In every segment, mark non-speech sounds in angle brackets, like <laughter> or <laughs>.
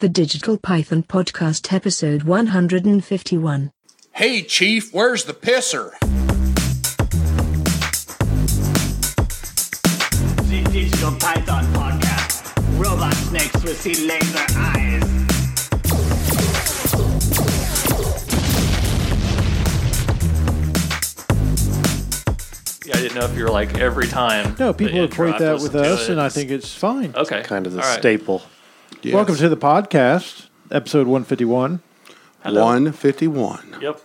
The Digital Python Podcast, episode 151. Hey, Chief, where's the pisser? The Digital Python Podcast. Robot snakes will see laser eyes. Yeah, I didn't know if you were like every time. No, that people you equate interact that with something, us, and I it's- think it's fine. okay, kind of the All right. staple. Welcome to the podcast, episode 151. Hello. 151. Yep.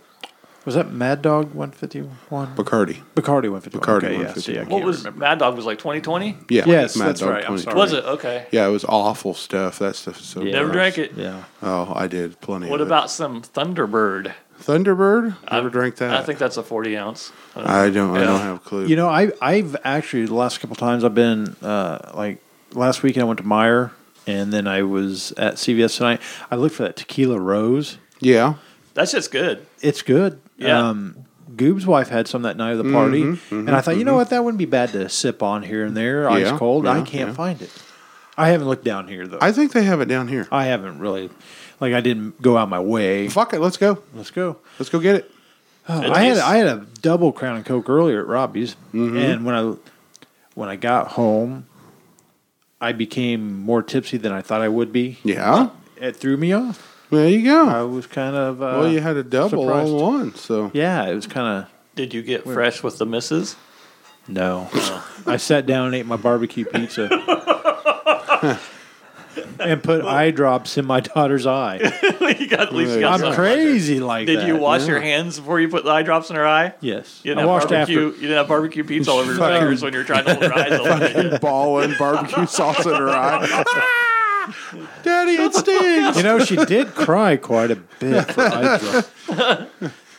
Was that Mad Dog 151? Bacardi. Bacardi 151. Bacardi okay, yeah, 151. see, I can't What was remember. Mad Dog was like 2020? Yeah. Yes, Mad that's Dog right, I'm 20. sorry. Was it okay? Yeah, it was awful stuff. That stuff is so Never gross. drank it. Yeah. Oh, I did plenty What of it. about some Thunderbird? Thunderbird? Never I've- drank that. I think that's a 40 ounce. Uh, I don't I Yeah. don't have a clue. You know, I, I've actually, the last couple times I've been, uh, like, last weekend I went to Meyer, and then I was at CVS tonight. I looked for that tequila rose. yeah. That's just good. It's good. Yeah. Um, Goob's wife had some that night of the party, and I thought, you know what, that wouldn't be bad to sip on here and there, ice Mm-hmm, Yeah, cold. I yeah, can't yeah. find it. I haven't looked down here though. I think they have it down here. I haven't really, like, I didn't go out my way. Fuck it, let's go. Let's go. Let's go get it. Oh, It I had is- I had a double Crown and Coke earlier at Robbie's, Mm-hmm. and when I when I got home, I became more tipsy than I thought I would be. Yeah. It threw me off. There you go. I was kind of uh, well, you had a double surprised. on one, so <laughs> yeah. It was kind of Did you get fresh with the missus? No. I sat down and ate my <laughs> barbecue pizza. and put eye drops in my daughter's eye. <laughs> you got at least you got I'm some. crazy like Did that. you wash your hands before you put the eye drops in her eye? Yes. You didn't I have washed barbecue. after. You didn't have barbecue pizza all over your fingers when you were trying to hold her eyes open. ball and barbecue <laughs> sauce in her eye. <laughs> Daddy, it stings. You know, she did cry quite a bit <laughs> for eye drops.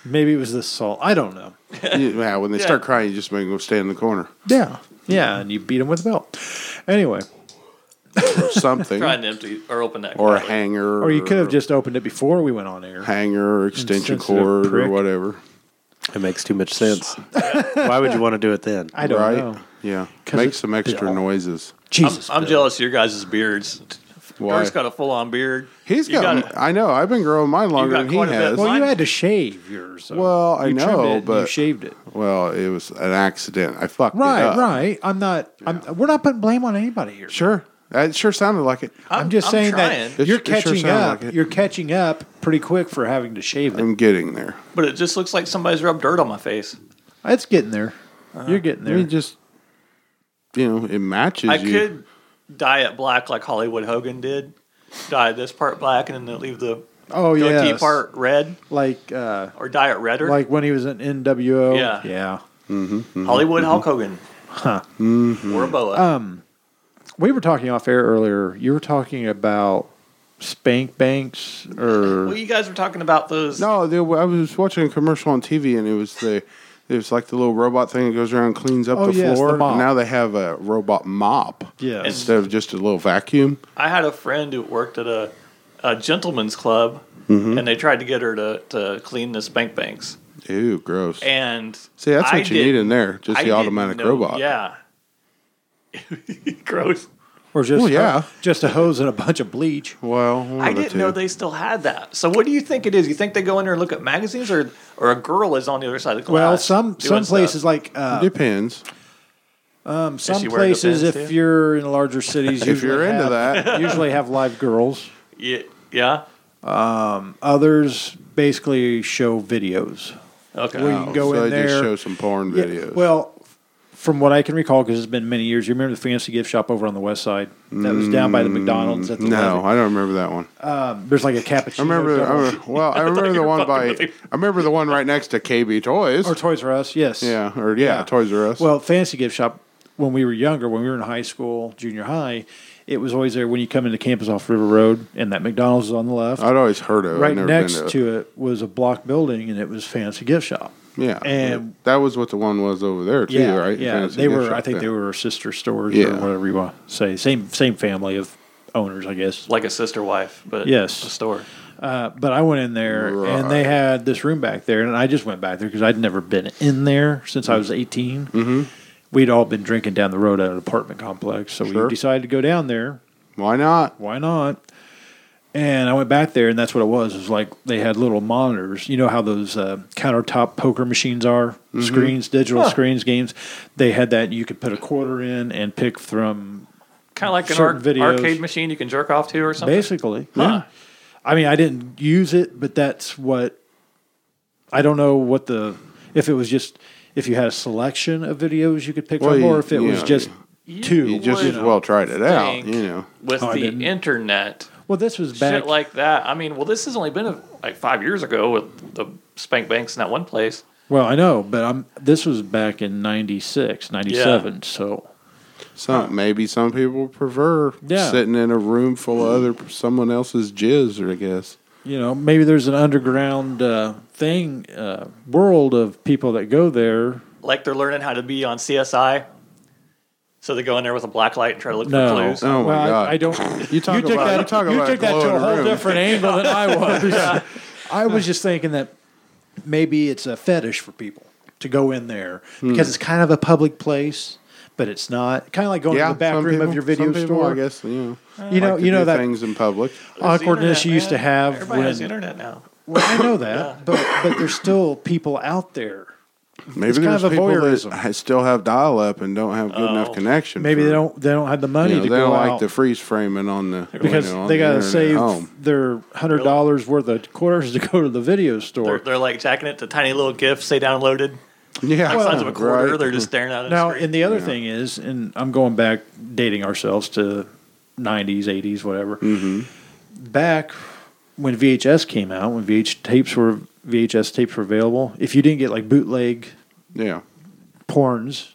Maybe it was the salt. I don't know. yeah, when they start crying, you just make them stay in the corner. Yeah. Yeah, and you beat him with a belt. Anyway. Or something. trying to empty or open that. or a cutlet. hanger. Or you could have just opened it before we went on air. hanger or extension Insensitive cord prick. or whatever. It makes too much <laughs> sense. Why would you want to do it <laughs> then? I don't right? know. Yeah. 'Cause Make it- some extra Yeah. noises. I'm, Jesus. I'm Bill. jealous of your guys' beards. Why? Kurt's got a full on beard. He's You got, got a- I know. I've been growing mine longer got than he quite a bit. has. Well, you Mine- had to shave yours. so Well, I you trimmed know, it and you but- shaved it. Well, it was an accident. I fucked it Right, up. right. I'm not. I'm, we're not putting blame on anybody here. Sure. That sure sounded like it. I'm, just I'm saying trying. that It you're su- it sure catching sounded up. like it. you're catching up pretty quick for having to shave it. I'm getting there. But it just looks like somebody's rubbed dirt on my face. It's getting there. Uh-huh. you're getting I there. mean, Mm-hmm. just, you know, it matches I you. could dye it black like Hollywood Hogan did. Dye this part black and then leave the oh goatee yeah, part red like uh, or dye it redder. like when he was in NWO. Yeah. yeah. Hollywood Mm-hmm. Hulk Hogan. Huh. Or a boa. Um, We were talking off air earlier. You were talking about spank banks well, or you guys were talking about those. No, there, I was watching a commercial on TV, and it was the it was like the little robot thing that goes around and cleans up Oh, the yes, the floor. And mop. now they have a robot mop Yes. instead of just a little vacuum. I had a friend who worked at a, a gentleman's club Mm-hmm. and they tried to get her to, to clean the spank banks. Ew, gross. And See, that's what I you need didn't- in there. Just I the didn't automatic know- robot. Yeah. <laughs> Gross. or just Well, yeah. just a hose and a bunch of bleach. Well, one I of the didn't know two. they still had that. So what do you think it is? You think they go in there and look at magazines, or or a girl is on the other side of the glass? Well, some doing some places stuff? like uh, depends. Some she wearing the places, pants, if too? you're in larger cities, If you're usually into have- <laughs> usually have live girls. yeah, yeah, Others basically show videos. okay. Well, you can go so in they just there. show some porn Yeah, videos. well, from what I can recall, because it's been many years, you remember the fancy gift shop over on the west side that was down by the McDonald's at the Mm, no, left? I don't remember that one. There's like a cappuccino. I remember. I double- remember <laughs> well, I remember the one by. I remember the one right next to KB Toys. or Toys R Us. Yes. yeah, or yeah, Toys R Us. Well, fancy gift shop. When we were younger, when we were in high school, junior high, it was always there when you come into campus off River Road, and that McDonald's is on the left. I'd always heard of it. right I'd never next been to, to it. it was a block building and it was fancy gift shop Yeah, and- that was what the one was over there too, yeah right? yeah Fancy they gift were shop, i think yeah. they were sister stores or Yeah. whatever you want to say same same family of owners i guess like a sister wife, but Yes. a store. uh, but i went in there and they Right. had this room back there and i just went back there because i'd never been in there since i was 18 mm-hmm. we'd all been drinking down the road at an apartment complex so Sure. we decided to go down there Why not? why not And I went back there, and that's what it was. It was like they had little monitors. You know how those uh, countertop poker machines are Mm-hmm. screens, digital screens, games. They had that. You could put a quarter in and pick from Kind of like an Certain arc- videos. arcade machine you can jerk off to or something. Basically, yeah. I mean, I didn't use it, but that's what I don't know what the if it was just if you had a selection of videos you could pick Well, from, you- or if it you was know, just two. You just would as well tried it out, think you know. With Oh, I didn't. the internet, well, this was back. shit like that. I mean, well, this has only been uh, like five years ago with the spank banks in that one place. well, I know, but I'm this was back in 96, 97, So Some maybe some people prefer Yeah. sitting in a room full of other someone else's jizz, or I guess. you know maybe there's an underground uh, thing uh, world of people that go there. Like they're learning how to be on CSI. So they go in there with a black light and try to look No. for clues. Oh my well, God. I, I don't. You talk you took about that, you talk about took that to a glowing whole room. different angle than <laughs> I was. I was just thinking that maybe it's a fetish for people to go in there Hmm. because it's kind of a public place, but it's not. Kind of like going Yeah, to the back some room people, of your video some people, store. I guess you know. You know- like to you know do that- things in public. It's the Awkwardness you internet, used to man. have Everybody has the when. internet now. Well, I know that, but but there's still people out there. Maybe it's kind there's of a people voyeurism. that still have dial up and don't have good Oh. enough connection. Maybe for- they don't they don't have the money You know, to they go don't like out the freeze framing on the you because know, on they the got to internet at save home. their hundred dollars worth of quarters to go to the video store. They're, they're like jacking it to tiny little gifs they downloaded. Yeah, Like size of a quarter. right. They're just staring at it. Now, screen. and the other thing is, and I'm going back dating ourselves to 90s, 80s, whatever. Mm-hmm. Back when VHS came out, when VH tapes were VHS tapes were available, if you didn't get like bootleg Yeah, porns,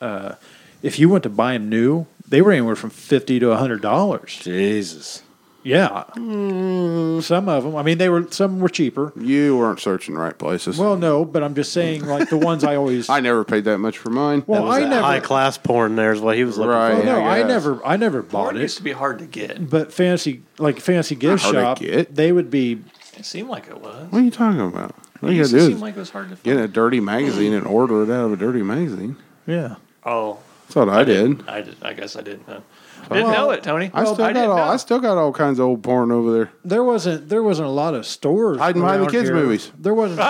uh, if you went to buy them new, they were anywhere from fifty to hundred dollars. Jesus. Yeah, some of them. I mean, they were some were cheaper. you weren't searching the right places. Well, no, but I'm just saying, like the ones I always. <laughs> I never paid that much for mine. well, I never. High class porn there is what he was looking Right. well, for. no, I I guess. never. I never bought Porn it. used to be hard to get. But fancy, like fancy gift Hard to shop, get. they would be. It seemed like it was. what are you talking about? What It you used gotta do to is seem like it was hard to get find. a dirty magazine and order it out of a dirty magazine. Yeah, Oh, That's what I did. I did. I guess I didn't. Know. Didn't know it, Tony. I still got didn't all. know. I still got all kinds of old porn over there. there wasn't there wasn't a lot of stores. Hiding behind the around kids' here. movies. <laughs> There wasn't.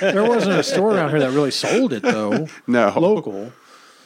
there wasn't a store around here that really sold it though. <laughs> No. local.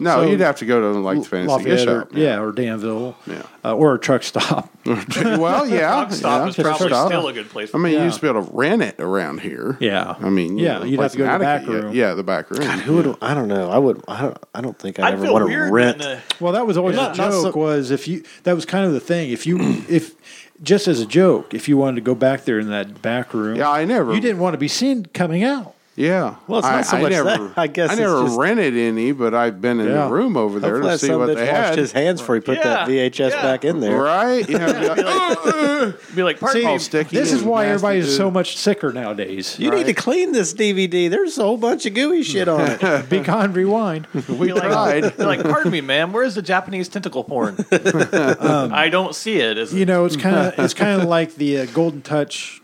No, So- you'd have to go to like the fantasy gift Lafayette or, shop. yeah, or Danville, Yeah. uh, or a truck stop. <laughs> well, yeah. Truck stop yeah, is probably stop. still a good place. I mean, Yeah. you used to be able to rent it around here. Yeah. I mean, you Yeah, know, you'd have place to go to the in back Attica, room. Yeah, the back room. Who would, I don't know. I would. I don't, I don't think I'd I'd ever feel want to weird. rent. when, uh, Well, that was always Not- a not so- joke. was if you that was kind of the thing. If you <clears throat> if just as a joke, if you wanted to go back there in that back room, Yeah, I never- You didn't want to be seen coming out. Yeah. Well, it's not so much that. I guess I it's never just- rented any, but I've been in Yeah. the room over there Hopefully to that see son what of a they bitch washed had. his hands before he put Yeah, that VHS yeah. back in there. Right? <laughs> You know, you'd be like, "Ugh." be like, pardon See, me, all sticky this is and why nasty, everybody's dude. so much sicker nowadays. You need to clean this DVD. There's a whole bunch of gooey shit on <laughs> <laughs> it. Be gone, rewind. <laughs> we Be like, "Oh, tried. Oh, be like, pardon me, ma'am. Where's the Japanese tentacle <laughs> porn? Um, I don't see it. Is You it? know, it's kind of it's kind of like the uh, Golden Touch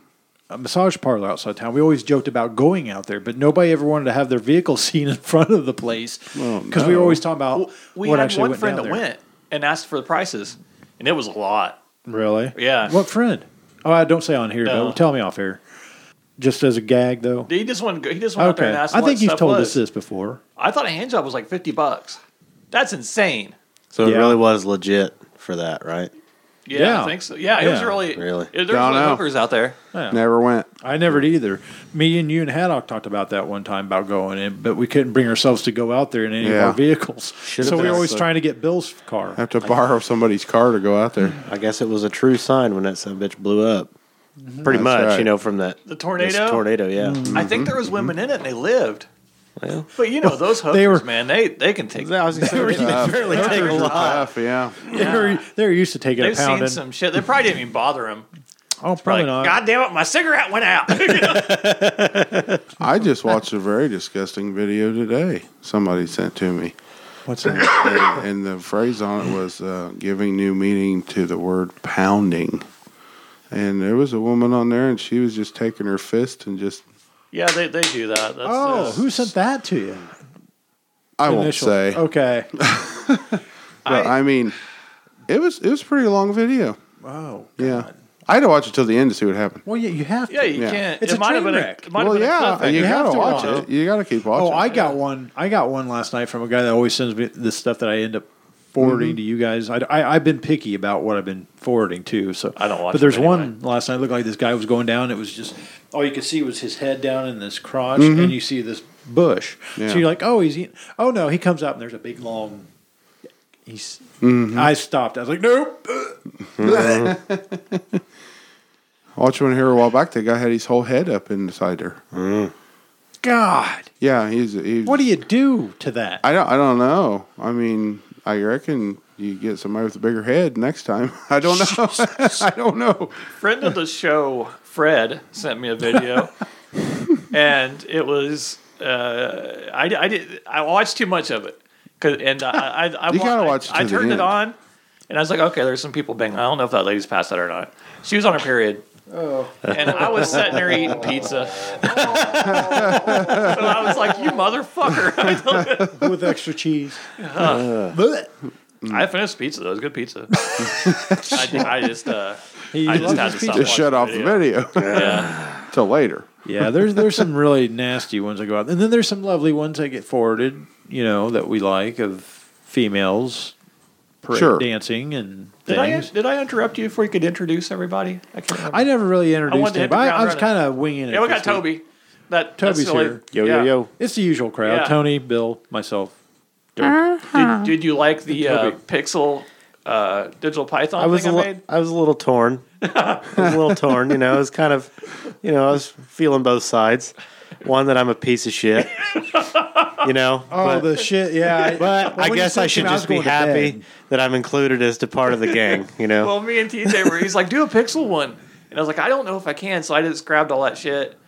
uh, massage parlor outside town. We always joked about going out there, but nobody ever wanted to have their vehicle <laughs> seen in front of the place because we were always talking about we what had actually one went friend down that there. went and asked for the prices, and it was a lot. Really? Yeah. What friend? Oh, I don't say on here. No. though. Tell me off here. Just as a gag, though. He just went. He just went out there Okay. and asked. I what think you've stuff told was. us this before. I thought a hand job was like fifty bucks. That's insane. So Yeah. it really was legit for that, right? Yeah, Yeah. I think so. Yeah, it was Yeah. really, Really? It, there's Don't really know. hookers out there. Never went. I never did either. Me and you and Haddock talked about that one time about going in, but we couldn't bring ourselves to go out there in any of Yeah. our vehicles. Should've so we been were always so- trying to get Bill's I car. have to borrow somebody's car to go out there. I guess it was a true sign when that son of a bitch blew up. Pretty That's much, right. you know, from that The tornado? this tornado, yeah. I think there was women in it and they lived. Well, But you know <laughs> those hookers, were- man. They they can take. I was gonna say, it's tough. apparently take a lot. Tough, yeah. They're, they're used to taking a They've pound. seen in. some shit. They probably didn't even bother them. oh, Probably <laughs> probably not. God damn it, my cigarette went out. <laughs> I just watched a very disgusting video today. Somebody sent to me, What's that? and, and the phrase on it was uh, giving new meaning to the word pounding. And there was a woman on there, and she was just taking her fist and just yeah, they, they do that. That's, oh, uh, who sent that to you? I won't Initial. Oh, say, <laughs> Okay. but I, mean, it was it was a pretty long video. Oh, Yeah. I had to watch it till the end to see what happened. Well, yeah, you have to. Yeah, you Yeah. can't. It's it a might have train been a. wreck. It might Well, have been a cliffhanger. yeah, you, You have have to to watch watch it. You got to keep watching. Oh, I it. got one. I got one last night from a guy that always sends me the stuff that I end up forwarding Mm-hmm. to you guys. I, I, have been picky about what I've been forwarding to. So I don't watch But there's them anyway. one last night. It looked like this guy was going down. It was just all you could see was his head down in this crotch, Mm-hmm. and you see this bush. Yeah. So you're like, oh, he's eating. Oh no, he comes up and there's a big long. He's. Mm-hmm. I stopped. I was like, nope. Watch one here a while back. The guy had his whole head up inside there. God, Yeah, he's. he's what do you do to that? I don't. I don't know. I mean, I reckon you get somebody with a bigger head next time. <laughs> I don't know. I don't know. friend of the show, Fred, sent me a video, and it was uh, I, I did I watched too much of it, 'Cause- and I I, I, You gotta I- watch I, to the turned it end. on, and I was like, okay, there's some people banging. I don't know if that lady's past that or not. She was on her period. Oh. And I was sitting there eating <laughs> pizza. and I was like, you <laughs> motherfucker. I, don't- with <laughs> extra cheese. Uh. I finished pizza, though. It was good <laughs> pizza. I, I just, uh, He I just had to loves his stop pizza. Just shut off watching the video <laughs> Yeah. till later. Yeah, there's there's some really nasty ones that go out, and then there's some lovely ones that get forwarded, you know, that we like of females parade Sure. dancing and Did I, things. did I interrupt you before you could introduce everybody? I can't remember. I, never really I wanted introduced to hit him. the I, ground I was running. kind of winging it. Yeah, we this got week. Toby. That Toby's that's the only- here. Yo, yeah. yo, yo. It's the usual crowd: Yeah. Tony, Bill, myself. Did, did you like the uh, Toby. Pixel uh, digital Python I was a thing I li- made? I was a little <laughs> torn. I was a little torn. You know, I was kind of, you know, I was feeling both sides. One that I'm a piece of shit. You know, <laughs> Oh, but, the shit! <laughs> Yeah, but when I you guess I said should that, I just was be going to happy bed. that I'm included as to part of the gang. You know, Well, me and TJ were. He's like, do a Pixel one, and I was like, I don't know if I can. So I just grabbed all that shit,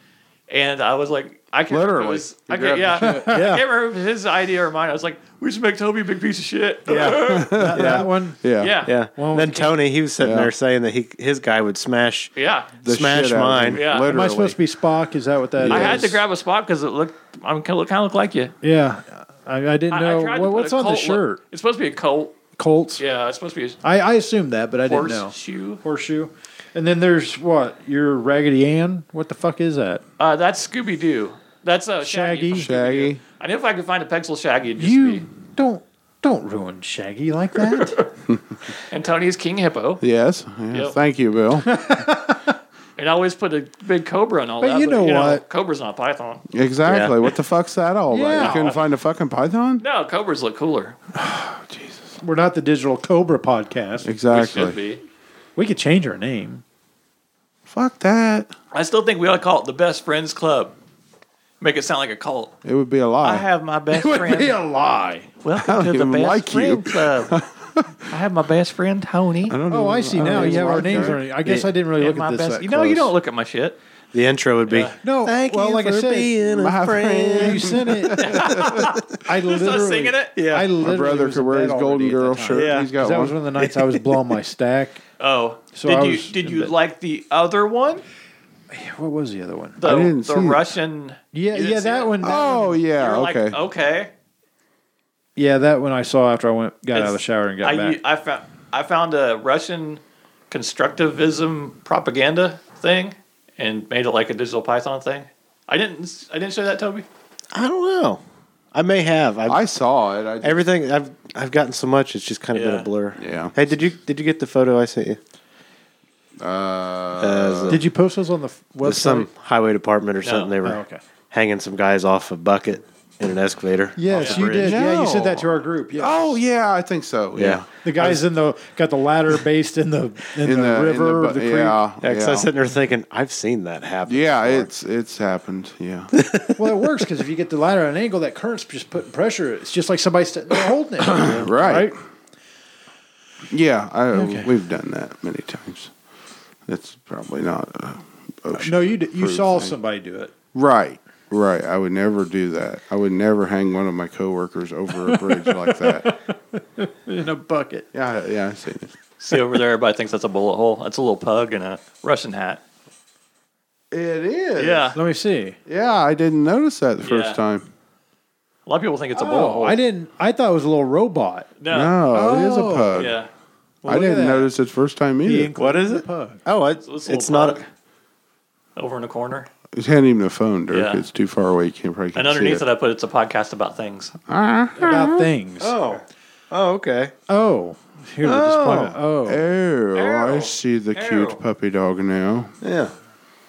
and I was like, I can't. remember if it Literally. was- You I can't. Yeah, <laughs> grabbed Yeah. I can't remember if it was his idea or mine. I was like, we should make Toby a big piece of shit. Yeah. that, that one. <laughs> Yeah. yeah, yeah, <laughs> yeah. then Tony, he was sitting Yeah. there saying that he his guy would smash yeah. The Smash shit out of mine. him, Yeah. Am I Am I Literally. supposed to be Spock? Is that what that is? I had to grab a spot because it looked. I'm kind of look, kinda look like you. Yeah, I, I didn't I, know I tried to Well, put what's a on the Colt look- shirt. It's supposed to be a Colt. Colts. Yeah, it's supposed to be I, I assumed that, but I a didn't know. horse shoe. horseshoe. And then there's what your Raggedy Ann. What the fuck is that? Uh, that's Scooby Doo. That's uh, Shaggy. Shaggy. from Scooby-Doo. Shaggy. I knew if I could find a Pexel Shaggy, it'd just You be. don't don't ruin Shaggy like that. And Tony's King Hippo. Yes. Yeah. Yep. Thank you, Bill. And I always put a big cobra on all But that. you know what? Cobra's not a Python. Exactly. What the fuck's that all about? Yeah. You couldn't find a fucking python? No, cobras look cooler. Jesus. <laughs> We're not the Digital Cobra podcast. They should Exactly. be. We could change our name. Fuck that. I still think we ought to call it the Best Friends Club. Make it sound like a cult. It would be a lie. I have my best friend. a lie. I Welcome don't to the even best like you. friend club. <laughs> I have my best friend Tony. I don't Oh, even- I see don't now. even You have our like names that. already. I guess I didn't really and look my at this. best- that you know, you close. don't look at my shit. the intro would be No, well, like I said, My friend. you <laughs> sent it. I Start literally singing it. yeah. I literally My brother was could in wear bed his already Golden at that Girl time. shirt. Yeah. He's 'Cause got That one. was one of the nights I was blowing my stack. Oh, So did I you was did in you bed. like the other one? <laughs> What was the other one? The, didn't the see it. Russian. Yeah, You didn't yeah, see that it? one. Oh, You yeah. were Okay. like, okay. Yeah, that one I saw after I went got out of the It's- shower and got I, back. I found I found a Russian constructivism propaganda thing and made it like a digital Python thing. I didn't I didn't show that Toby. I don't know. I may have. I've, I saw it. I just, everything I've I've gotten so much. It's just kind of been Yeah. a blur. Yeah. Hey, did you did you get the photo I sent you? uh, Uh, Did you post those on the f- website? with some highway department or something. They Oh, were okay. hanging some guys off a bucket in an excavator. Yes, off a you bridge. did. Yeah, you No. said that to our group. Yeah. oh, yeah. I think so. Yeah. Yeah. The guys in the got the ladder based in the in, the, river, bu- the, creek. yeah, Yeah, 'cause I was yeah. sitting there thinking, I've seen that happen. Yeah, before. it's it's happened. Yeah, Well, it works because if you get the ladder at an angle, that current's just putting pressure. It's just like somebody sitting there holding it. right. right. Yeah, I, Okay. we've done that many times. It's probably not. Uh, ocean No, you d- you proof saw thing. somebody do it. Right, right. I would never do that. I would never hang one of my coworkers over a bridge like that. In a bucket. Yeah, yeah, I see. it. See over there, everybody thinks that's a bullet hole. That's a little pug in a Russian hat. It is. Yeah, a Let me see. yeah. I didn't notice that the first Yeah. time. lot of people think it's a bullet Oh, hole. I didn't. I thought it was a little robot. No. No, it is a Oh. pug. Yeah. I didn't notice it first time either. What is it? Pug. Oh, it's, This little it's not. bug over in the corner. He's handing him the phone, Dirk. Yeah. It's too far away. You can't probably can't And underneath see it, I put it's a podcast about things. About things. Oh, Oh, oh, okay. here we're just playing. Oh, Oh, I Ow. see the Ow. cute puppy dog now. Yeah.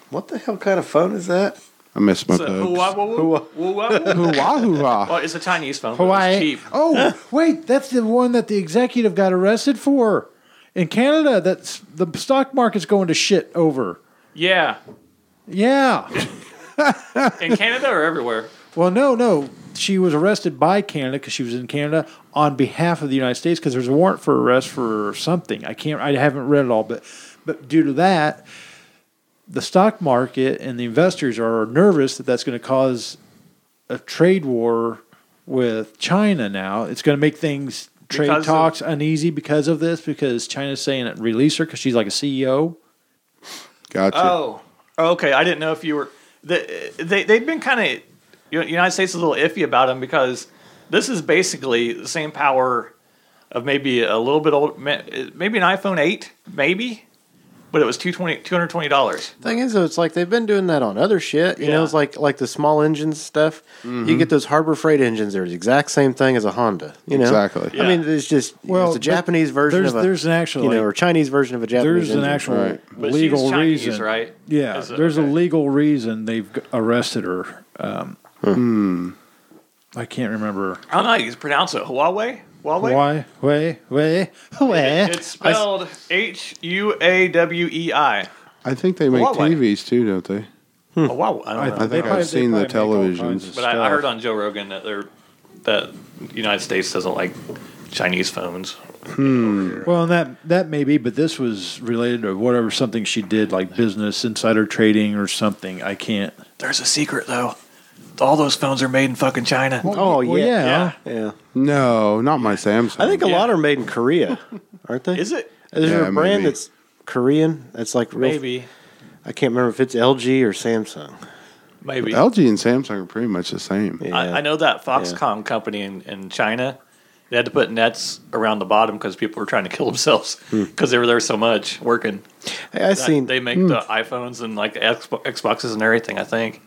What the hell kind of phone is that? I miss my It's a hua- pugs. wua- <laughs> wua- Oh. wua- wua- Wahoo! Well, Oh, it's a Chinese phone. Hawaii. Hawaii. cheap. <laughs> Oh, wait, that's the one that the executive got arrested for in Canada. That's the stock market's going to shit over. Yeah. Yeah. In Canada or everywhere? Well, no, no. She was arrested by Canada because she was in Canada on behalf of the United States because there's a warrant for arrest for something. I can't. I haven't read it all, but but due to that, the stock market and the investors are nervous that that's going to cause a trade war with China. Now it's going to make things trade Because of- talks uneasy because of this because China's saying it release her because she's like a E CEO. Gotcha. Oh. Okay. I didn't know if you were. The, they, they've been kind of. United States is a little iffy about them because this is basically the same power of maybe a little bit old. ma- Maybe an iPhone 8, maybe, but it was $220. $220. Thing is, though, it's like they've been doing that on other shit. You Yeah. know, it's like like the small engines stuff. You get those Harbor Freight engines; they're the exact same thing as a Honda. You know, Exactly. I Yeah. mean, it's just Well, well, it's a but Japanese version there's- of a there's an actual, you know like- or Chinese version of a Japanese. There's an engine. actual Right. But she legal was Chinese, reason, right? Yeah, Is it- there's okay. a legal reason they've g- arrested her. Um, Hmm. I can't remember I don't know. how You pronounce it Huawei? Huawei? why. Way, <laughs> way, way. It's spelled H U A W E I. I think they make Huawei. TVs too, don't they? Hmm. Oh wow! I don't I know. think probably- I've seen the they probably make all kinds televisions. of But I, I heard on Joe Rogan that they're that the United States doesn't like Chinese phones. well, and that that may be, but this was related to whatever something she did, like business insider trading or something. I can't. There's a secret though. All those phones are made in fucking China. Oh Well, yeah. yeah, Yeah. No, not my Samsung. I think a Yeah. lot are made in Korea, aren't they? Is it? Is there Yeah, a brand maybe. that's Korean? That's like real, Maybe. I can't remember if it's LG or Samsung. Maybe. I, LG and Samsung are pretty much the same. Yeah. I know that Foxconn company in, in China. They had to put nets around the bottom because people were trying to kill themselves because they were there so much working. Hey, I That- Hmm. seen. hmm. they make the iPhones and like Xbox, Xboxes and everything. I think.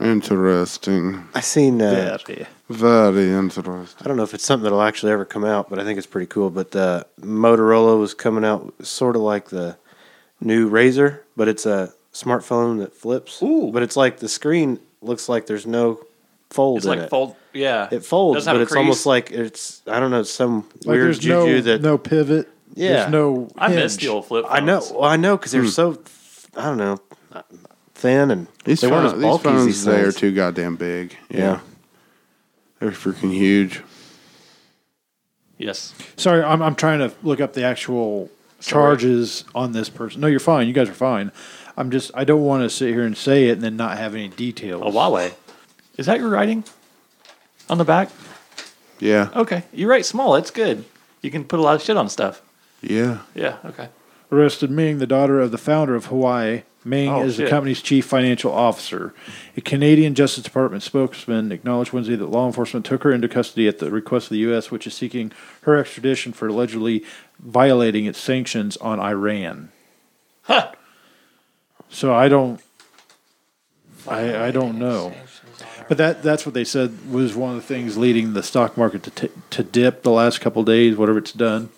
Interesting. I seen. Uh, Very interesting. I don't know if it's something that'll actually ever come out, but I think it's pretty cool. But uh, Motorola was coming out sort of like the new Razer, but it's a smartphone that flips. Ooh. But it's like the screen looks like there's no fold It's in like it. fold. Yeah. It folds, Doesn't have but a it's almost crease. like it's I don't know some Like weird there's no juju that no pivot. Yeah. there's no. I miss hinge. the old flip. I know. phones. Well, I know because Hmm. they're so I don't know thin and These, they phone- weren't as these bulky as phones these they are things. too goddamn big. Yeah. Yeah. They're freaking huge. Yes. Sorry, I'm I'm trying to look up the actual charges on this person. No, you're fine. You guys are fine. I'm just I don't want to sit here and say it and then not have any details. A Huawei. Is that your writing on the back? Yeah. Okay. You write small. That's good. You can put a lot of shit on stuff. Yeah. Yeah. Okay. arrested Ming, the daughter of the founder of Hawaii. Ming Oh, is shit. the company's chief financial officer. A Canadian Justice Department spokesman acknowledged Wednesday that law enforcement took her into custody at the request of the U.S., which is seeking her extradition for allegedly violating its sanctions on Iran. So I don't, I, I don't know. But that that's what they said was one of the things leading the stock market to t- to dip the last couple of days, whatever it's done,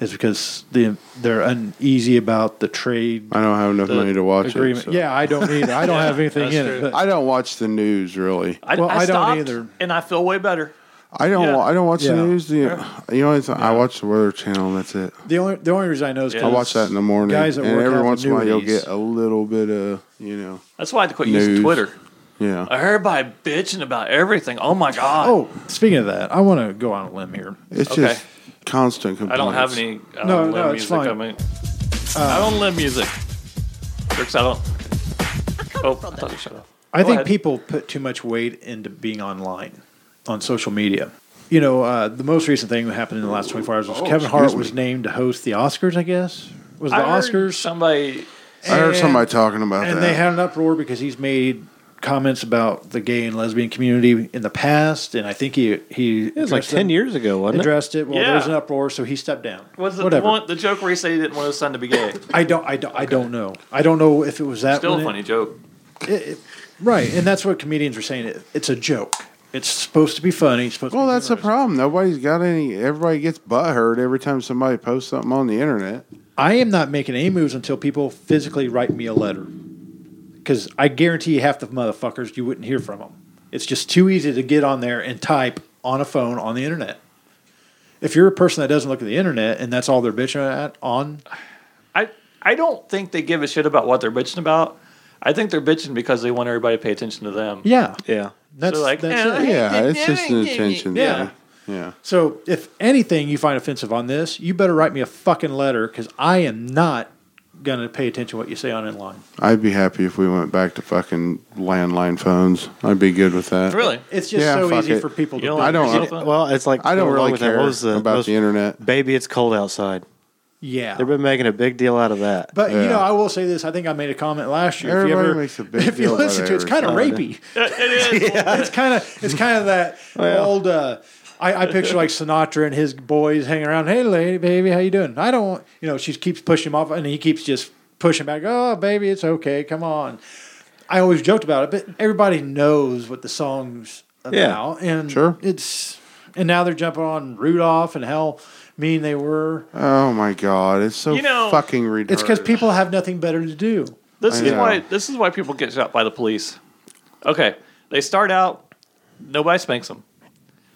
is because the they're uneasy about the trade I don't have enough money to watch agreement. it. so- Yeah, I don't either. I don't have anything that's in true. it. but- I don't watch the news really. Well, I don't stopped, either. And I feel way better. I don't. Yeah. I don't watch Yeah. the news. The, You know, I watch the Weather Channel. and That's it. the only the only reason I know is Yeah. I 'cause watch that in the morning, Guys that and work every out once in a while, you'll annuities. get a little bit of you know. That's why I had to quit News. using Twitter. Yeah. I heard by bitching about everything. Oh my god. Oh, speaking of that, I want to go on a limb here. It's okay. just constant I complaints. don't have any. I No, don't no, live it's music. fine. Uh, I, mean, I don't live music. Jerks, I don't. Oh, I thought you shut off. I Go think ahead. people put too much weight into being online on social media. You know, uh, the most recent thing that happened in the last 24 hours was Kevin Hart Oh, excuse was me. named to host the Oscars, I guess. Was the I heard Oscars? Somebody. I heard And- somebody talking about and that. they had an uproar because he's made comments about the gay and lesbian community in the past, and I think he he It was like addressed ten them- years ago, wasn't it? addressed it. Well, Yeah. there was an uproar, so he stepped down. Was it the, Whatever. one, the joke where he said he didn't want his son to be gay? I don't. I don't. I don't know. I don't know if it was that. Still one. a funny joke. right? And that's what comedians are saying. It, it's a joke. It's supposed to be funny. It's supposed. Well, to be that's the humorous. problem. Nobody's got any. Everybody gets butt hurt every time somebody posts something on the internet. I am not making any moves until people physically write me a letter. Because I guarantee you half the motherfuckers you wouldn't hear from them. It's just too easy to get on there and type on a phone on the internet. If you're a person that doesn't look at the internet and that's all they're bitching at on, I I don't think they give a shit about what they're bitching about. I think they're bitching because they want everybody to pay attention to them. yeah, Yeah. that's So, like, that's eh, it. Yeah, it's just an attention. Yeah. Yeah. Yeah. So if anything you find offensive on this, you better write me a fucking letter because I am not gonna pay attention to what you say on in line. I'd be happy if we went back to fucking landline phones. I'd be good with that. Really? It's just Yeah, so fuck easy it. for people to. You don't do like I don't- yourself? Well, it's like I don't go along really with that. What care was the- about what was- the internet. Baby, it's cold outside. yeah, They've been making a big deal out of that. But you Yeah. know, I will say this. I think I made a comment last year. Everybody if you ever, <laughs> makes a big if you deal about listen to it, it's kind of everything. rapey. <laughs> It's kind of it's kind of that old. Uh, I, I picture like Sinatra and his boys hanging around. Hey, lady, baby, how you doing? I don't. want-" You know, she keeps pushing him off, and he keeps just pushing back. Oh, baby, it's okay. Come on. I always joked about it, but everybody knows what the song's Yeah. about, and Sure. it's and now they're jumping on Rudolph and how mean they were. Oh my god, it's so You know, fucking retarded. It's because people have nothing better to do. This I is know. why this is why people get shot by the police. Okay, they start out, nobody spanks them.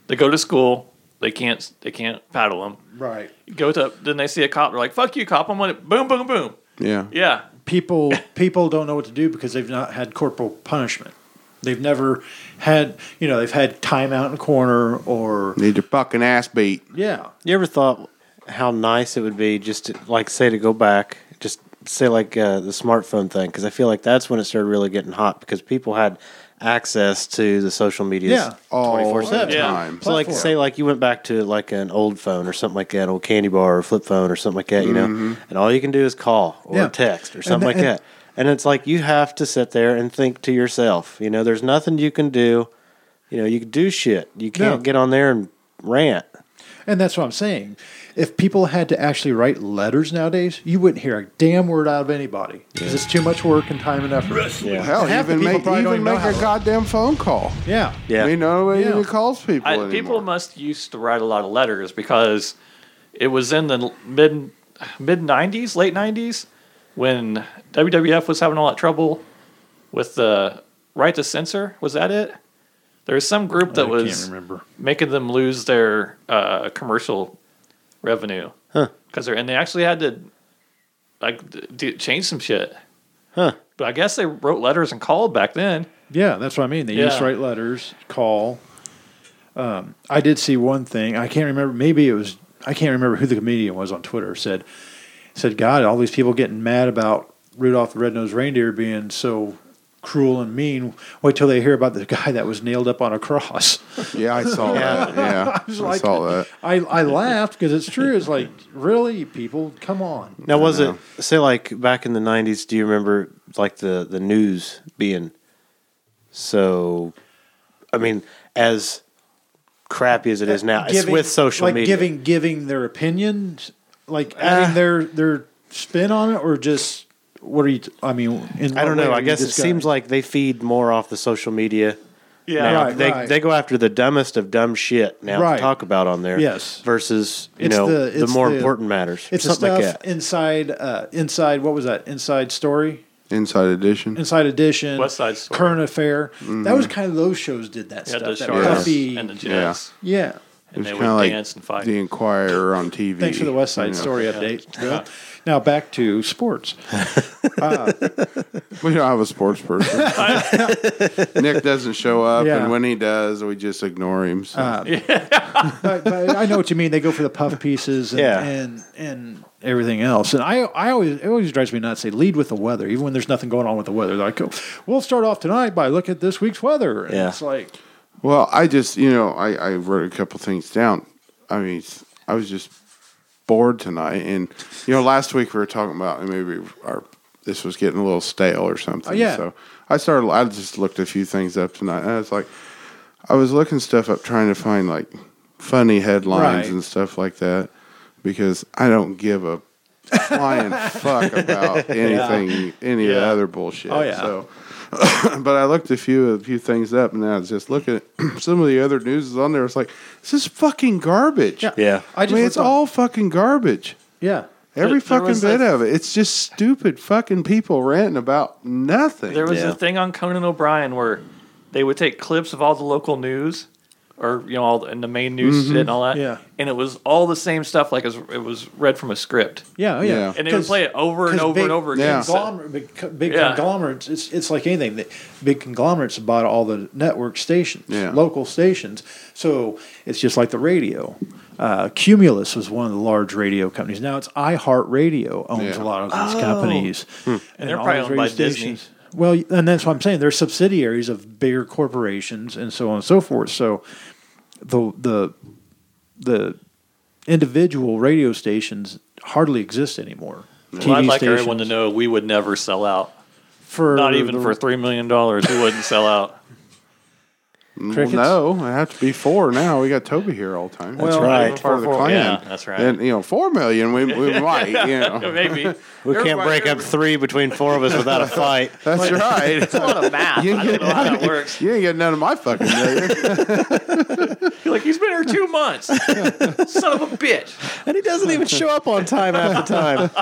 They go to school, they can't they can't paddle them. Right. Go to then they see a cop, they're like, "Fuck you, cop! I'm gonna boom, boom, boom." Yeah. Yeah, people people don't know what to do because they've not had corporal punishment. They've never had you know they've had time out in a corner or Need your fucking ass beat. yeah You ever thought how nice it would be just to, like say to go back, just say like uh, the smartphone thing? Because I feel like that's when it started really getting hot because people had access to the social media. Yeah. All the Yeah. time. So like Platform. say like you went back to like an old phone or something like that, an old candy bar or flip phone or something like that, you know, and all you can do is call or Mm-hmm. Yeah. text or And something the- like and- that. And it's like you have to sit there and think to yourself, you know, there's nothing you can do. You know, you can do shit. You can't No. get on there and rant. and that's what I'm saying. If people had to actually write letters nowadays, you wouldn't hear a damn word out of anybody because it's too much work and time and effort. Yeah. Hell, Half the even people make probably don't even even know make how a to- goddamn phone call. Yeah, Yeah. I mean, nobody Yeah. even calls people I, anymore. people must used to write a lot of letters because it was in the mid mid '90s, late '90s, when WWF was having a lot of trouble with the right to censor. Was that it? There was some group that I was can't remember. making them lose their uh, commercial revenue because they're and they actually had to like d- d- change some shit. Huh. But I guess they wrote letters and called back then. Yeah, that's what I mean. They used to Yeah. write letters, call. Um, I did see one thing. I can't remember. Maybe it was. I can't remember who the comedian was on Twitter said. Said God, all these people getting mad about Rudolph the Red-Nosed Reindeer being so cruel and mean. Wait till they hear about the guy that was nailed up on a cross. <laughs> Yeah, I saw that. Yeah, I, like- saw that. I I laughed because it's true. It's like really, people, come on. Now, was it say like back in the '90s? Do you remember like the the news being so? I mean, as crappy as it is now, it's Giving- with social like media. giving giving their opinions, like adding Uh, their their spin on it, or just what are you? T- I mean, in I what don't way know. are I you guess it discussing? seems like they feed more off the social media. Yeah. now. Right, they right. they go after the dumbest of dumb shit now Right. to talk about on there. Yes. versus you It's know the- the, it's more the- important matters. It's the something stuff like that. inside uh, inside what was that? Inside story, Inside Edition. Inside Edition, West Side Story. Current Affair. Mm-hmm. That was kind of those shows did that Yeah, stuff. the that sharks puffy- and the jets. yeah. It And was they kind would of like dance and fight. The Inquirer on TV. Thanks for the West Side you know. Story update. Bill. Now back to sports. We don't have a <laughs> sports person. Nick doesn't show up, Yeah. Uh, and when he does, we just ignore him. So. but, but I know what you mean. They go for the puff pieces and Yeah. and, and everything else. And I I always it always drives me nuts. They lead with the weather, even when there's nothing going on with the weather. They're like, oh, we'll start off tonight by looking at this week's weather. And Yeah. it's like Well, I just, you know, I, I wrote a couple things down. I mean, s- I was just bored tonight. And, you know, last week we were talking about maybe our this was getting a little stale or something. Oh, yeah. So I started. I just looked a few things up tonight. And I was like, I was looking stuff up trying to find like funny headlines Right. and stuff like that because I don't give a <laughs> flying fuck about anything, any of the Yeah. other bullshit. Oh, yeah. So. but I looked a few a few things up, and I was just looking at <clears throat> some of the other news is on there. It's like this is fucking garbage. Yeah. I I just mean, it's looked up- all fucking garbage. yeah. Every there fucking was bit a- of it. It's just stupid fucking people ranting about nothing. There was Yeah. a thing on Conan O'Brien where they would take clips of all the local news, or you know, all the, and the main news shit and all that. Mm-hmm. Yeah. and it was all the same stuff. Like it was, it was read from a script, Yeah, oh, Yeah. yeah. and they would 'Cause- play it over and 'cause over big- and over again. Yeah. So- conglomer- big, co- big Yeah. conglomerates. It's it's like anything. The Big conglomerates bought all the network stations, Yeah. local stations. So it's just like the radio. Uh, Cumulus was one of the large radio companies. Now it's iHeartRadio owns Yeah. a lot of these companies, and, Oh. Hmm. they're all probably owned these radio by Disney. Well, and that's what I'm saying. They're subsidiaries of bigger corporations, and so on and so forth. So the the the individual radio stations hardly exist anymore. Well, I'd like everyone to know we would never sell out. for Not even the- for three million dollars, we wouldn't sell <laughs> out. well, Mm, crickets? no, I have to be four now. We got Toby here all the time. That's right. Part of the Four, four, clan. yeah, that's right. And you know, four million, we, we might. You know, <laughs> Maybe it's We can't Everybody- break up three between four of us without <laughs> a fight. that's right. a lot of math. I don't know how that works. you ain't getting none of my fucking million. You're like he's been here two <laughs> months, son of a bitch. And <laughs> he doesn't even show up on time half the time. <laughs>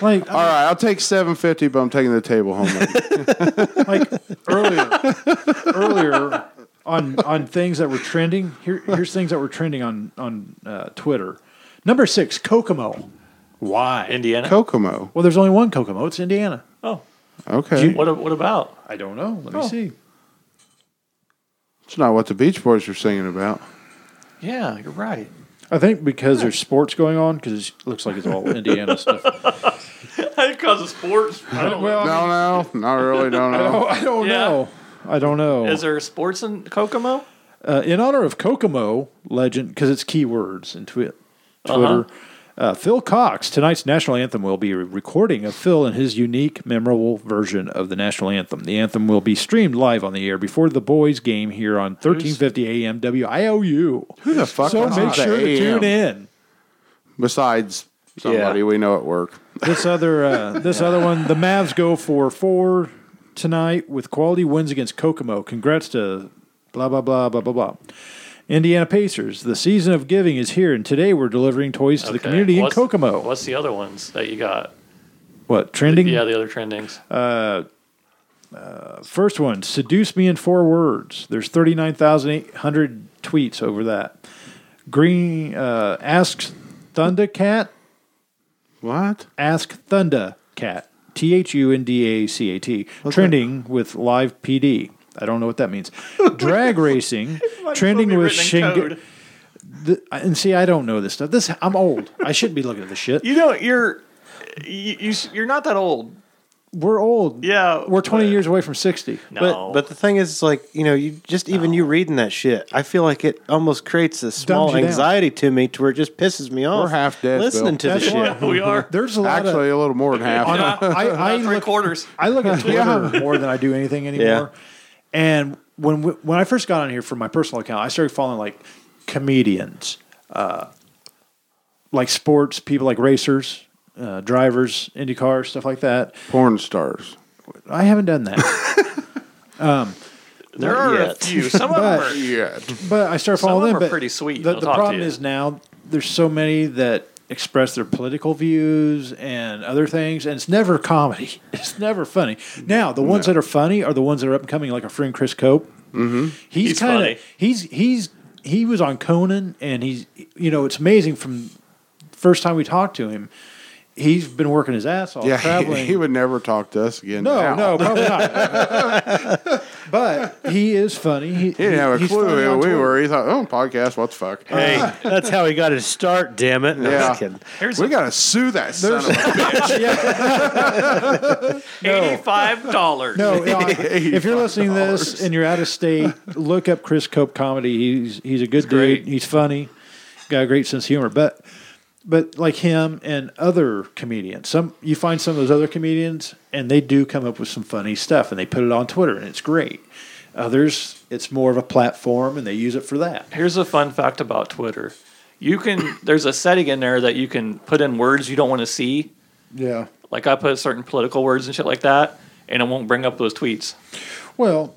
like <laughs> all right, I'll take seven fifty, but I'm taking the table <laughs> home. with me. like earlier earlier on on things that were trending. Here here's things that were trending on on uh, Twitter. Number six, Kokomo. Why? Indiana. Kokomo. well, there's only one Kokomo. It's Indiana. oh, Okay, what? a- What about? I don't know. Let me see. it's not what the Beach Boys were singing about. Yeah, you're right. <laughs> I think because there's sports going on, because it looks like <laughs> it's all Indiana stuff. Because of sports. I don't know. Well, No, no, not really. No, I no. don't, I don't Yeah. know. I don't know. Is there sports in Kokomo? uh, in honor of Kokomo legend, because it's keywords in twi- Uh-huh. Twitter. Uh, Phil Cox tonight's national anthem will be a recording of Phil and his unique, memorable version of the national anthem. The anthem will be streamed live on the air before the boys' game here on 1350 AM WIOU. Who the fuck? So owns make the sure to AM? tune in. <laughs> Besides somebody we know at work. This other, uh, this other one, the Mavs go for four tonight with quality wins against Kokomo. Congrats to blah blah blah blah blah blah. Indiana Pacers. The season of giving is here, and today we're delivering toys to the Okay. community What's- in Kokomo. What, What's the other ones that you got? trending? Uh, Yeah, the other trendings. First one, seduce me in four words. There's thirty nine thousand eight hundred tweets over that. Green uh, asks Thundercat. What? Ask Thundercat. T H U N D A C A T. Trending with live PD. I don't know what that <laughs> means. Drag racing. trending with Shingen. And see, I don't know this stuff. This I'm old. I shouldn't be looking at this shit. You know, you're you, you s- you're not that old. We're old. Yeah, We're 20 but- years away from 60. No, But but the thing is, it's like you know, you just even you reading that shit, I feel like it almost creates a small you down. anxiety to me to where it just pisses me off. half dead, listening Bill. to the That's shit. why- we are. There's a lot of- Actually, a little more than half. on a- I, I three <laughs> look, quarters. I look at Twitter more than I do anything anymore. And when we, when I first got on here from my personal account, I started following like comedians, uh, like sports people, like racers, uh, drivers, IndyCar stuff like that. Porn stars. I haven't done that, there are a yet. few. <laughs> Some of them But- are. Yeah. but I started Some of following them them. are but pretty sweet. The, They'll the talk to problem you. is now there's so many that express their political views and other things, and it's never comedy. <laughs> It's never funny. Now the ones that are funny are the ones that are up and coming, like our friend Chris Cope. he's, Mm-hmm. He's kind funny. of he's he's he was on Conan, and he's you know it's amazing from first time we talked to him, he's been working his ass off <laughs> Yeah. traveling. He, he would never talk to us again. no, now. no, probably not. <laughs> but he is funny. He, He didn't have a he's clue funny who on we Twitter. were. He thought, oh, podcast, what the fuck? Hey, that's how he got his start. Damn it! No, I'm just Yeah. kidding. Here's we got to sue that son of a eighty-five dollars. No, no, I- if you're listening to this and you're out of state, look up Chris Cope comedy. He's he's a good dude. great. He's funny, got a great sense of humor. But but like him and other comedians, some you find some of those other comedians, and they do come up with some funny stuff, and they put it on Twitter, and it's great. Others, it's more of a platform, and they use it for that. Here's a fun fact about Twitter. You can there's a setting in there that you can put in words you don't want to see. Yeah. Like I put certain political words and shit like that, and it won't bring up those tweets. Well,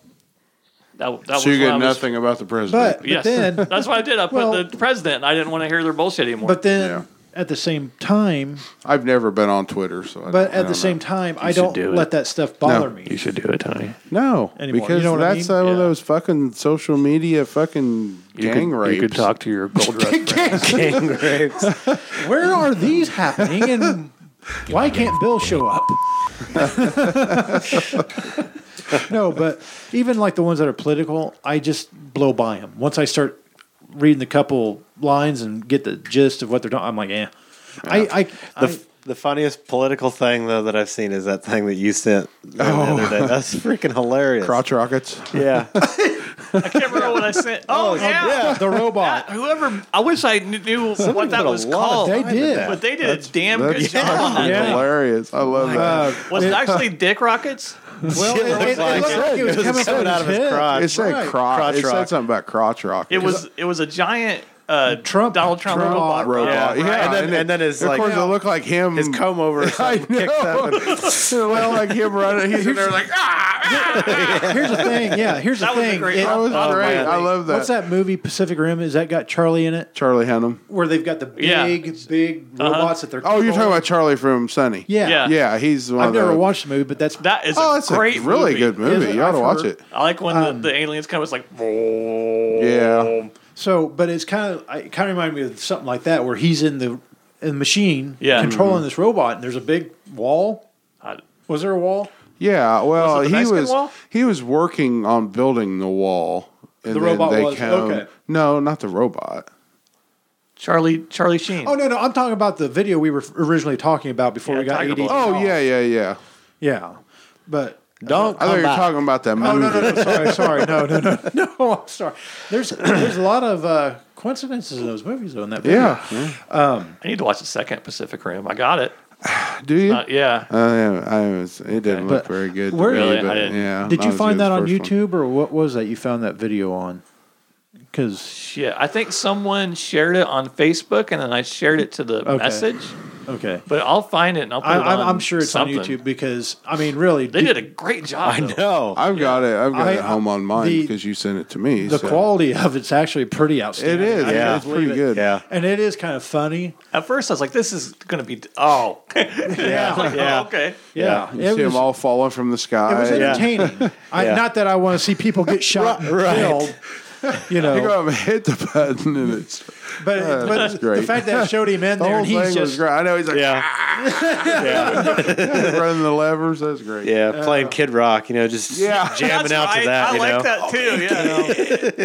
That, that so you when I get was- nothing about the but, president. but Yes, <laughs> then that's what I did. I put Well- the president. And I didn't want to hear their bullshit anymore. But then Yeah. at the same time, I've never been on Twitter, so. but I don't- I at don't the same know. time, I should don't do let it. that stuff bother No. me. you should do it, Tony. No, Anymore. because You know what I that's mean? all Yeah. those fucking social media fucking gang rapes. to your <laughs> gold rush. <laughs> Gang rapes. Where are these happening and why can't Bill show up? no, but even like the ones that are political, I just blow by them. Once I start reading the couple lines and get the gist of what they're doing, I'm like, eh. I, I, The, I- f- the funniest political thing though that I've seen is that thing that you sent the other day. That's freaking hilarious. Oh. crotch rockets. <laughs> Yeah. I can't remember what I sent. Oh, yeah. the <laughs> robot. Whoever, I wish I kn- knew what that put a was lot of called. They I did did. that. But they did a damn good That's job on that. fucking Yeah. hilarious. I love that. Was it actually Dick Rockets? Well, it, it, it like looked it. like it was It was coming, coming out of his, crotch. it said Right. crotch. Crotch it said rock. something about crotch rockets. It was it was a giant uh, Trump- Donald Trump, Trump robot. robot. Yeah, Yeah, right. And then- and then it's of like- course it looked like him. His comb over <laughs> or I something know. <laughs> kicks up. and- it looked like him running. He's in there like Here's the thing. Yeah, here's That the was a thing. great- It- that was Oh, great. man. I love that. What's that movie Pacific Rim? Is that got Charlie in it? Charlie Hunnam. where they've got the Yeah. Uh-huh. big, big robots that they're. Oh, you're talking about Charlie from Sunny. Yeah. Yeah. yeah. He's one I've of the- never watched the movie, but that's That is a Oh, that's great, a really movie. good movie. Is it? You ought to I've watch heard- it. I like when the, the aliens come. It's like Yeah, so. But it's kind of it kind of reminded me of something like that where he's in the in the machine, Yeah. Mm-hmm. controlling this robot, and there's a big wall. I- Was there a wall? yeah. Well, Was it the he Mexican was wall? he was working on building the wall. And The then robot they was, come- okay. No, not the robot. Charlie Charlie Sheen. Oh no, no, I'm talking about the video we were originally talking about before Yeah, we got Tiger eighty. Blood. Oh yeah, yeah, yeah. yeah, but. Don't I thought come you were back. talking about that movie. Oh no no no! Sorry sorry no no no <laughs> no! I'm sorry. There's there's a lot of uh, coincidences in those movies though. In that video. Yeah. I need to watch the second Pacific Rim. I got it. Do you? Uh, yeah. I haven't- I was. It didn't look But very good. to where- me, Really? I but didn't. yeah. Did not you as find good as that on the first one. YouTube or what was that you found that video on? Because Shit. I think someone shared it on Facebook, and then I shared it to the Okay. message. okay, But I'll find it and I'll put I, it on I'm, I'm sure it's something. on YouTube because I mean, really, They the- did a great job. I though. know. I've got it. I've got I- it home on mine the- because you sent it to me. the so. quality of it's actually pretty outstanding. It is. I Yeah, can't it's believe pretty it. good. Yeah. and it is kind of <laughs> funny. At first, I was like, "This is going to be oh, <laughs> <laughs> yeah, Yeah. okay." Yeah, You see it was. them all falling from the sky. it was Yeah. entertaining. <laughs> I, Yeah. Not that I want to see people get shot and Right. killed, you Pick <laughs> know. up and hit the button, and it's But, Uh, but that's the great. fact that it showed him in <laughs> the there, whole and thing he's was just great. I know he's like Yeah. yeah. <laughs> running the levers. That's great. Yeah. Playing Kid Rock, you know, just Yeah. <laughs> jamming That's out right. to that. I you like know? that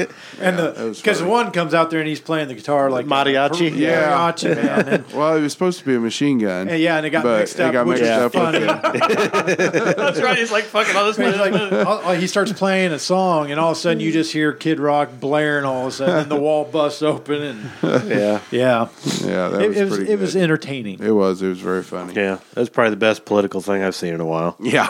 too. <laughs> Yeah, and it was because funny. one comes out there and he's playing the guitar like a Mariachi? Yeah. mariachi man. And- Well, it was supposed to be a machine gun. And yeah, and it got but mixed it up, got which mixed is up with funny. it. that's right. He's like, "Fucking, I'll just play He's like, this." all- all- he starts playing a song, and all of a sudden you just hear Kid Rock blaring. All of a sudden, and the wall busts open, and Yeah. yeah, <laughs> <laughs> Yeah, that it, was it was pretty it was good. entertaining. It was. It was very funny. Yeah. That's probably the best political thing I've seen in a while. Yeah.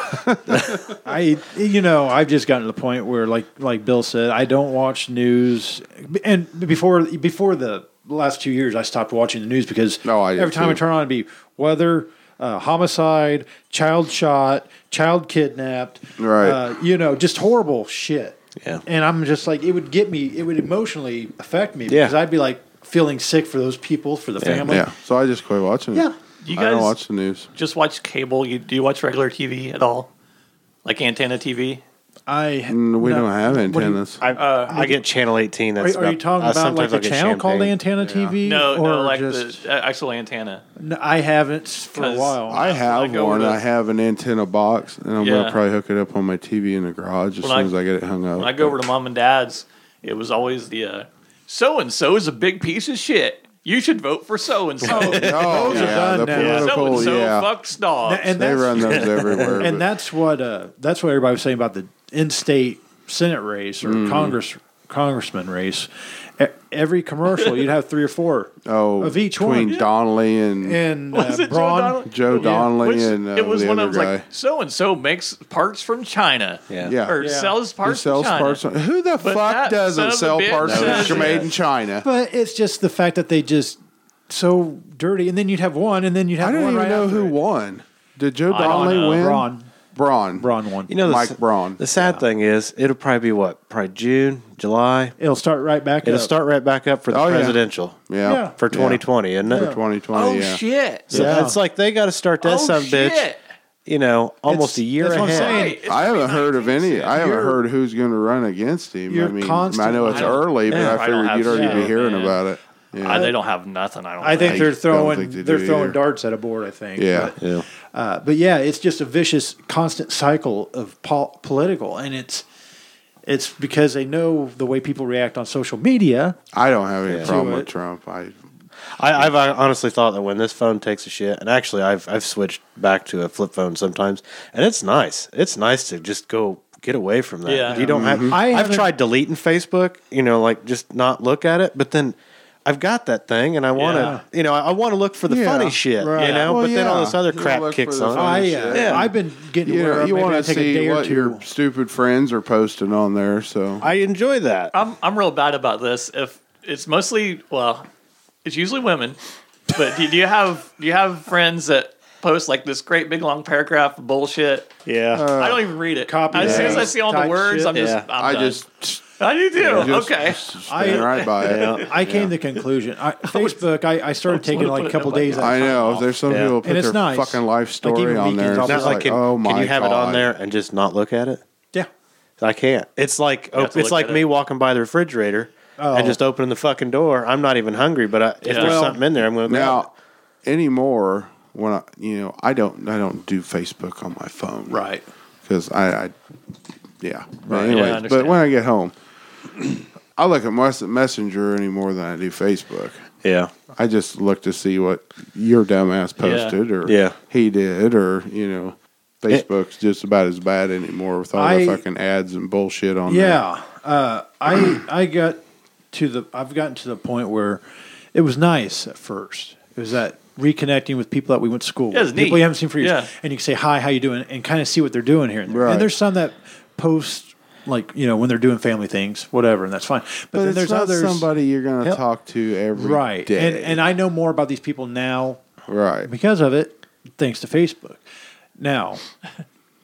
I you know I've just gotten to the point where like like Bill said, I don't watch news, and before before the last two years, I stopped watching the news because No, I did every time I too. turn on, it'd be weather. Uh, homicide, child shot, child kidnapped, Right. Uh, you know, just horrible shit. Yeah. And I'm just like, it would get me, it would emotionally affect me Yeah. because I'd be like feeling sick for those people, for the family. yeah. So I just quit watching. it. Yeah. You I don't guys- watch the news. Just watch cable. You do you watch regular TV at all? Like antenna TV? I Mm, We no. don't have What do you- antennas. I, I get Channel 18. Are, That's are you talking I about like sometimes the I'll get channel called champagne. Antenna TV? No, or no, like just, the uh, actual antenna. No, I haven't for a 'Cause while. I have Like over one. the- I have an antenna box, and I'm Yeah. gonna probably hook it up on my TV in the garage as When soon I- as I get it hung up. When I go over to mom and dad's, it was always the uh, so and so is a big piece of shit. You should vote for so and so. oh, are <laughs> <laughs> yeah, done the now. Yeah. So and political, so yeah, fucks dogs. and they that's, <laughs> run those everywhere. and but- Mm-hmm. that's what uh, that's what everybody was saying about the in-state Senate race or Congress congressman race. E- Every commercial, you'd have three or four <laughs> Oh, of each between one. Donnelly and, <laughs> and Was uh, it Joe Braun, Donnelly? Joe Donnelly Which- and uh, it was the one other of those guy. like so and so makes parts from China. Yeah. yeah, Or He sells parts sells from China. parts. Who the that son fuck doesn't of a sell bitch parts says that are made yes. <laughs> in China? but it's just the fact that they just so dirty, and then you'd have one, and then you'd have I don't one even right know after who it. won. Did Joe I don't Donnelly know. win? Braun, Braun. Braun won. You know, the, Mike s- Braun. The sad thing is, it'll probably be what probably June, July. It'll start right back. It'll up. start right back up for the Oh, yeah. presidential Yeah. Yeah. for 2020, isn't it? For 2020. Oh yeah. shit. So Yeah. it's like they got to start that oh some shit. bitch, you know, It's- almost a year that's what I'm ahead. saying. Right, it's I haven't 2019 heard of any. soon. I haven't You're- heard who's going to run against him. I You're mean, I constantly- know it's I don't- early, but yeah, I I don't figured have you'd already be shit, hearing man. about it. Yeah. Uh, they don't have nothing. I don't. I think I they're don't throwing think they they are do throwing either. darts at a board. I think. yeah. But, uh, but yeah, it's just a vicious, constant cycle of pol- political, and it's it's because they know the way people react on social media. I don't have any Yeah. problem Do with it. Trump. I I, I've uh, honestly thought that when this phone takes a shit, and actually I've I've switched back to a flip phone sometimes, and it's nice. It's nice to just go get away from that. Yeah. You don't have. I I have haven't- tried deleting Facebook. You know, like just not look at it, but then. I've got that thing, and I want to, Yeah. you know, I, I want to look for the Yeah, funny shit, right. you know. Well, but then all yeah. this other You crap look kicks for the on. funny I uh, shit. Oh, Yeah. I've been getting you, aware know, of you maybe want I to take a day see or what two. your stupid friends are posting on there. So I enjoy that. I'm I'm real bad about this. If it's mostly well, it's usually women. But do, do you have do you have friends that post like this great big long paragraph of bullshit? yeah, I don't even read it. copy as soon as I paste see all the type words, shit. I'm just Yeah. I'm I done. just, <laughs> I do too. just okay. stand I- right by it. I came to the conclusion. I, Facebook, I, I started taking wanna like put a it couple in my- days. at a I time know. off. There's some Yeah. people put And it's their nice. fucking life Like, even story on Weekends there. off the It's Not just side. like like, can, oh my can you have God. it on there and just not look at it? Yeah. I can't. It's like have op- to it's look like at me it. walking by the refrigerator Oh. and just opening the fucking door. I'm not even hungry, but I, if Yeah. there's Well, something in there, I'm gonna grab Now, anymore, when I, you know, I don't, I don't do Facebook on my phone, Right. Because I, I, yeah. But Yeah, I anyways, but understand. when I get home, I look at Mes- Messenger any more than I do Facebook. it. Yeah, I just look to see what your dumbass posted, or Yeah. he did, or you know, Facebook's just about as bad anymore with all I- the fucking ads and bullshit on. there. Yeah, uh, I I got to the I've gotten to the point where it was nice at first. It was that reconnecting with people that we went to school Yeah, it's with, people neat. you haven't seen for years, Yeah. and you can say hi, how you doing, and kind of see what they're doing here. And, there. Right. and there's some that post like you know when they're doing family things, whatever, and that's fine. But, But then it's there's not others, somebody you're gonna Yep. talk to every day, right? And and I know more about these people now right, because of it, thanks to Facebook. Now,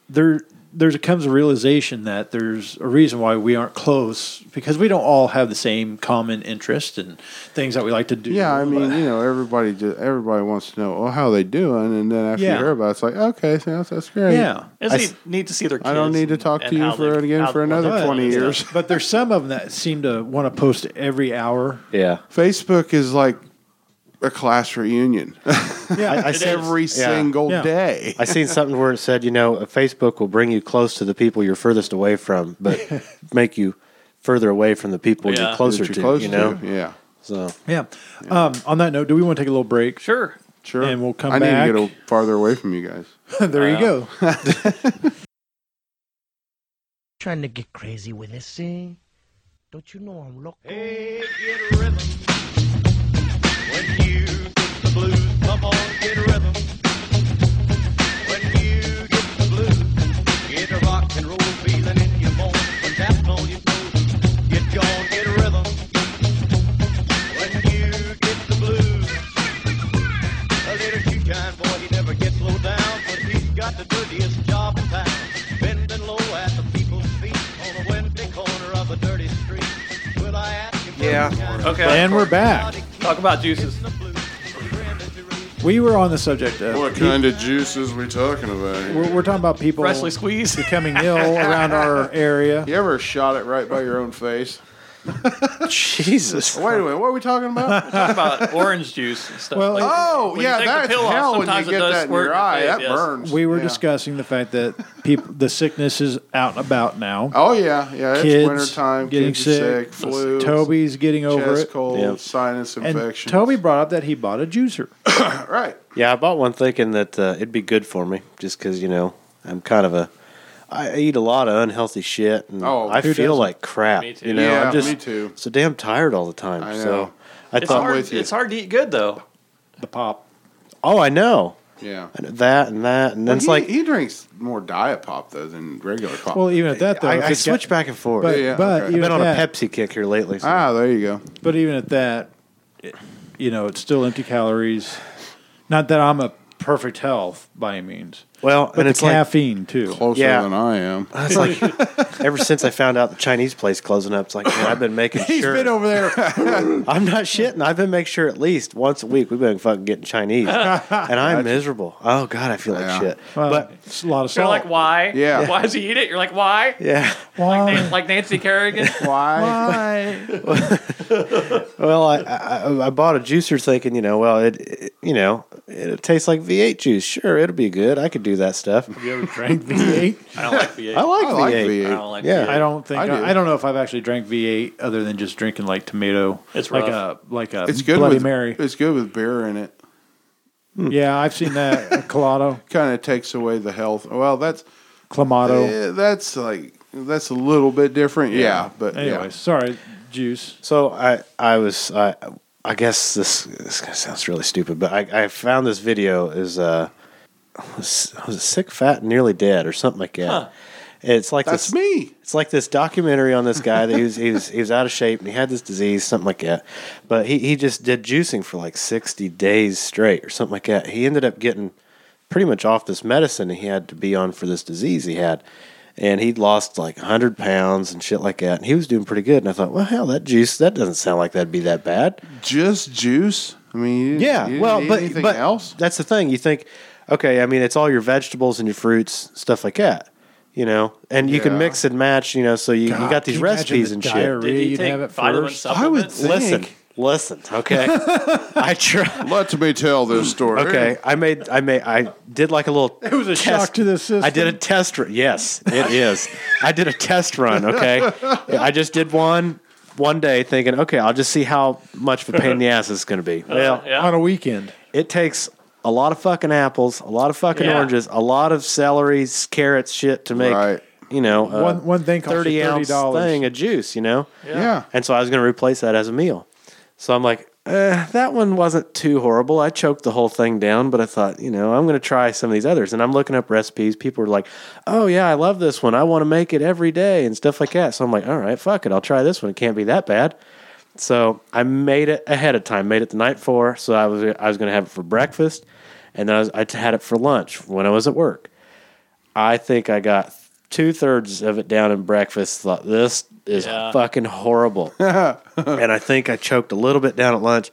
there there's comes a realization that there's a reason why we aren't close because we don't all have the same common interest and things that we like to do. Yeah, I mean, you know, everybody just everybody wants to know, oh, how they doing, and then after Yeah. you hear about, it, it's like, okay, sounds that's great. yeah. It's I- neat, neat to see their. Kids I don't need to and- talk and to you how for they- it again how- for another what they're 20 doing and years. stuff. but there's some of them that seem to want to post every hour. yeah. Facebook is like a class reunion I, I It seen, is. every Yeah. single Yeah. day. I seen something where it said, you know, Facebook will bring you close to the people you're furthest away from, <laughs> but make you further away from the people Yeah. you're closer That to. you're close you know, to, yeah, so Yeah. Um, on that note, do we want to take a little break? <laughs> Sure. sure. And we'll come I back. need to get a, farther away from you guys. there you go. Trying to get crazy with this thing. Don't you know I'm loco? Got the dirtiest job in town, bending low at the people's feet on a Wednesday corner of a dirty street. Will I ask you? Yeah. Okay. And we're back. Talk about juices. We were on the subject of of juices we talking about? we're, we're talking about people Freshly squeezed. becoming ill around our area. You ever shot it right by your own face? Jesus, Wait a minute, what are we talking about? Talk about orange juice and stuff. Well, like, oh, When you yeah, take the that's pill off, hell when you sometimes it get does that in your squirt in your eye. face, That yes. burns. We were Yeah. discussing the fact that people the sickness is out and about now. Oh yeah, yeah. It's Kids winter time. getting kids are sick, sick, flu, Toby's getting over chest it. cold, Yeah. sinus And infection. Toby brought up that he bought a juicer. right? Yeah, I bought one thinking that uh, it'd be good for me, just because you know I'm kind of a I eat a lot of unhealthy shit, and Oh, I who feel doesn't? like crap. Me too. You know, Yeah, I'm just me too. so damn tired all the time. I know. So I It's thought, hard. with you. It's hard to eat good though. The pop. oh, I know Yeah. I know that and that, and then Well, it's he, like he drinks more diet pop though than regular pop. Well, even at that though, I, if I it switch got- back and forth. But, Yeah, but okay. even I've been at on a that, Pepsi kick here lately. So. ah, there you go. But even at that, it, you know, it's still empty calories. Not that I'm a perfect health by any means, well, but and the it's like caffeine too. Closer Yeah. than I am. It's like ever since I found out the Chinese place closing up, it's like man, I've been making <laughs> <laughs> He's sure. been over there. I'm not shitting. I've been making sure at least once a week we've been fucking <laughs> getting Chinese, and I'm miserable. Oh god, I feel like Yeah. shit. Well, but it's a lot of You're salt. like, why? Yeah. Why does he eat it? You're like, why? yeah, Why? Nan- Like Nancy Kerrigan. <laughs> Why? Why? well, I, I I bought a juicer thinking, you know, well, it, it you know, it tastes like V8 juice. Sure, it'll be good. I could do that stuff. Have you ever drank V8? I don't like V8. I like I V8. like I V8. don't like Yeah. V8. I don't think I I, do. I, don't know if I've actually drank V8 other than just drinking like tomato. It's like rough. a like a It's good Bloody with Mary. It's good with beer in it. Mm. Yeah, I've seen that a Colado, Kind of takes away the health. Well, that's Clamato. eh, that's like that's a little bit different. Yeah, but Anyway, yeah. sorry, juice. So I I was I I guess this this kinda sounds really stupid, but I I found this video is uh was, was it sick fat and nearly dead or something like that. It's like That's this, me. It's like this documentary on this guy that he was he was he was out of shape and he had this disease something like that, but he he just did juicing for like sixty days straight or something like that. He ended up getting pretty much off this medicine he had to be on for this disease he had. And he'd lost like 100 pounds and shit like that. And he was doing pretty good. And I thought, well, hell, that juice, that doesn't sound like that'd be that bad. Just juice. I mean, you didn't- Yeah. you didn't well, need but, anything but else. that's the thing. You think, okay, I mean, it's all your vegetables and your fruits, stuff like that, you know? And you Yeah. can mix and match, you know, so you, you God, got these can you imagine recipes the and diarrhea Did he you'd take have at vitamin first? I would supplements? shit. Listen, think- listen, <laughs> okay? I try. Let me tell this story. Okay, I made, I made, I did like a little. It was a shock to the system. I did a test run. Yes, it is. I did a test run. Okay, I just did one one day, thinking, okay, I'll just see how much of a pain in the ass it's going to be. Well, Yeah. On a weekend, it takes a lot of fucking apples, a lot of fucking Yeah. oranges, a lot of celeries, carrots, shit to make. Right. You know, a One- one thing costs you Uh, thirty ounce $30. thing of juice. You know, Yeah. and so I was going to replace that as a meal. So I'm like, eh, that one wasn't too horrible. I choked the whole thing down, but I thought, you know, I'm going to try some of these others. And I'm looking up recipes. People are like, oh, yeah, I love this one. I want to make it every day and stuff like that. So I'm like, all right, fuck it. I'll try this one. It can't be that bad. So I made it ahead of time, made it the night before. So I was, I was going to have it for breakfast. And then I, was, I had it for lunch when I was at work. I think I got two thirds of it down in breakfast. Thought this is Yeah. <laughs> fucking horrible, and I think I choked a little bit down at lunch.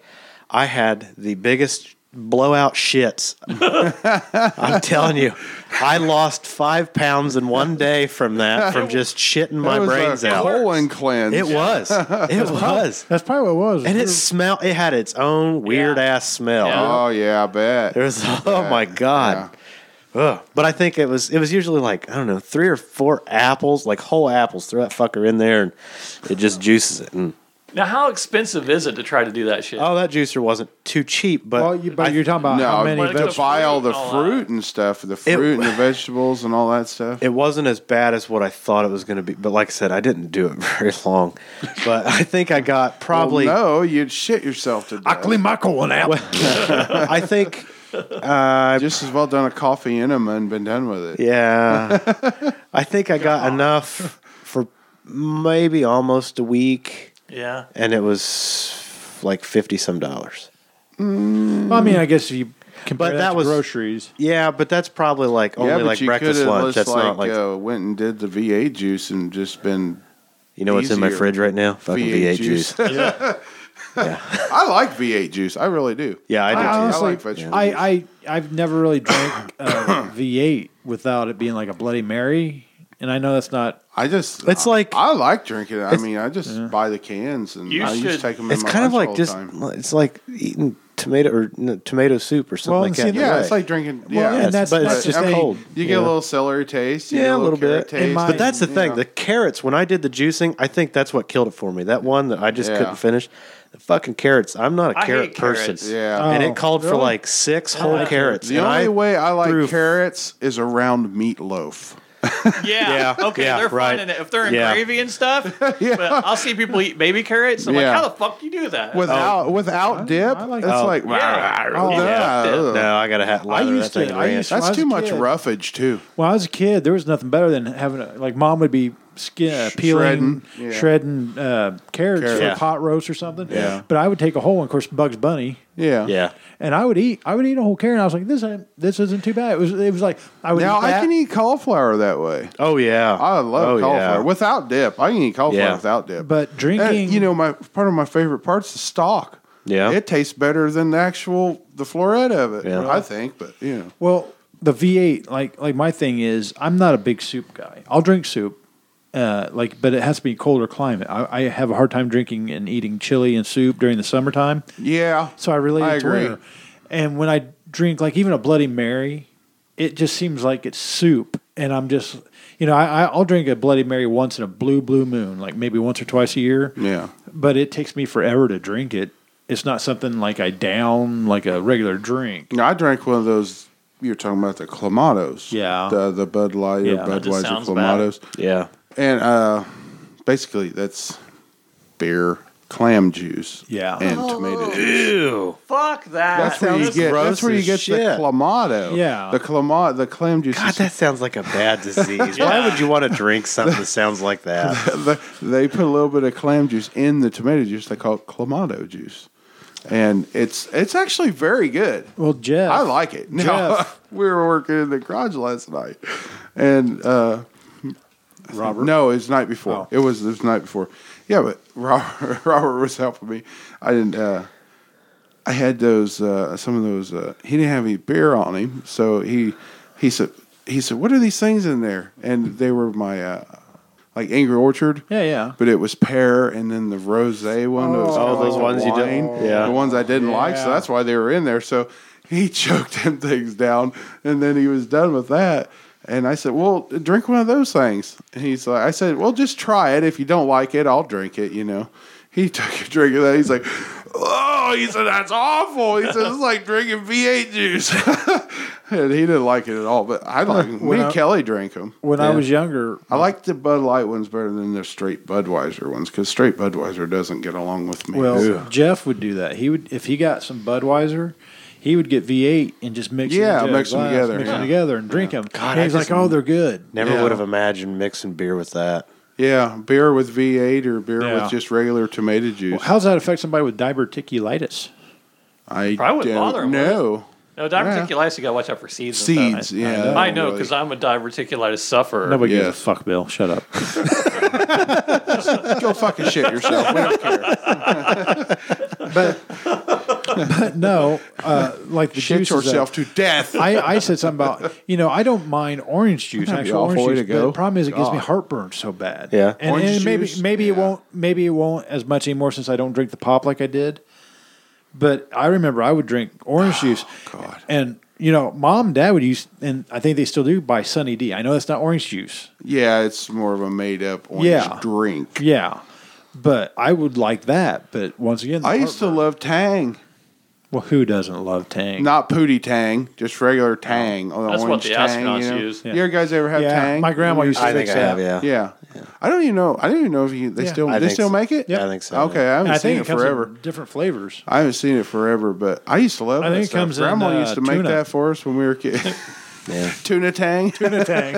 I had the biggest <laughs> blowout shits. I'm telling you, I lost five pounds in one day from <laughs> that, from just shitting That my was brains a out. Colon cleanse. It was, <laughs> it was, that's probably what it was. <laughs> and it smelled. It had its own weird ass smell. Yeah. Oh yeah, I bet. There was <laughs> oh my god. Ugh. But I think it was it was usually like I don't know three or four apples, like whole apples. Throw that fucker in there, and it just juices it. And Now, how expensive is it to try to do that shit? oh, that juicer wasn't too cheap, but well, you, but I- you're talking about how no, many but it vegetables? took- buy all the Oh, uh, fruit and stuff, the fruit <laughs> and the vegetables and all that stuff. it wasn't as bad as what I thought it was going to be. But like I said, I didn't do it <laughs> very long. But I think I got probably. Well, no, you'd shit yourself to death. my colon out. I think Just as well done a coffee enema and been done with it. yeah, I think I got enough for maybe almost a week, Yeah. and it was like fifty some dollars. Well, I mean, I guess if you compare But that, that to was- groceries. Yeah, but that's probably like only yeah, but like you could breakfast have lunch. just That's like, not like uh, went and did the V8 juice and just been. you know what's in my easier. fridge right now? Fucking V8 V8 juice. I like V8 juice. I really do. <laughs> Yeah, I do I too. honestly, I like vegetable I, I I've never really drank <coughs> uh, V8 without it being like a Bloody Mary, and I know that's not. I just It's like- I, I like drinking it. I mean, I just buy the cans and You I should- just take them. It's in my kind of lunch like all just the time. it's like eating tomato or no, tomato soup or something Well, like and see, that. in a yeah, way. it's like drinking. Well, Yeah, and that's, but that's it's just I mean, cold. cold. You get a yeah. little celery taste. You yeah, get a little carrot bit. Taste, my- but that's the you thing. know. The carrots. When I did the juicing, I think that's what killed it for me. That one that I just Yeah. couldn't finish. The fucking carrots. I'm not a I carrot hate person. carrots. yeah. And Oh, it called for really? like six whole carrots. The and only I- way I like threw- carrots is around meatloaf. Yeah. Yeah, <laughs> Okay. yeah, they're right. finding it if they're in Yeah. gravy and stuff. But I'll see people eat baby carrots. I'm Yeah. like, how the fuck do you do that? without without dip. Oh. I like- it's Oh, like yeah. oh, Yeah. that, Dip. ugh. No, I gotta have. I used that thing to- in I ranch. used to- that's I was too a much kid. roughage too. When I was a kid, there was nothing better than having a, like mom would be skin uh, peeling, shredding, yeah. shredding uh, carrots, Carrots. for Yeah. pot roast or something. Yeah. But I would take a whole one, of course, Bugs Bunny, Yeah, Yeah, and I would eat. I would eat a whole carrot. And I was like, this ain't, this isn't too bad. It was it was like I would Now eat that. I can eat cauliflower that way. Oh yeah, I love Oh, cauliflower yeah. without dip. I can eat cauliflower Yeah. without dip. but And, drinking, you know, my part of my favorite part's the stock. Yeah. it tastes better than the actual the floret of it. Yeah. I think, but you know, Well, the V8, like like my thing is, I'm not a big soup guy. I'll drink soup, uh, like, but it has to be colder climate. I, I have a hard time drinking and eating chili and soup during the summertime, yeah. so I relate I it to agree. winter. And when I drink, like even a Bloody Mary, it just seems like it's soup, and I'm just, you know, I, I- I'll drink a Bloody Mary once in a blue blue moon, like maybe once or twice a year. Yeah. but it takes me forever to drink it. It's not something like I down like a regular drink. No, I drank one of those. You're talking about the clamatos. Yeah. The the Bud Light Yeah. or That just Budweiser sounds clamatos. yeah. And uh, basically, that's beer, clam juice, Yeah. and tomato juice. Oh. Ew. Fuck that. That's where you sounds get. gross That's where you as get shit. the clamato. Yeah. The clamato. The clam juice. God, is- that sounds like <laughs> a bad disease. Why would you want to drink something that sounds like that? <laughs> the- they put a little bit of clam juice in the tomato juice. They call it clamato juice, and it's it's actually very good. Well, Jeff, I like it. Now, Jeff. <laughs> we were working in the garage last night, and uh, Robert. No, it was the night before. It was it was the night before. Yeah, but <laughs> Robert, Robert was helping me. I didn't. Uh, I had those uh, some of those. Uh, he didn't have any beer on him, so he he said he said, "What are these things in there?" And they were my uh, like Angry Orchard. Yeah, yeah. But it was pear, and then the rose one. Oh, Oh, those ones you don't- yeah. the ones I didn't like. So Yeah. that's why they were in there. So he <laughs> choked them things down, and then he was done with that. And I said, "Well, drink one of those things." And he's like, "I said, well, just try it. If you don't like it, I'll drink it." You know. He <laughs> took a drink of that. He's like, "Oh," he said, "That's awful." He said, "It's like drinking V8 juice," <laughs> and he didn't like it at all. But I like. Me When and I- Kelly drank them. when I was younger, I like the Bud Light ones better than the straight Budweiser ones because straight Budweiser doesn't get along with me. well, Ugh. Jeff would do that. He would if he got some Budweiser, he would get V8 and just mix it Yeah, into a mix 'em glass, together, mix yeah. them together, and drink them. God, and I he's just- like, "Oh, they're good." Never Yeah. would have imagined mixing beer with that. yeah, beer with V8 or beer Yeah. with just regular tomato juice. Well, how does that affect somebody with diverticulitis? I Probably wouldn't bother 'em, don't would it? know. No, Yeah. diverticulitis, you gotta watch out for seeds. and Seeds, stuff. yeah. I know because I'm a diverticulitis sufferer. Nobody Yeah. gives a fuck, Bill. Shut up. I'm go fucking shit yourself. We don't <laughs> care. <laughs> no, uh, like the Shit juice is a- yourself to death. I, I said something about you know I don't mind orange juice, That'd be actual orange awful way juice. to But go. the problem is it gives me God. heartburn so bad. Yeah. and, Orange and maybe juice? maybe it Yeah. won't maybe it won't as much anymore since I don't drink the pop like I did. But I remember I would drink orange juice. Oh, God. And you know, mom, and dad would use, and I think they still do buy Sunny D. I know that's not orange juice. yeah, it's more of a made up orange Yeah. drink. Yeah, but I would like that. But once again, the I used to heartburn. love Tang, Well, who doesn't love Tang? not Pooty Tang, just Oh. regular Tang. or That's what orange the Tang, astronauts you know? use. Yeah. You guys ever have yeah, Tang? my grandma used to I think fix I that. have, yeah. Yeah. I don't even know. I don't even know if you, they Yeah. still I they think still so. make it. Yeah, I think so. Okay, I haven't I think seen it it comes forever. in different flavors. I haven't seen it forever, but I used to love. I that think it stuff. comes in, Grandma uh, used to make tuna. that for us when we <laughs> were kids. Yeah. <laughs> tuna tang. <laughs> tuna <laughs> tang.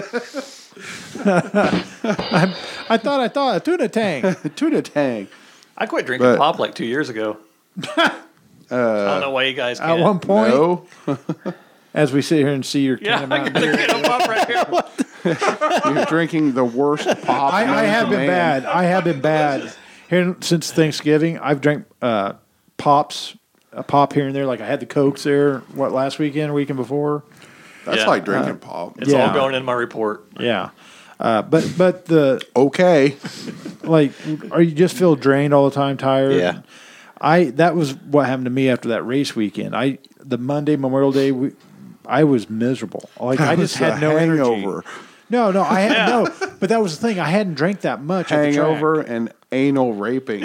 I, I thought I thought a tuna <laughs> tang. <laughs> tuna tang. I quit drinking But- pop like two years ago. I don't know why you guys At can't. one point, No, as we sit here and see your yeah, can of I Mountain got the Dew. can of pop right here. you're drinking <laughs> the worst pop. I, I known have to been man. bad. I have been bad. Here since Thanksgiving, I've drank uh, pops, a pop here and there. Like I had the cokes there. What last weekend, weekend before? That's Yeah. like drinking Uh, pop. It's Yeah. all going in my report. Yeah. Uh, but but the Okay, like, are you just feel drained all the time, tired? Yeah. I that was what happened to me after that race weekend. I the Monday Memorial Day, we, I was miserable. Like I just <laughs> That was had a no energy. hangover. <laughs> No, no, I had no. But that was the thing. I hadn't drank that much. at the track. hangover and anal <laughs> raping.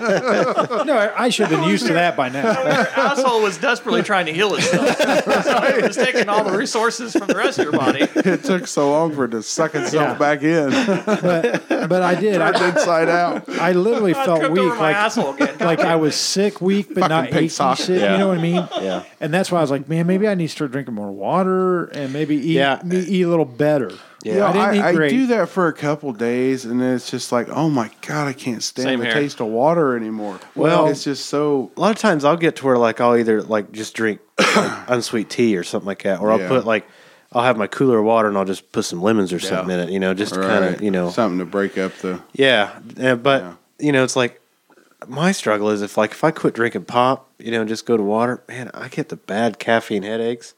No, I, I should have been used to that by <laughs> now. Your asshole was desperately trying to heal <laughs> itself. So it was taking all the resources from the rest of your body. it took so long for it to suck itself Yeah. back in, <laughs> But I did. I, inside out. I <laughs> literally I felt tripped weak. over my Like, asshole again. like I was sick, weak, but not Fucking pig achy sock. sick. Yeah. You know what I mean? Yeah. And that's why I was like, man, maybe I need to start drinking more water and maybe eat, Yeah. me eat a little better. Yeah. Yeah, I didn't eat I, I great. do that for a couple days, and then it's just like, oh my god, I can't stand Same the here. taste of water anymore. Well- it's just so a lot of times I'll get to where like I'll either like just drink <coughs> like, unsweet tea or something like that, or I'll Yeah. put like I'll have my cooler of water and I'll just put some lemons or something in it, you know, just to kind Right. of you know, something to break up the. yeah. Yeah, But Yeah. you know, it's like my struggle is if like if I quit drinking pop, you know, and just go to water, man, I get the bad caffeine headaches,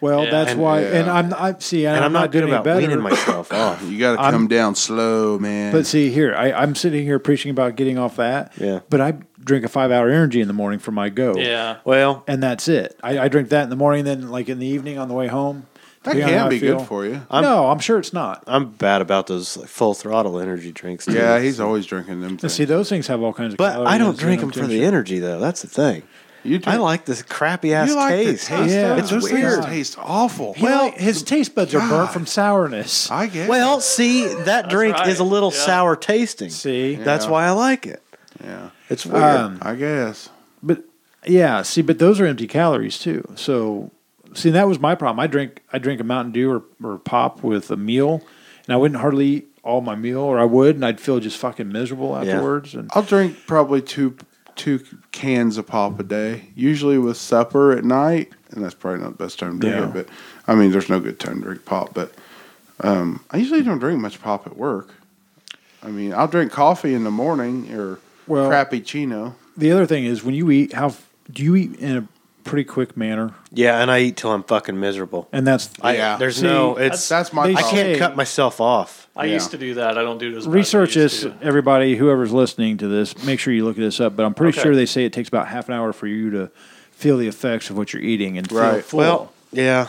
Well, Yeah. that's And- why. Yeah. And I'm I see. and, I'm, not, good doing about better. weaning myself off. You got to I'm- come down slow, man. But see here, I, I'm sitting here preaching about getting off that. Yeah. But I drink a five hour energy in the morning for my go. Yeah. Well, And that's it. I, I drink that in the morning, then like in the evening on the way home. that depending on how can I be feel. good for you. no, I'm sure it's not. I'm bad about those like, full throttle energy drinks. too. Yeah, he's always drinking them. And Things. see, those things have all kinds of. But I calories don't and drink them for the temptation. energy though. That's the thing. you do. I like this crappy ass you like the taste. taste. Yeah, Yeah. It's it's those weird. things taste awful. You know, his taste buds are burnt God. from sourness. I get. Well, Well, see, that drink right. is a little Yeah. sour tasting. See? that's Yeah. why I like it. yeah, It's weird. Um, I guess. But yeah, see, but those are empty calories too. So, see, that was my problem. I drink, I drink a Mountain Dew or, or pop with a meal, and I wouldn't hardly eat all my meal, or I would, and I'd feel just fucking miserable Yeah. afterwards. And I'll drink probably two two cans of pop a day, usually with supper at night, and that's probably not the best time to Yeah. drink it. But I mean, there's no good time to drink pop, but um, I usually don't drink much pop at work. I mean, I'll drink coffee in the morning or Well- cappuccino. the other thing is, when you eat, how f- do you eat in a pretty quick manner? yeah, and I eat till I'm fucking miserable. And that's Yeah. I, there's See, no. It's That's my They I problem. say- can't cut myself off. I Yeah. used to do that. I don't do it as much. research I used this. to. Everybody, whoever's listening to this, make sure you look this up. But I'm pretty Okay. sure they say it takes about half an hour for you to feel the effects of what you're eating and feel Right. full. Well, yeah,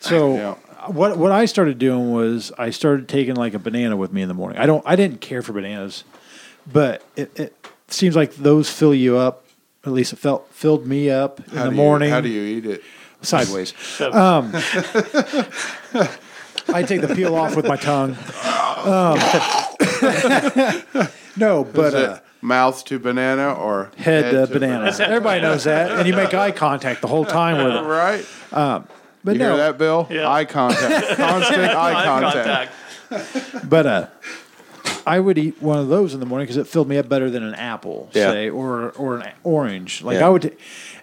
So Yeah. what what I started doing was I started taking like a banana with me in the morning. I don't I didn't care for bananas, but it, it seems like those fill you up. At least it felt filled me up in How the do you- morning. how do you eat it? sideways? um, <laughs> I take the peel off with my tongue. Um, <laughs> no, but Is it uh, mouth to banana or head, uh, banana. <laughs> Everybody knows that, and you make eye contact the whole time <laughs> with it. Right? But you no, <laughs> hear that, Bill? Yeah. Eye <laughs> contact, constant eye Eye contact. contact. But uh, I would eat one of those in the morning because it filled me up better than an apple, Yeah. say, or or an orange. Like Yeah. I would,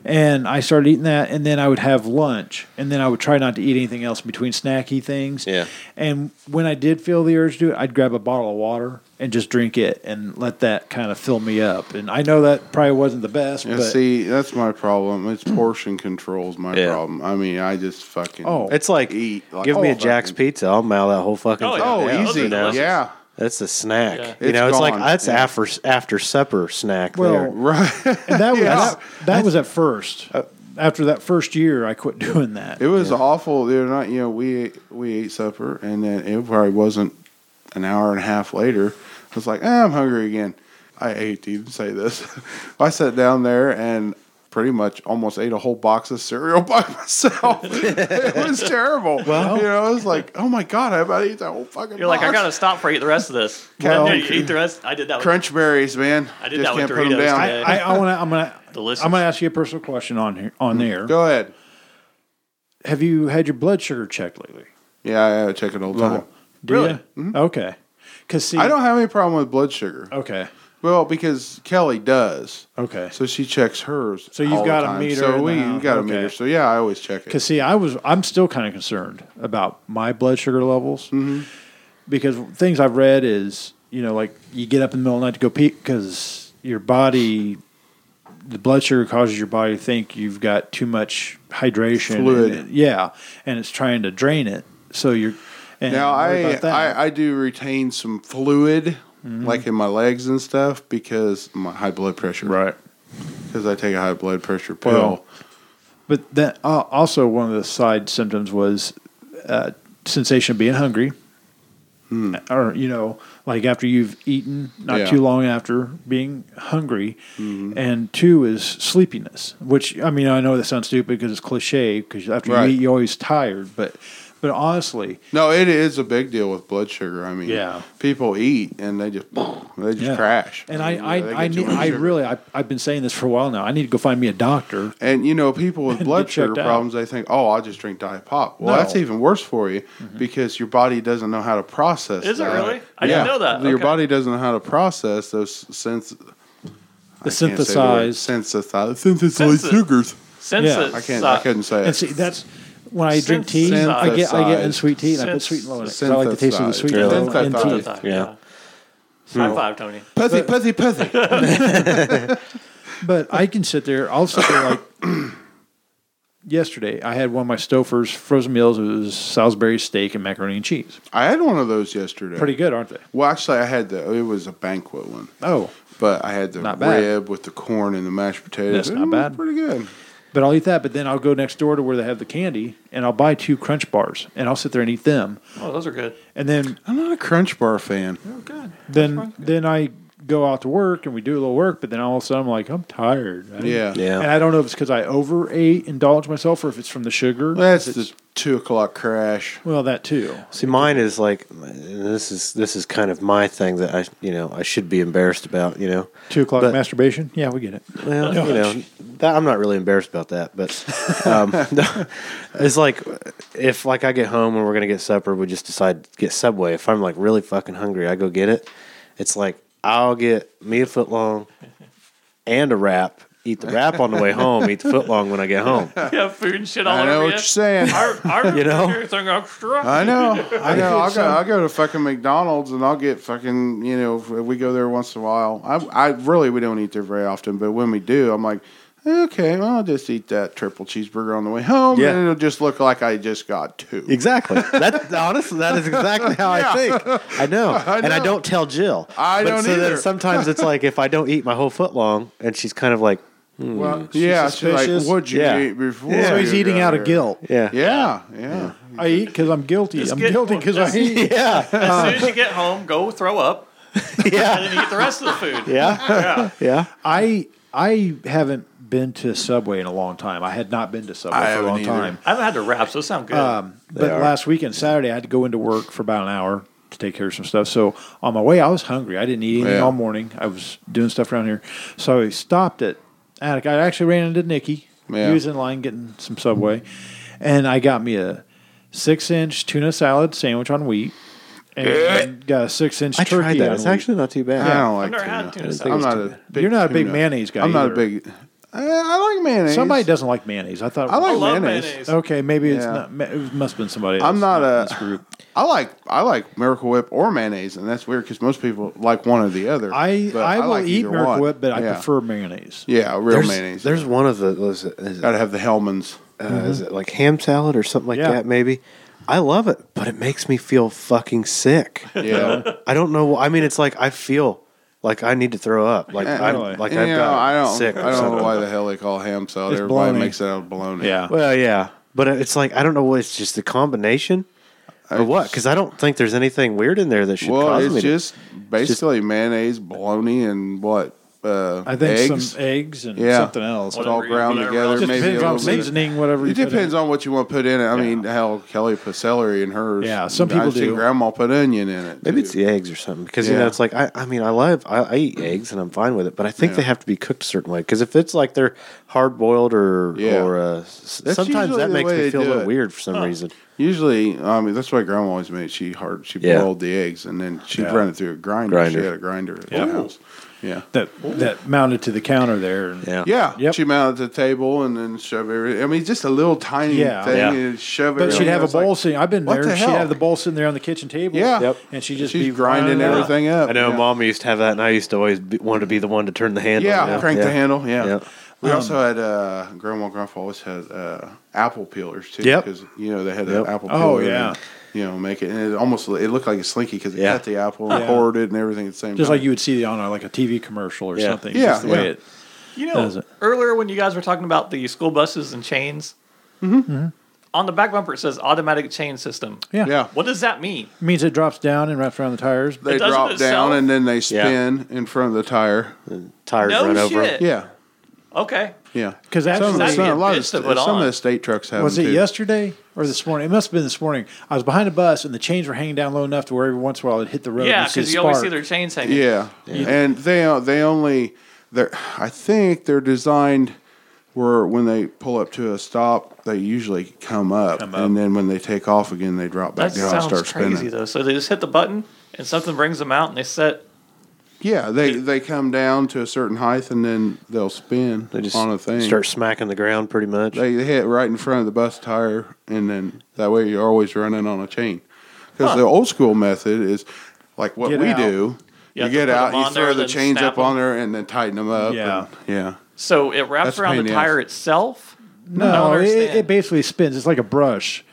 and I started eating that, and then I would have lunch, and then I would try not to eat anything else in between snacky things. Yeah. And when I did feel the urge to do it, I'd grab a bottle of water and just drink it and let that kind of fill me up. And I know that probably wasn't the best, Yeah, but see, that's my problem. It's portion control's my Yeah. problem. I mean, I just fucking Oh. it's like, Eat like- give me a Oh, Jack's fucking- pizza. I'll mail that whole fucking. Oh, thing yeah. oh, down, easy, you know? yeah, That's a snack. Yeah. You know, It's it's like gone. that's Yeah. after after supper snack. Well, there. <laughs> right. and that was Yeah. Uh, that, that was at first. After that first year, I quit doing that. It was awful. They're not. You know, we ate, we ate supper, and then it probably wasn't an hour and a half later. I was like, ah, I'm hungry again. I hate to even say this. <laughs> I sat down there and pretty much almost ate a whole box of cereal <laughs> by myself. it <laughs> was terrible. Well, you know, I was like, oh my god, I about ate that whole fucking. You're like, I box." gotta stop for eat the rest of this. <laughs> Well- Well, you eat the rest. I did that. With, crunch berries, man. I did that with put 'em Doritos today. I, I want to. I'm gonna. Delicious. I'm gonna ask you a personal question on here. On there, Mm-hmm. Go ahead. have you had your blood sugar checked lately? Yeah, I check it all the time. Do Really? ya? Okay. Because see, Mm-hmm. I don't have any problem with blood sugar. Okay. Well, because Kelly does. Okay. So she checks hers. So you've all the got a time. meter So in we the you got a house. meter. Okay. So yeah, I always check Because it. see, I was. I'm still kind of concerned about my blood sugar levels Mm-hmm. because things I've read is you know like you get up in the middle of the night to go pee because your body. The blood sugar causes your body to think you've got too much hydration. and Fluid. it- yeah, and it's trying to drain it. So you're. And Now worry I, about that. Mm-hmm. I I do retain some fluid, like in my legs and stuff, because my high blood pressure. right. Because I take a high blood pressure pill. Well- But then uh, also one of the side symptoms was uh, sensation of being hungry, or you know, like after you've eaten, not Hmm. Yeah. Mm-hmm. too long after being hungry, and two is sleepiness. Which I mean, I know that sounds stupid because it's cliche. Because after Right. you eat, you're always tired. But but honestly, No, it is a big deal with blood sugar. I mean, Yeah. people eat and they just they just Yeah. crash. and I I They get I, too need, much I sugar. really I, I've been saying this for a while now. I need to go find me a doctor. And you know, people <laughs> with blood Get sugar checked out. problems, they think, "Oh, I'll just drink diet pop." Well, No. Mm-hmm. that's even worse for you because your body doesn't know how to process. Is it that. really? I didn't know that. Your Okay. body doesn't know how to process those sense. The synthesized synthesize, synthesize, synthesized Synthesis. sugars. Senses. I can't. I couldn't say And it. see, that's when I drink tea. I get I get in sweet tea, and I put Synthesized. sweet and low in it 'cause I like the taste of the sweet and low in Synthesized. tea. High Yeah. five, Tony. Pussy, pussy, pussy. <laughs> But I can sit there. I'll sit there like <coughs> yesterday. I had one of my Stouffer's frozen meals. It was Salisbury steak and macaroni and cheese. I had one of those yesterday. Pretty good, aren't they? Well, actually, I had the. It was a banquet one, Oh, but I had the Not bad. rib with the corn and the mashed potatoes. That's not Mm, bad. Pretty good. but I'll eat that. But then I'll go next door to where they have the candy, and I'll buy two Crunch bars, and I'll sit there and eat them. Oh, those are good. And then I'm not a Crunch Bar fan. Good. then then I go out to work, and we do a little work. But then all of a sudden, I'm like, I'm tired. I- Yeah. Yeah. And I don't know if it's because I overate, indulge myself, or if it's from the sugar. That's If the it's- two o'clock crash. well, that too. See, mine is like this is this is kind of my thing that I you know I should be embarrassed about. You know, Two o'clock But- masturbation. Yeah, we get it. well, you know, that, I'm not really embarrassed about that, but <laughs> um, it's like if like I get home and we're gonna get supper, we just decide to get Subway. If I'm like really fucking hungry, I go get it. It's like I'll get me a foot long and a wrap. Eat the wrap on the way home. Eat the foot long when I get home. <laughs> Yeah, food and shit all I over know you. what you're saying. Uh-huh. Our, our <laughs> You know? everything extra. I know. I know. I'll go, I'll go to fucking McDonald's and I'll get fucking, you know, if we go there once in a while. I, I really, we don't eat there very often, but when we do, I'm like, okay, well, I'll just eat that triple cheeseburger on the way home Yeah. and it'll just look like I just got two. <laughs> Exactly. That honestly, that is exactly how I think. I know. and <laughs> I know. don't tell Jill. I but don't so either. Then sometimes it's like if I don't eat my whole foot long, and she's kind of like, Well, yeah. She's like, suspicious. what'd you Yeah. eat before? <laughs> So he's you eating out got of here?" guilt. yeah, Yeah. Yeah. I eat because I'm guilty. I'm get- guilty because I just- eat. <laughs> yeah, As soon as you get home, go throw <laughs> up yeah, and eat the rest of the food. yeah, Yeah. <laughs> yeah. I I haven't been to Subway in a long time. I had not been to Subway I for a long haven't either. time. I haven't had to wrap, so it sounds good. Um, but last weekend, Saturday, I had to go into work for about an hour to take care of some stuff. So on my way, I was hungry. I didn't eat anything Yeah. all morning. I was doing stuff around here. So I stopped at Attic. I actually ran into Nikki. Yeah. He was in line getting some Subway. And I got me a six inch tuna salad sandwich on wheat and got a six inch I turkey. tried that. on It's wheat. actually not too bad. I don't like I've never tuna. had tuna I'm salad. not a big You're not a big tuna. mayonnaise guy I'm not a either. big. I, I like mayonnaise. Somebody doesn't like mayonnaise. I thought I like I love mayonnaise. mayonnaise. Okay, maybe it's Yeah. not. ma- It must have been somebody. Else, I'm not in a- this group. I like I like Miracle Whip or mayonnaise, and that's weird because most people like one or the other. I but I will like eat either Miracle one. Whip, but I Yeah. prefer mayonnaise. yeah, real There's, mayonnaise. there's one of the was it, is, it, Gotta have the Hellman's. uh, is Mm-hmm. it like ham salad or something like Yeah. that? Maybe. I love it, but it makes me feel fucking sick. Yeah, I don't know. I mean, it's like I feel like I need to throw up. Like really? I'm like you I've know, got I don't. sick. or I don't know something. why the hell they call ham salad. It's Everybody bologna. makes it out of bologna. Yeah. Well, yeah, but it's like I don't know what it's just the combination or what because I don't think there's anything weird in there that should Well, cause it's me to- just basically mayonnaise, bologna, and what uh, I think eggs. some eggs and Yeah. something else. it's It all Whatever you- ground whatever together. else. just Maybe depends a on little bit. seasoning, whatever. you It put in. depends on what you want to put in it. I mean, hell, Kelly put celery in hers. Yeah, some people I've seen do. Grandma put onion in it. maybe too. it's the eggs or something because you Yeah. know it's like I, I mean I love I, I eat eggs and I'm fine with it, but I think they have to be cooked a certain way because if it's like they're hard boiled or Yeah. or uh, s- That's sometimes usually that the makes way me they feel a do little it. weird for some reason. Usually, I mean, that's why Grandma always made. it. She hard, she Yeah. boiled the eggs and then she Yeah. would run it through a grinder. Grinder. She had a grinder at Yeah. the house. Yeah, that that mounted to the counter there. and- Yeah. yeah. Yep. She mounted the table and then shove everything. I mean, just a little tiny Yeah. thing Yeah. and shove But everything. she'd have I a was like, bowl sitting. I've been what there. the she'd hell? have the bowl sitting there on the kitchen table. Yeah. Yep. And she'd just She's be grinding it up. everything up. I know yeah. mom used to have that, and I used to always be, want to be the one to turn the handle. Yeah, you know? crank Yeah. the handle. Yeah. Yep. We Um, also had uh, Grandma and Grandpa always had uh, apple peelers too. Yep. Because you know they had Yep. an apple peeler. Oh, yeah. And, you know, make it and it almost it looked like a slinky because it Yeah. cut the apple, and Yeah. poured it, and everything at the same Just time. like you would see on a, like a TV commercial or Yeah. something. Yeah, Just the way yeah. it. You Does know, it? earlier when you guys were talking about the school buses and chains, Mm-hmm. on the back bumper it says automatic chain system. Yeah. Yeah. What does that mean? It means it drops down and wraps around the tires. They doesn't drop itself. down and then they spin in front of the tire. Tires No run over. 'em. shit. Yeah, Okay. yeah. 'Cause that's- some, of the- That'd be some- a a lot of bitch to st- put some on. of the state trucks have. Was it them too. yesterday or this morning? It must have been this morning. I was behind a bus and the chains were hanging down low enough to where every once in a while it hit the road. Yeah, and see a because you always see spark. their chains hanging. Yeah. and they uh, they only they I think they're designed where when they pull up to a stop, they usually come up, and then when they take off again, they drop That back down and sounds start crazy spinning. though. So they just hit the button and something brings them out and they set. Yeah, they they come down to a certain height and then they'll spin They just on a thing. start smacking the ground pretty much. they hit right in front of the bus tire, and then that way you're always running on a chain. Because the old school method is like what Get we out. do. You You, have to get put 'em out, you on there, throw the then chains snap up on 'em. there, and then tighten them up. Yeah. and- yeah. So it wraps That's a pain around in the the tire ass. itself. I don't No, it, understand. it basically spins. It's like a brush,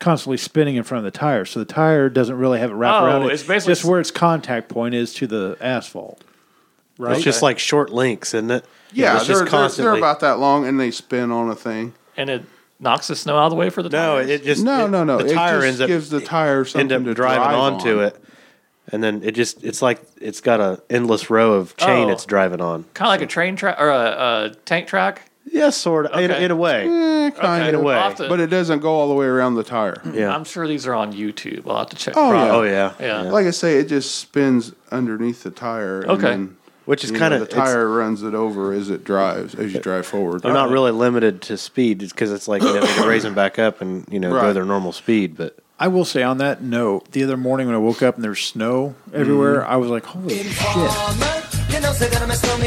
constantly spinning in front of the tire. So the tire doesn't really have it wrapped Oh, around it. it's basically- just where its contact point is to the asphalt. Right. It's just like short links, isn't it? Yeah, it's they're, they're- they're about that long, and they spin on a thing. and it knocks the snow out of the way for the no, tires? it just No, it- no, no. The it tire just ends up gives the tire end something up to driving drive onto on. it, and then it just it's like it's got a endless row of chain Oh. it's driving on. kind of like a train track or a, a tank track. Yeah, sort of in, Okay. in a way. Eh, kind Okay. of, way. I'll have to- but it doesn't go all the way around the tire. Yeah. I'm sure these are on YouTube. I'll have to check. Oh, Right. yeah. Oh yeah. Yeah. Like I say, it just spins underneath the tire. And Okay. then, Which is you know, kind the of tire runs it over as it drives as you drive forward. They're not really limited to speed because it's like you know, they can raise them back up and you know go Right. their normal speed. But I will say on that note, the other morning when I woke up and there's snow everywhere, Mm-hmm. I was like, "Holy shit!"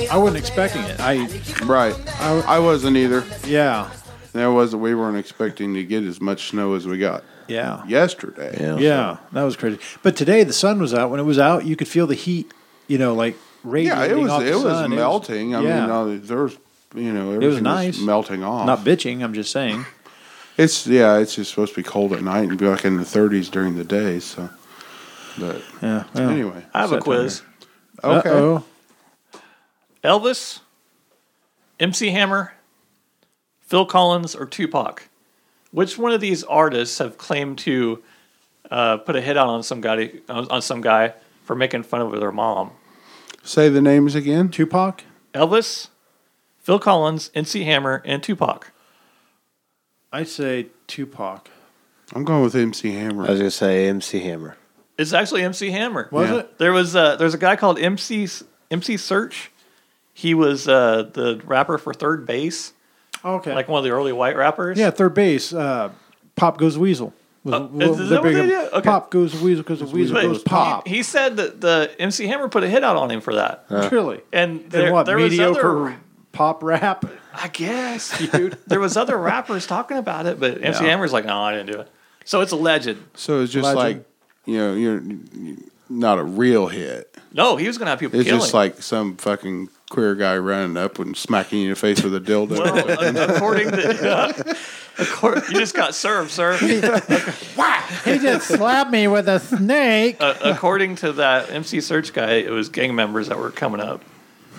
I wasn't expecting it. I right. I, I wasn't either. yeah There was we weren't expecting to get as much snow as we got yeah yesterday. yeah that was crazy. But today the sun was out. When it was out, you could feel the heat. You know, like Yeah, radiating it off was the it was sun. melting. I yeah. mean, uh, there was you know everything was nice. melting off. not bitching. I'm just saying. It's yeah, it's just supposed to be cold at night and be like in the 30s during the day. So, but Yeah. well, anyway, I have a Set quiz. okay. Uh-oh. Elvis, MC Hammer, Phil Collins, or Tupac? Which one of these artists have claimed to uh, put a hit out on some guy on on some guy for making fun of their mom? Say the names again. Tupac. Elvis, Phil Collins, MC Hammer, and Tupac. I say Tupac. I'm going with MC I was Hammer. gonna say MC Hammer. It's actually MC Hammer. Was Yeah. it? There was uh, there's a guy called MC MC Search. He was uh, the rapper for Third Base, Oh, Okay. like one of the early white rappers. yeah, third base. Uh, pop goes weasel. Was, Oh, was is- is the that what big- they do? Okay. Pop goes weasel because the weasel But goes pop. He, he said that the MC Hammer put a hit out on him for that. really? And and there, what there mediocre was other, pop rap? I guess, dude. there was other rappers talking about it, but MC Yeah. Hammer's like, no, I didn't do it. So it's a legend. So it's just Legend. like you know you're you- not a real hit. No, he was gonna have people It's killing. just like some fucking queer guy running up and smacking you in the face with a dildo. <laughs> well, a- according to, <laughs> according, you just got served, sir. <laughs> he just slapped me with <laughs> a snake. Uh, according to that MC Search guy, it was gang members that were coming up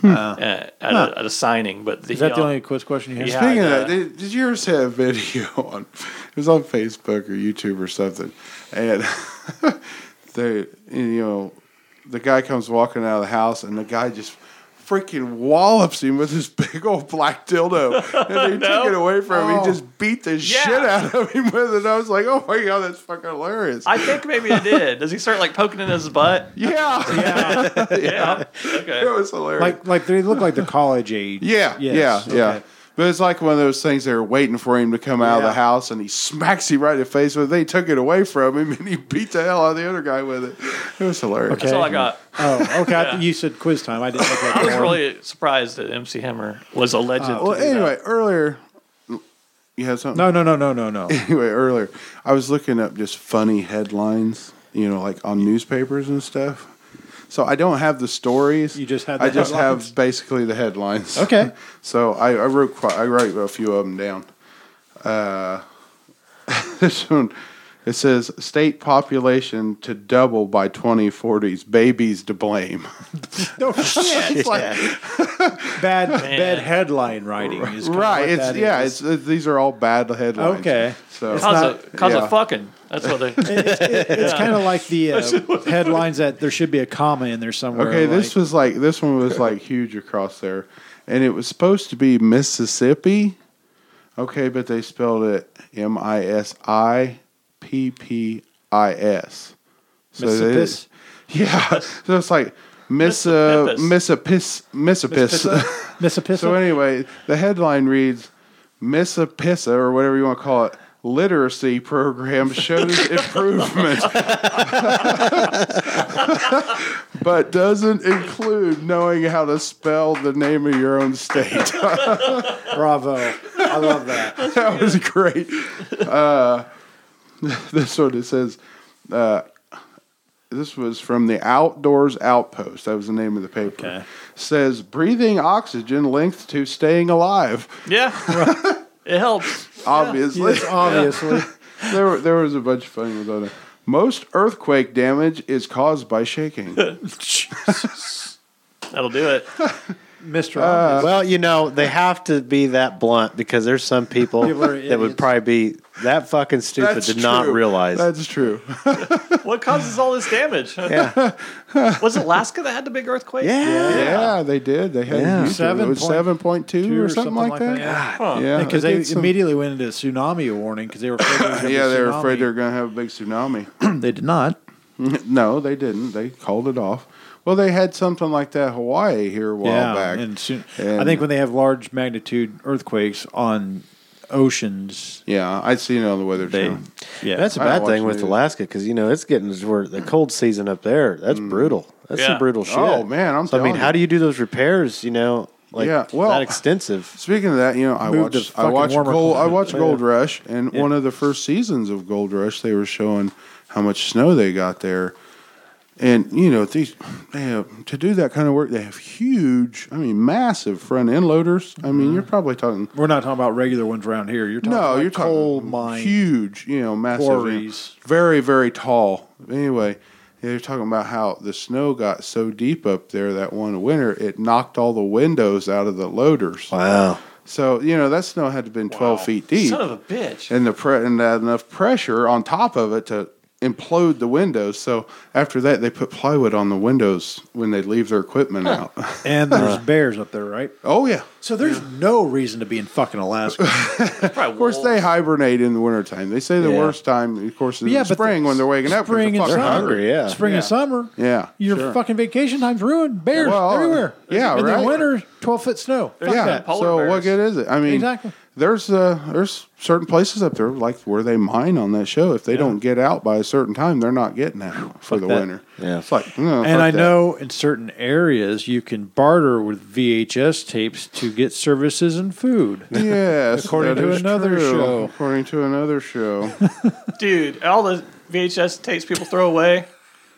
uh, at, a, at a signing. But the, Is that the only quiz question you have? Yeah. Speaking of I that, know. did, did you ever see a video on? It was on Facebook or YouTube or something, and <laughs> they, you know, the guy comes walking out of the house, and the guy just freaking wallops him with his <laughs> big old black dildo, <laughs> and he took it away from him. He just beat the shit out of him with it. I was like, oh my god, that's fucking hilarious. I think maybe I did. Does he start like poking in his butt? <laughs> yeah, Yeah. Okay. <laughs> it was hilarious. Like, like they look like the college age. Yeah, Yes, yeah, yeah. okay. But it's like one of those things they were waiting for him to come out of Yeah. the house, and he smacks him right in the face with. it. They took it away from him, <laughs> and he beat the hell out of the other guy with it. It was hilarious. Okay. That's all I got. Oh, okay. I th- You said quiz time. I didn't look <laughs> like I was one. really surprised that MC Hammer was a legend. Uh, Well, to do that. anyway, earlier you had something. No, no, no, no, no, <laughs> no. Anyway, earlier I was looking up just funny headlines, you know, like on newspapers and stuff. So I don't have the stories. You just had I the just headlines? have basically the headlines. Okay. <laughs> So I, I wrote quite, I wrote a few of them down. Uh, <laughs> this one It says state population to double by 2040s. Babies to blame. No <laughs> shit. It's like bad bad headline writing is kinda right. what It's that yeah. is. It's, uh, these are all bad headlines. Okay. So It's Cause, not- of, cause yeah. of fucking. That's what <laughs> they. It's kind of like <laughs> the uh, headlines that there should be a comma in there somewhere. okay, this like- was like this one was like huge across there, and it was supposed to be Mississippi. Okay, but they spelled it M I S I P P I S. uh, Missipiss? <laughs> Yeah. So it's like Missa Missapis Missapis. Mississippi. So anyway, the headline reads Missapissa or whatever you want to call it. Literacy program shows improvement, <laughs> but doesn't include knowing how to spell the name of your own state. Bravo. I love that. <laughs> that was great. Uh, <laughs> this one it says, uh, this was from the Outdoors Outpost. That was the name of the paper. Okay. Says breathing oxygen linked to staying alive. <laughs> yeah. It helps. Obviously, It's obviously. <laughs> there were, there was a bunch of funny ones on there. Most earthquake damage is caused by shaking. That'll do it. Uh, Mr. well, you know, they have to be that blunt because there's some people People are that would idiots. probably be that fucking stupid That's to not true. realize. That's true. What causes all this damage? yeah. <laughs> Was Alaska that had the big earthquake? Yeah. Yeah, they did. They had Yeah. yeah. seven point- seven point two or something, like that. Huh. Yeah, Because I they did some- immediately went into tsunami warning because they were afraid there was gonna be yeah, they were tsunami. afraid they were going to have a big tsunami. <clears throat> they did not. no, they didn't. They called it off. Well, they had something like that Hawaii here a while yeah, back. and, soon, I And- think when they have large magnitude earthquakes on oceans, yeah, I'd seen it on the weather they channel. yeah, That's a I don't bad watch thing with news. Alaska because, you know, it's getting to where the cold season up there. That's brutal. That's some Yeah. brutal shit. Mm. Oh, man, I'm so, I mean, telling how you. do you do those repairs, you know, like Yeah, well- that extensive? Speaking of that, you know, I Moved to watched I fucking watched warmer Gold I climate. watched Yeah. Gold Rush, and one of the first seasons of Gold Rush, they were showing how much snow they got there, and you know these they have, to do that kind of work, they have huge, I mean, massive front end loaders. I Mm-hmm. mean, you're probably talking We're not talking about regular ones around here. You're talking no, about you're talking coal mine. huge, you know, massive, you know, quarries. very very tall. Anyway. They're talking about how the snow got so deep up there that one winter it knocked all the windows out of the loaders. Wow. So you know that snow had to been twelve feet deep, Son of a bitch. and the pre- and had enough pressure on top of it to implode the windows. So after that, they put plywood on the windows when they leave their equipment out. <laughs> And there's <laughs> bears up there, right? oh yeah, So there's no reason to be in fucking <laughs> Alaska. Probably of course they hibernate in the wintertime. They say the Yeah. worst time, of course, is yeah, the but spring when they're waking up. 'cause spring and they're fucking summer. hungry. Hungry, yeah. Spring Yeah. and summer. Yeah, Your sure. fucking vacation time's ruined. Bears Well, everywhere. yeah, and right. then winter, twelve foot snow. Fuck yeah. that. polar so bears. what good is it? I mean, Exactly. There's uh, there's certain places up there like where they mine on that show. If they don't get out by a certain time, they're not getting out for the that. winter. Yeah. it's like no, fuck And I that. know in certain areas you can barter with VHS tapes to get services and food. <laughs> Yes, According that to is another true. show. According to <laughs> another show. <laughs> Dude, all the VHS tapes people throw away.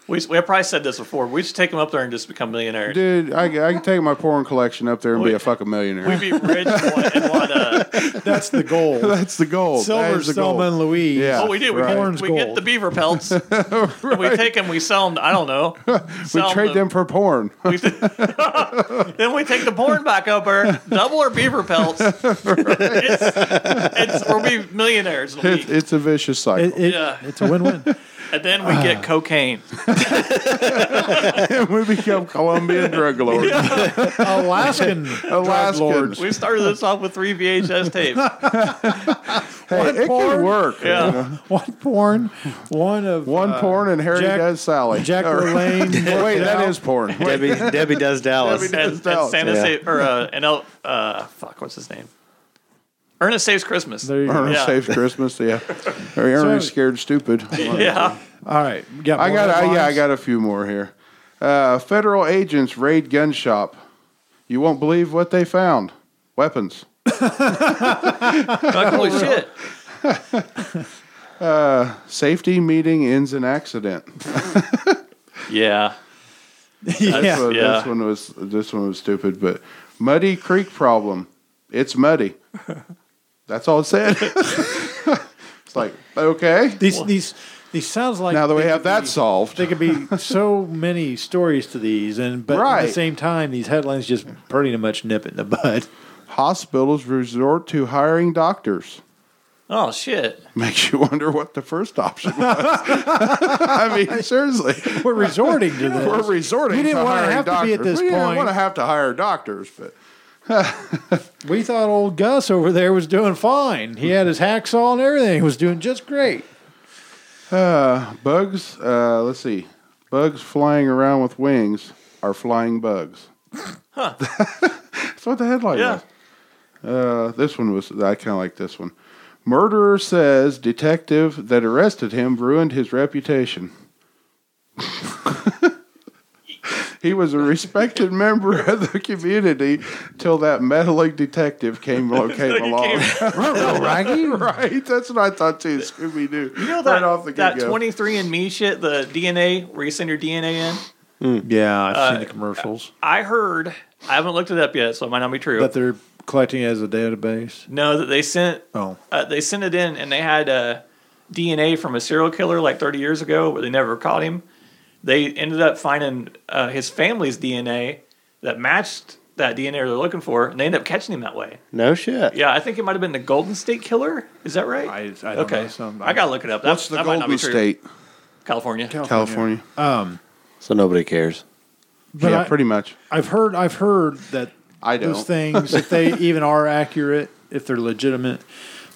We, we I probably said this before. We should take them up there and just become millionaires. Dude, I, I can take my porn collection up there and be Wait. a fucking millionaire. We'd be rich and want, and want uh, <laughs> That's the goal. <laughs> That's the goal. That Silver Oh, is the goal. Selma and Louise. Yeah. what we do. We, Right. get, Corn's we get gold. the beaver <laughs> pelts. and we take them. We sell them. I don't know. We Sell 'em trade to- them for porn. <laughs> We- then we take the porn back <laughs> over, double our beaver pelts. it's, it's, we'll be millionaires in a It, <laughs> week. it's a vicious cycle. It- it- Yeah. It's a win-win. <laughs> And then we Ah. get cocaine. <laughs> we become Colombian drug lords. <laughs> Alaskan drug Alaskan. lords. We started this off with three <laughs> VHS tapes. Hey, it porn? could work. Yeah. One porn, one of One uh, porn and Harry Jack- does Sally. Jack Or- Lane. <laughs> Wait, that is porn. <laughs> Wait, Debbie, Debbie does Dallas. Debbie and, Just and out, Santa yeah. Save or uh, and El, uh, fuck, what's his name? Ernest Saves Christmas. There you go. Ernest Yeah. saves Christmas. Yeah. Or Ernest scared stupid. yeah, All right, you got I more got I, yeah, I headlines? got a few more here. Uh, federal agents raid gun shop. You won't believe what they found. Weapons. Like, holy shit! Safety meeting ends in accident. Yeah, <laughs> yeah. Yeah. So this one was this one was stupid, but <laughs> muddy creek problem. It's muddy. That's all it said. It's like okay. These these these sounds like Now that we they have could that be- solved. There could <laughs> be so many stories to these, and but at Right. the same time, these headlines just pretty much nip it in the bud. Hospitals resort to hiring doctors. <laughs> Oh shit! Makes you wonder what the first option <laughs> was. I mean, seriously, We're resorting <laughs> to this. we're resorting. We didn't to wanna hiring have to doctors. be at this we didn't point. want to have to hire doctors, but We thought old Gus over there was doing fine. He had his hacksaw and everything. He was doing just <laughs> great. bugs. Uh, let's see, bugs flying around with wings are flying bugs. <laughs> That's what the headline Yeah. was. Uh, this one was. I kind of like this one. Murderer says detective that arrested him ruined his reputation. <laughs> he was a respected member of the community till that meddling <laughs> detective came, came along. right? <laughs> That's what I thought too. Scooby Doo. You know that right off the that get-go. twenty three and Me shit, the DNA where you send your DNA in. Yeah, I've seen the commercials. I heard. I haven't looked it up yet, so it might not be true. That they're collecting it as a database. no, that they sent Oh. uh, they sent it in and they had uh, DNA from a serial killer like 30 years ago, but they never caught him. They ended up finding uh, his family's DNA that matched that DNA they're looking for, and they ended up catching him that way. No shit. Yeah, I think it might have been the Golden State Killer. Is that right? I- I don't know, some- I gotta look it up. That's What's the that might not be Golden true. State? California. California. So nobody cares. But yeah, I, pretty much. I've heard. I've heard that I those don't. things, if they even are accurate, if they're legitimate,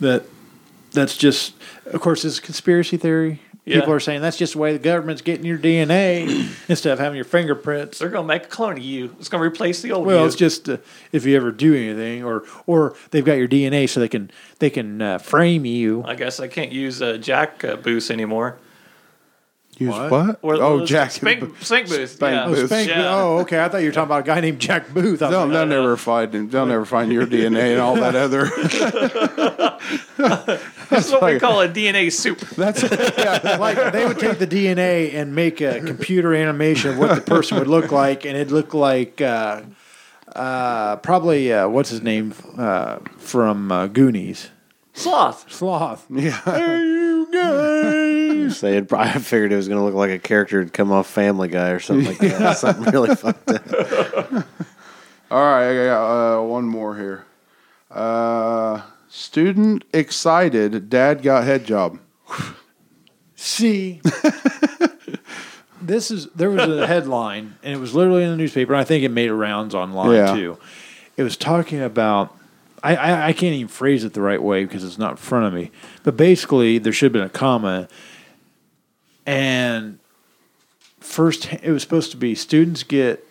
that that's just. Of course, it's conspiracy theory. Yeah. People are saying that's just the way the government's getting your DNA instead of having your fingerprints. They're gonna make a clone of you. It's gonna replace the old Well, you. it's just uh, if you ever do anything, or or they've got your DNA, so they can they can uh, frame you. I guess I can't use uh, Jack uh, Boost anymore. Use what? Or oh, those- Jack. <laughs> Spank, Spank Boost. Spank yeah. Oh, Booth. Spank- Yeah. oh, okay. I thought you were talking about a guy named Jack Booth. I was They'll, like, they'll never find him. They'll never find <laughs> your DNA and all that other. <laughs> That's what we <laughs> call a DNA soup. That's yeah, like they would take the DNA and make a computer animation of what the person would look like, and it'd look like uh, uh, probably uh, what's his name uh, from uh, Goonies, Sloth. Sloth. So it'd, I figured it was going to look like a character would come off Family Guy or something <laughs> like that. <laughs> Something really fucked up. all right, I got uh, one more here. Uh, student excited. Dad got head job. <laughs> See, this is there was a headline, and it was literally in the newspaper. And I think it made rounds online Yeah. too. It was talking about. I, I, I can't even phrase it the right way because it's not in front of me. But basically, there should have been a comma. And first, it was supposed to be students get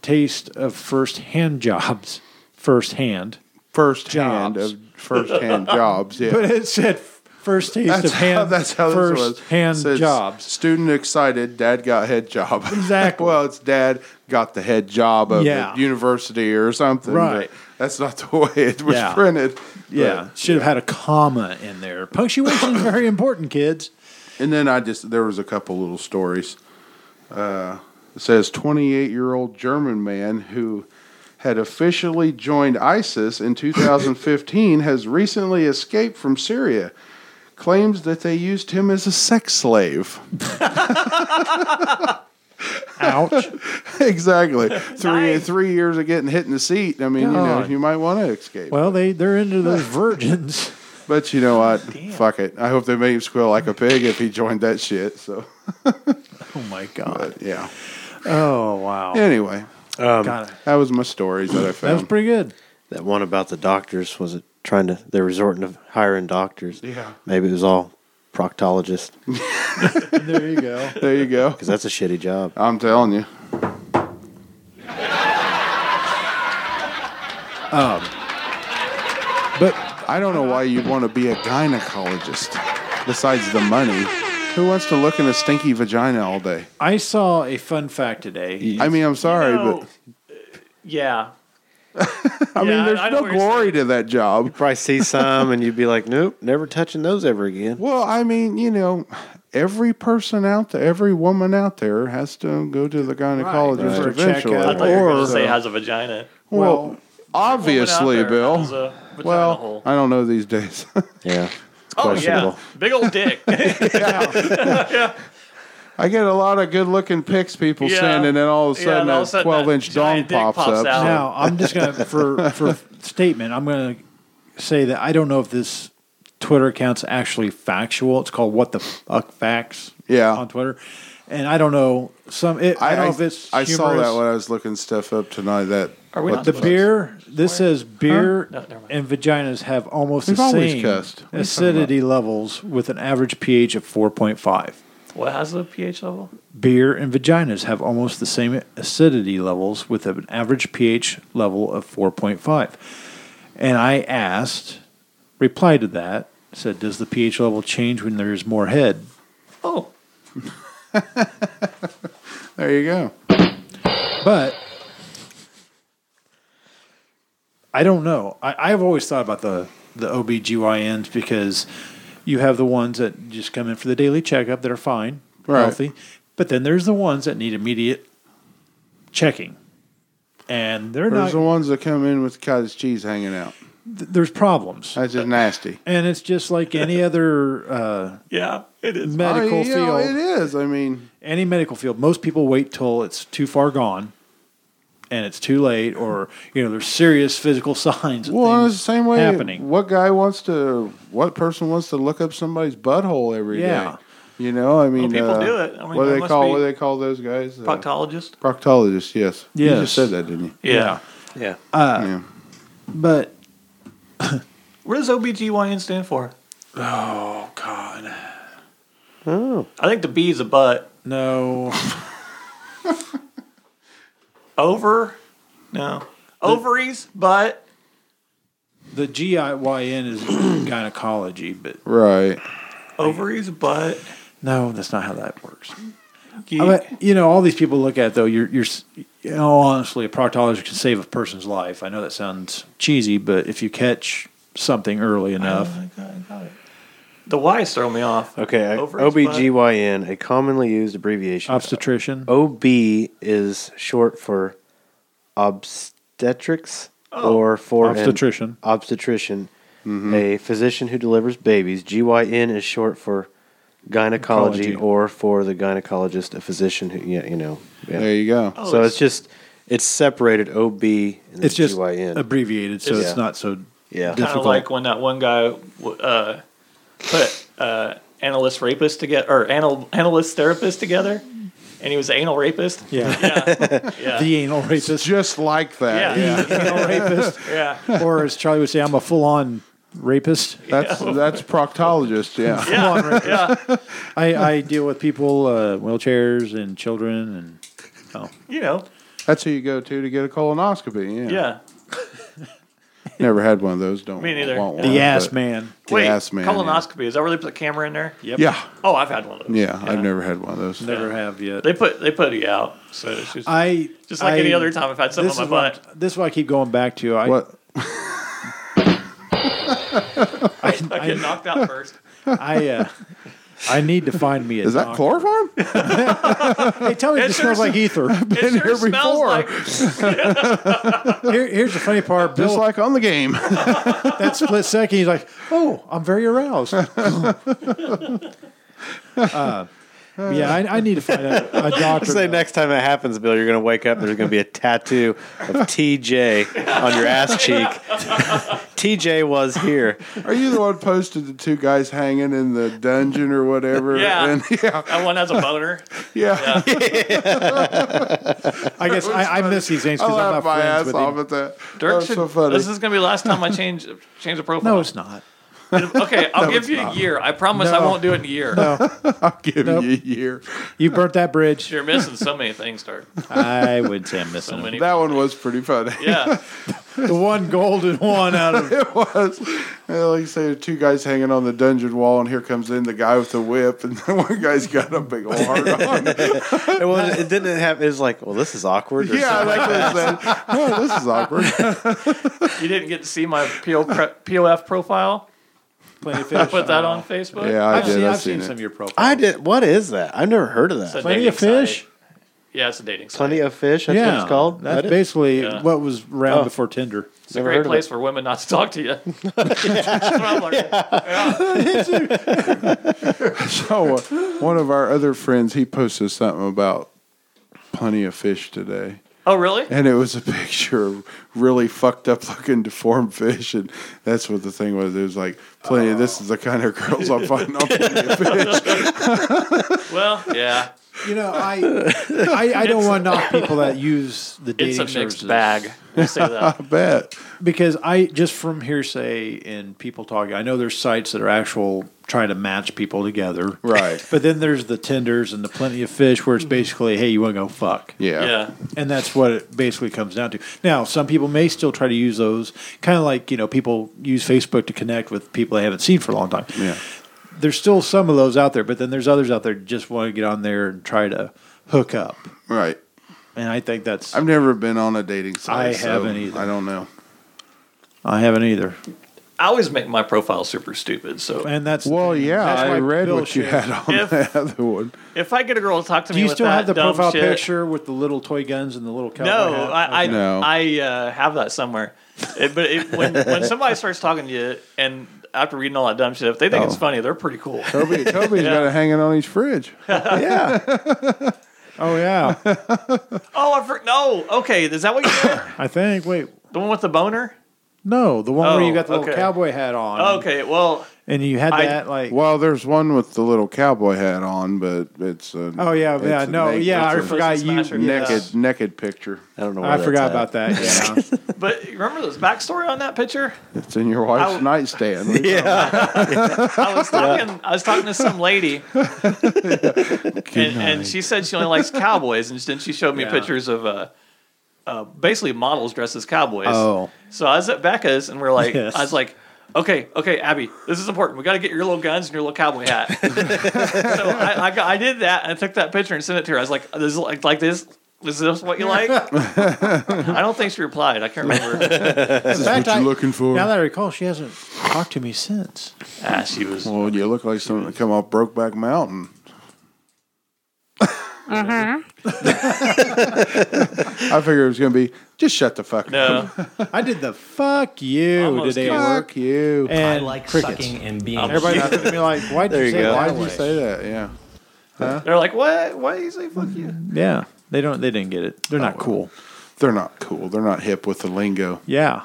taste of first hand jobs, first hand. First hand Jobs. of first <laughs> hand jobs. Yeah. But it said first taste that's of hand. how, that's how first this was. hand Says, jobs. Student excited. Dad got head job. <laughs> Exactly. well, it's dad got the head job of Yeah. the university or something. but Right. That's not the <laughs> way it was Yeah. printed. Yeah, But- should have had a comma in there. Punctuation is very important, kids. And then I just there was a couple little stories. Uh, it says 28 year old German man who had officially joined ISIS <laughs> in 2015 has recently escaped from Syria. Claims that they used him as a sex slave. Ouch. <laughs> <laughs> exactly. Three Nice. three years of getting hit in the seat. I mean, you know, God. you might want to escape. well, they they're into those virgins. but you know what? Fuck it. I hope they made him squeal like a pig if he joined that shit. So Oh my god. yeah. Oh wow. Anyway, Got it. that was my stories that I Um, That was found. pretty good. That one about the doctors was it trying to? They're resorting to hiring doctors. Yeah. Maybe it was all proctologist There you go. there you go. because that's a shitty job. I'm telling you. Um, But I don't know why you'd want to be a gynecologist besides the money. Who wants to look in a stinky vagina all day? I saw a fun fact today. I mean, I'm sorry, <laughs> No. Yeah. but I mean, Yeah, there's I know no what you're glory to that job. Probably see some and you'd be like, nope, never touching those ever again. Well, I mean, you know, every person out there, every woman out there has to go to the gynecologist For a eventually. checkup. I thought you were going to Or- say has a vagina. well, Well, obviously, Woman out there Bill. has a vagina Well, hole. I don't know these days. <laughs> Yeah. Oh yeah, questionable. big old dick. I get a lot of good looking pics people Yeah. send, and then all of a Yeah, sudden and all a of a sudden 12 that inch dong giant dick pops, pops up. out. Now I'm just gonna for for statement. I'm gonna say that I don't know if this Twitter account's actually factual. It's called "What the Fuck Facts." Yeah. on Twitter, and I don't know some. It, I, don't know if it's. I saw humorous. that when I was looking stuff up tonight. That Are we what not The fuck? beer. This says beer No, never mind. and vaginas have almost We've the always same cussed. What are you talking acidity levels with an average pH of 4.5. <laughs> what has the pH level? Beer and vaginas have almost the same acidity levels with an average pH level of 4.5. And I asked, replied to that, said, Does the pH level change when there's more head? Oh, There you go. But I don't know. I, I've always thought about the, the OBGYNs because you have the ones that just come in for the daily checkup that are fine, Right. healthy. But then there's the ones that need immediate checking. And they're There's the not, ones that come in with cottage cheese hanging out. th- there's problems. That's just nasty. and it's just like <laughs> any other uh, yeah, it is. medical I- you know, field. it is. I mean, any medical field, most people wait till it's too far gone and it's too late, or you know, there's serious physical <laughs> signs. of well, it's things the same way. happening. What guy wants to? What person wants to look up somebody's butthole every day? Yeah. You know, I mean, people uh, do it. I mean, what do there they must call be what do they call those guys? Uh, Proctologist. proctologists. Yes. Uh, You Yes. just said that, didn't you? Yeah, yeah. yeah. But What does OBGYN stand for? oh god, I think the B is a butt. no, Over? No. Ovaries, butt. the GYN is gynecology, but Right. Ovaries, butt. no, that's not how that works. Geek. I mean, you know, all these people look at it, though. You're, you're, s- you know, honestly, a proctologist can save a person's life. I know that sounds cheesy, but if you catch something early enough, the Y's throw me off. Okay, I- Ovaries, OBGYN, a commonly used abbreviation. obstetrician. OB is short for obstetrics Oh, or for an Obstetrician. obstetrician, Mm-hmm. a physician who delivers babies. GYN is short for gynecology, Gynecology. or for the gynecologist, a physician who, yeah, you know. yeah. There you go. Oh, so it's- it's, just, it's separated OB and It's just GYN. abbreviated, so It's- it's not so Different. yeah. Kind of difficult. like when that one guy w- uh, put uh, analyst rapist together, or anal, analyst therapist together, and he was an anal rapist. Yeah. <laughs> Yeah. Yeah. the <laughs> anal rapist. Just like that. yeah. The anal rapist. <laughs> Yeah. Or as Charlie would say, I'm a full on rapist. That's that's proctologist. <laughs> Yeah. Full on rapist. I, I deal with people, uh, wheelchairs and children and oh. You know, That's who you go to to get a colonoscopy. Yeah. yeah. Never had one of those. Don't Me neither. want one, the ass but- man. The Wait, ass man, yeah. colonoscopy. Is that where they put the camera in there? Yep. Yeah. Oh, I've had one of those. yeah, I've never had one of those. Never have yet. They put they put you out. So it's just, I just like any I- other time I've had something This on is, my what, butt. I'm- this is what I keep going back to. I, What? I, <laughs> I get knocked out first. I, I, uh, I need to find me a Is that doctor. <laughs> chloroform? Hey, tell me if It it sure smells like ether. <laughs> It sure here smells before. like Here, here's the funny part. Bill, Just like on the <laughs> game. that split second, he's like, "Oh, I'm very aroused." <laughs> uh, yeah, I, I need to find a, a doctor. Say next time it happens, Bill, you're going to wake up. There's going to be a tattoo of TJ on your ass cheek. <laughs> TJ was here. Are you the one posted the two guys hanging in the dungeon or whatever? <laughs> Yeah. And, <laughs> yeah. that one has a boner. Yeah. I guess I, I miss these things I because I'm not laughed my friends ass with off him. at that. Dirk That's should, so funny. This is gonna be the last time I change change the profile. No, it's not. okay. I'll give you a year. I promise I No. won't do it in a year. I'll give Nope. you a year. You burnt that bridge. You're missing so many things, Dirk. I would say I'm missing So him. many. That one was pretty funny. <laughs> yeah. the one golden one out of <laughs> It was. Uh, Like you say, the two guys hanging on the dungeon wall, and here comes in the guy with the whip, and <laughs> then one guy's got a big old heart on. It, was, it didn't have. It was like, well, this is awkward. Or yeah, like I said. <laughs> Oh, this is awkward. You didn't get to see my PO pre- POF profile. plenty of I fish. put that on Facebook. Yeah, I I've did. seen, I've, I've seen, seen, some of it. your profiles. I did. What is that? I've never heard of that. So plenty dating of fish. site. Yeah, it's a dating site. Plenty of fish. That's what yeah, it's called. That's That is- basically Yeah. what was round Oh. before Tinder. It's a Never great heard of place it. for women not to talk to you. <laughs> That's what I'm learning. So uh, one of our other friends he posted something about plenty of fish today. Oh, really? And it was a <laughs> picture of really fucked up looking deformed fish, and that's what the thing was. It was like plenty. of This is the kind of girls I'm finding on plenty <laughs> of fish. Well, yeah. You know, I I, I don't want to knock people that use the dating It's a services mixed bag. We'll say that. I bet. because I just from hearsay and people talking. I know there's sites that are actual trying to match people together, Right. <laughs> But then there's the Tinders and the Plenty of Fish, where it's basically, hey, you want to go fuck, <laughs> Yeah. Yeah. and that's what it basically comes down to. Now, some people may still try to use those, kind of like you know people use Facebook to connect with people they haven't seen for a long time. Yeah. There's still some of those out there, but then there's others out there that just want to get on there and try to hook up, Right. and I think that's I've never been on a dating site. I so haven't either. I don't know. I haven't either, I always make my profile super stupid. So and that's Well, yeah, That's I why read Bill what you should- had on If- the <laughs> other one. if I get a girl to talk to Do me you with still that have the dumb profile shit- picture with the little toy guns and the little cowboy No, hat? I I, Okay. No. I uh, have that somewhere. It, but it, when <laughs> when somebody starts talking to you and after reading all that dumb shit, if they Oh. think it's funny, they're pretty cool. <laughs> Toby, Toby's got it hanging on his fridge. <laughs> yeah. oh yeah, Oh, I for, no. Okay, is that what you did? I think. Wait, <coughs> the one with the boner? no, the one where Oh, you got the little okay. cowboy hat on. Okay, well, and you had I- that like. Well, there's one with the little cowboy hat on, but it's a oh yeah, it's yeah, a no, na- yeah, I it's a forgot Person you. smasher, yes. naked naked picture. I don't know. Where I that's forgot at. about that. Yeah. but remember this backstory on that picture? It's in your wife's I- <laughs> nightstand. I was talking. I was talking to some <laughs> lady, and, and she said she only likes cowboys, and then she showed me Yeah. pictures of uh, uh, basically models dressed as cowboys. Oh. so I was at Becca's, and we're like, Yes. I was like. Okay, okay, Abby, this is important. We got to get your little guns and your little cowboy <laughs> hat. so I, I, got- I did that. And I took that picture and sent it to her. I was like, "This is like, like this. Is this what you <laughs> like?" I don't think she replied. I can't remember. In fact, what I- you looking for? Now that I recall, she hasn't talked to me since. ah, she was. Well, you look like something that come off Brokeback Mountain. Uh-huh. <laughs> I figured it was going to be just shut the fuck up. No, I did the fuck you Almost today at work. Fuck you. And I like crickets. sucking and being. Everybody looked at me like, why'd you, you say go. why Why did you say that? Yeah. they're like, "What? Why do you say fuck you?" Yeah. They don't they didn't get it. They're not cool. They're not cool. They're not hip with the lingo. Yeah.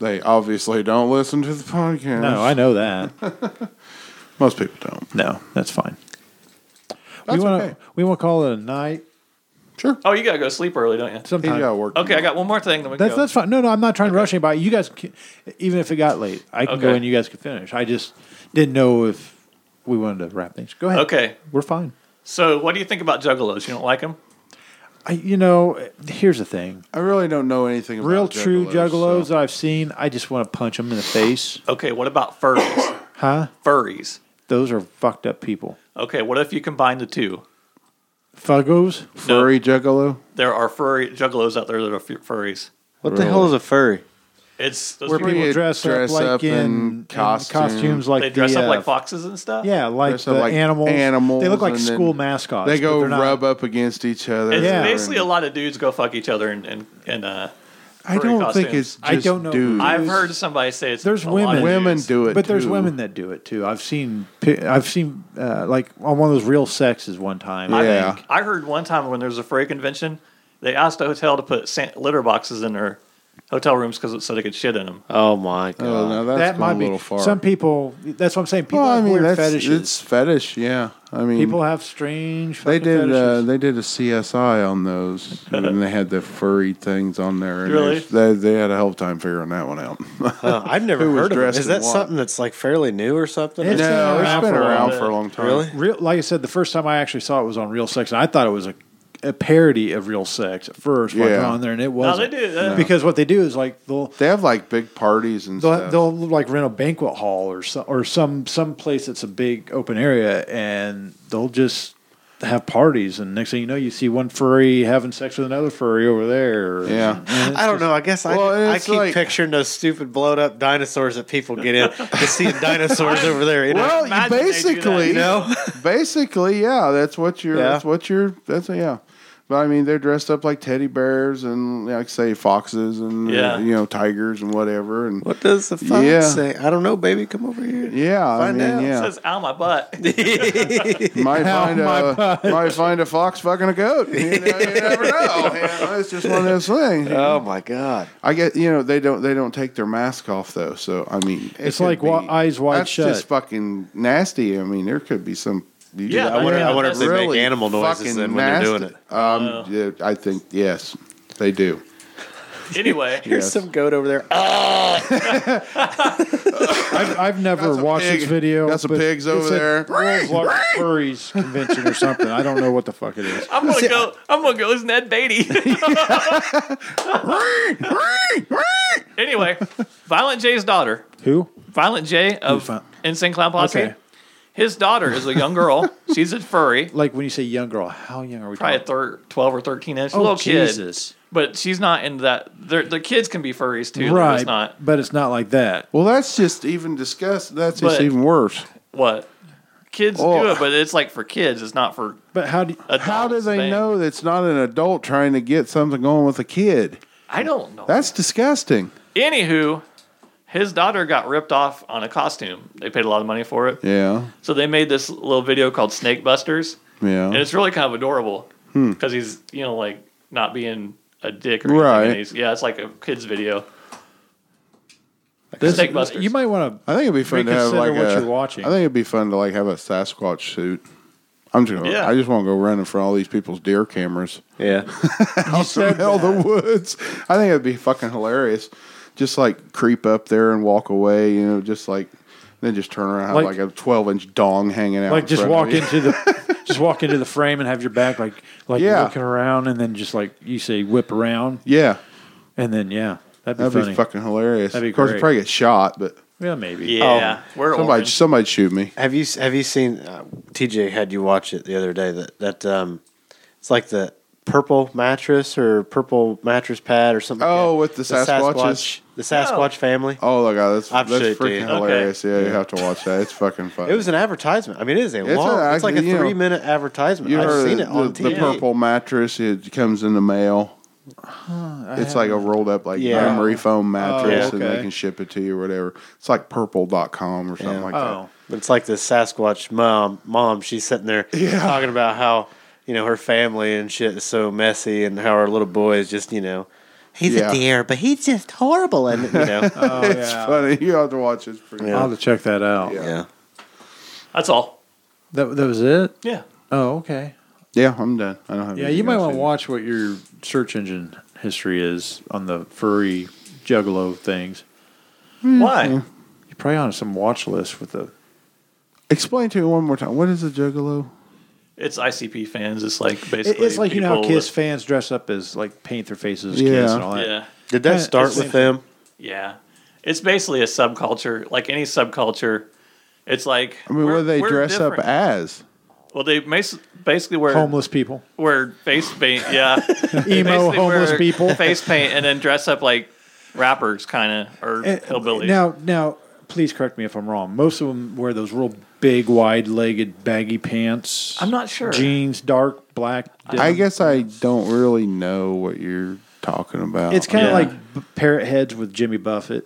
They obviously don't listen to the podcast. No, I know that. Most people don't. No, that's fine. That's we want to okay. we want to call it a night Sure. Oh, you gotta go sleep early, don't you? He's sometime. got work. Okay, I tomorrow. got one more thing. Then we can That's go. that's fine. No, no, I'm not trying to rush anybody. You guys, can, even if it got late, I can go Okay. and you guys can finish. I just didn't know if we wanted to wrap things. Go ahead. Okay. we're fine. So, what do you think about juggalos? You don't like them? I, you know, here's the thing: I really don't know anything about real true juggalos uh, so- that I've seen, I just want to punch them in the face. Okay. What about furries? <coughs> Huh? furries. Those are fucked up people. Okay. What if you combine the two? Fuggos. Furry juggalo? There are furry juggalos out there that are fu- furries. What the hell is a furry? It's those Where people- people you dress, dress up like up in, in in costume. costumes like they dress the, up like uh, foxes and stuff. Yeah, like Dress up the like animals. They look like and then school mascots. They but go they're not- rub up against each other. It's Yeah. basically a lot of dudes go fuck each other and and, and uh. I furry don't think costumes. it's just I don't know. dudes. I've heard somebody say it's. There's a lot of women. Women dudes. do it, But there's too. women that do it too. I've seen, pi- I've seen uh, like on one of those real sexes one time. I Yeah. think. I heard one time when there was a furry convention, they asked a hotel to put san- litter boxes in their hotel rooms because so they could shit in them. Oh my god! Oh, now that's that going might a be little far. some people. That's what I'm saying. People well, I have mean, weird that's fetishes. it's fetish. Yeah, I mean, people have strange. they fucking did uh, fetishes. they did a CSI <laughs> on those, and they had the furry things on there. And Really? they, they had a hell of a time figuring that one out. Huh, Oh, <laughs> I've never Who was heard of it. dressed Is in that what? something that's like fairly new or something? It's Or- no, around it's for been a around while. for a long time. Really? real, like I said, the first time I actually saw it was on Real Sex, and I thought it was a, a parody of Real Sex at first. when I Yeah. got on there, and it No, they wasn't. do. Uh, because what they do is like they'll They have like big parties and they'll, stuff. they'll like rent a banquet hall or some or some some place that's a big open area, and they'll just have parties, and next thing you know, you see one furry having sex with another furry over there. Yeah. I don't know. I guess I, Well, I it's keep like- picturing those stupid blown up dinosaurs that people get in to see dinosaurs over there. You know? Well, you Imagine they do that, basically, you know? basically, yeah, that's what you're. Yeah. That's what you're. That's yeah. But I mean, they're dressed up like teddy bears and like say foxes and uh, Yeah. you know tigers and whatever and <laughs> what does the fox Yeah. say? I don't know, baby. Come over here. yeah, I Find mean, out. yeah, says ow my butt. might find my a might find a fox fucking a goat. You, know, you never know. You know, it's just one of those things. Oh my god. I get you know they don't they don't take their mask off though. So I mean, it It's could like wa- eyes wide that's shut. Just fucking nasty. I mean, there could be some. you Yeah, just- I wonder- I yeah, wonder if they make really animal noises fucking then when they're doing nasty. Um, yeah, I think yes, they do. <laughs> Anyway, Here's Yes. some goat over there. Oh. I've, I've never That's a watched pig. this video. That's a but pigs over it's there. at World's Largest Furries convention or something. I don't know what the fuck it <laughs> is. I'm gonna go. I'm gonna go as Ned Beatty. <laughs> anyway, Violent J's daughter, Who? Violent J of Who's Vi- Insane Clown Posse. Okay. His daughter is a young girl. <laughs> She's a furry, Like when you say young girl, how young are we probably a Oh. talking? thir- twelve or thirteen inch Oh, little kid. Jesus. But she's not in that. Their the kids can be furries too. Right? right, It's not but it's not like that. Well, that's just even disgust. That's just But- even worse. what kids do Oh. it, but it's like for kids. It's not for But how do you, adults. How do they Bang. know that's not an adult trying to get something going with a kid? I don't know. That's disgusting. Anywho, his daughter got ripped off on a costume. They paid a lot of money for it. Yeah, So they made this little video called Snake Busters, and yeah. it's really kind of adorable because he's you know like not being a dick or anything. Right. and he's- yeah, it's like a kids video. this, Snake Busters. you might <laughs> want I to. think it'd be fun to have Reconsider like what a- you're watching. I think it'd be fun to like have a Sasquatch suit. I'm just. Gonna, Yeah. I just want to go running for all these people's deer cameras. <laughs> Yeah. You said Hell, the woods. I think it'd be fucking hilarious. Just like creep up there and walk away, you know, just like then just turn around have Like- like, a twelve inch dong hanging out. like in just front of walk you. into the just walk into the frame and have your back like like Yeah. looking around and then just like you say whip around <laughs> Yeah, and then yeah that'd be that'd funny be fucking hilarious. That'd be of course, great. I'd probably get shot, but yeah maybe Yeah, we're Oh. somebody orange. somebody shoot me. Have you have you seen uh, TJ had you watch it the other day that that um it's like the purple mattress or purple mattress pad or something. like Oh, that. with the Sasquatches? the Sasquatch family. Oh my god, that's I've that's shit, freaking dude. hilarious. Yeah, you have to watch that. It's fucking fun. It was an advertisement. I mean, it is a It's long. a- it's like a you know, three minute advertisement. you I've heard seen the, it on the, TV. the purple mattress. It comes in the mail. It's like a rolled up like Yeah. memory foam mattress, and Oh, okay. they can ship it to you or whatever. It's like purple.com or something Yeah. like that. oh But it's like this Sasquatch mom. Mom, she's sitting there talking about how you know her family and shit is so messy, and how her little boy is just you know he's Yeah. a deer, but he's just horrible, and you know. oh it's yeah funny. You have to watch it. It's pretty. I'll have to check that out Yeah. yeah. That's all. that that was it Yeah. oh okay Yeah, I'm done. I don't have. yeah anything you might else want to either. watch what your search engine history is on the furry juggalo things Why? you're probably on some watch list with the Explain to me one more time. What is a juggalo? It's ICP fans. It's like it- basically. it's like you know how people Kiss with- fans dress up as like paint their faces Yeah. Kiss and all that Yeah. Did Yeah, that start it's with the- them? Yeah. It's basically a subculture, like any subculture. It's like I mean, what do they dress up as? Well, they mas- basically wear homeless people wear face paint. Yeah, emo Basically homeless wear people face paint, and then dress up like rappers, kind of or And hillbillies. Eh, Now, now, please correct me if I'm wrong. Most of them wear those real big, wide-legged, baggy pants. I'm not sure. Jeans, dark black. I denim. guess I don't really know what you're talking about. it's kind of Yeah. like b- parrot heads with Jimmy Buffett.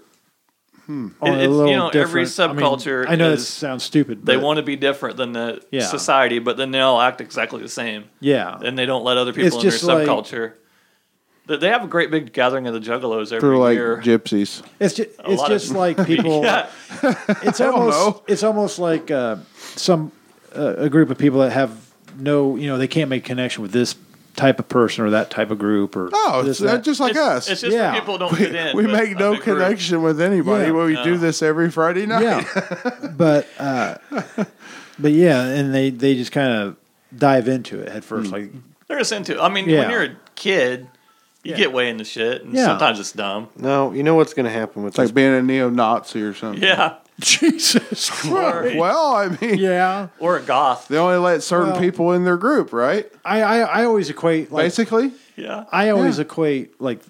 Hmm. It- it's, you know, every I, subculture mean, I know is- that sounds stupid. they but want to be different than the Yeah. society, but then they all act exactly the same, Yeah, and they don't let other people It's in their just like- subculture. They- they have a great big gathering of the Juggalos every they're like year. gypsies. it's just A it's lot of- just like people. <laughs> yeah, It's almost know. it's almost like uh, some uh, a group of people that have no, you know, they can't make connection with this type of person or that type of group or Oh, this, it's, that. they're just like it's, us. It's just Yeah. people who don't we fit in. we but make a no big group. connection with anybody. Yeah. but we do this every Friday night. Yeah, <laughs> but uh, but yeah, and they they just kind of dive into it head Hmm. first. Like <laughs> They're just into. I mean, Yeah. when you're a kid, you get way into shit, and Yeah. sometimes it's dumb. No, you know what's going to happen with It's like this. being a neo Nazi or something. Yeah, <laughs> Jesus Christ. Well, I mean, Yeah. or a goth. they only let certain Well- people in their group, right? I, I, I always equate like Basically, Yeah. I always equate like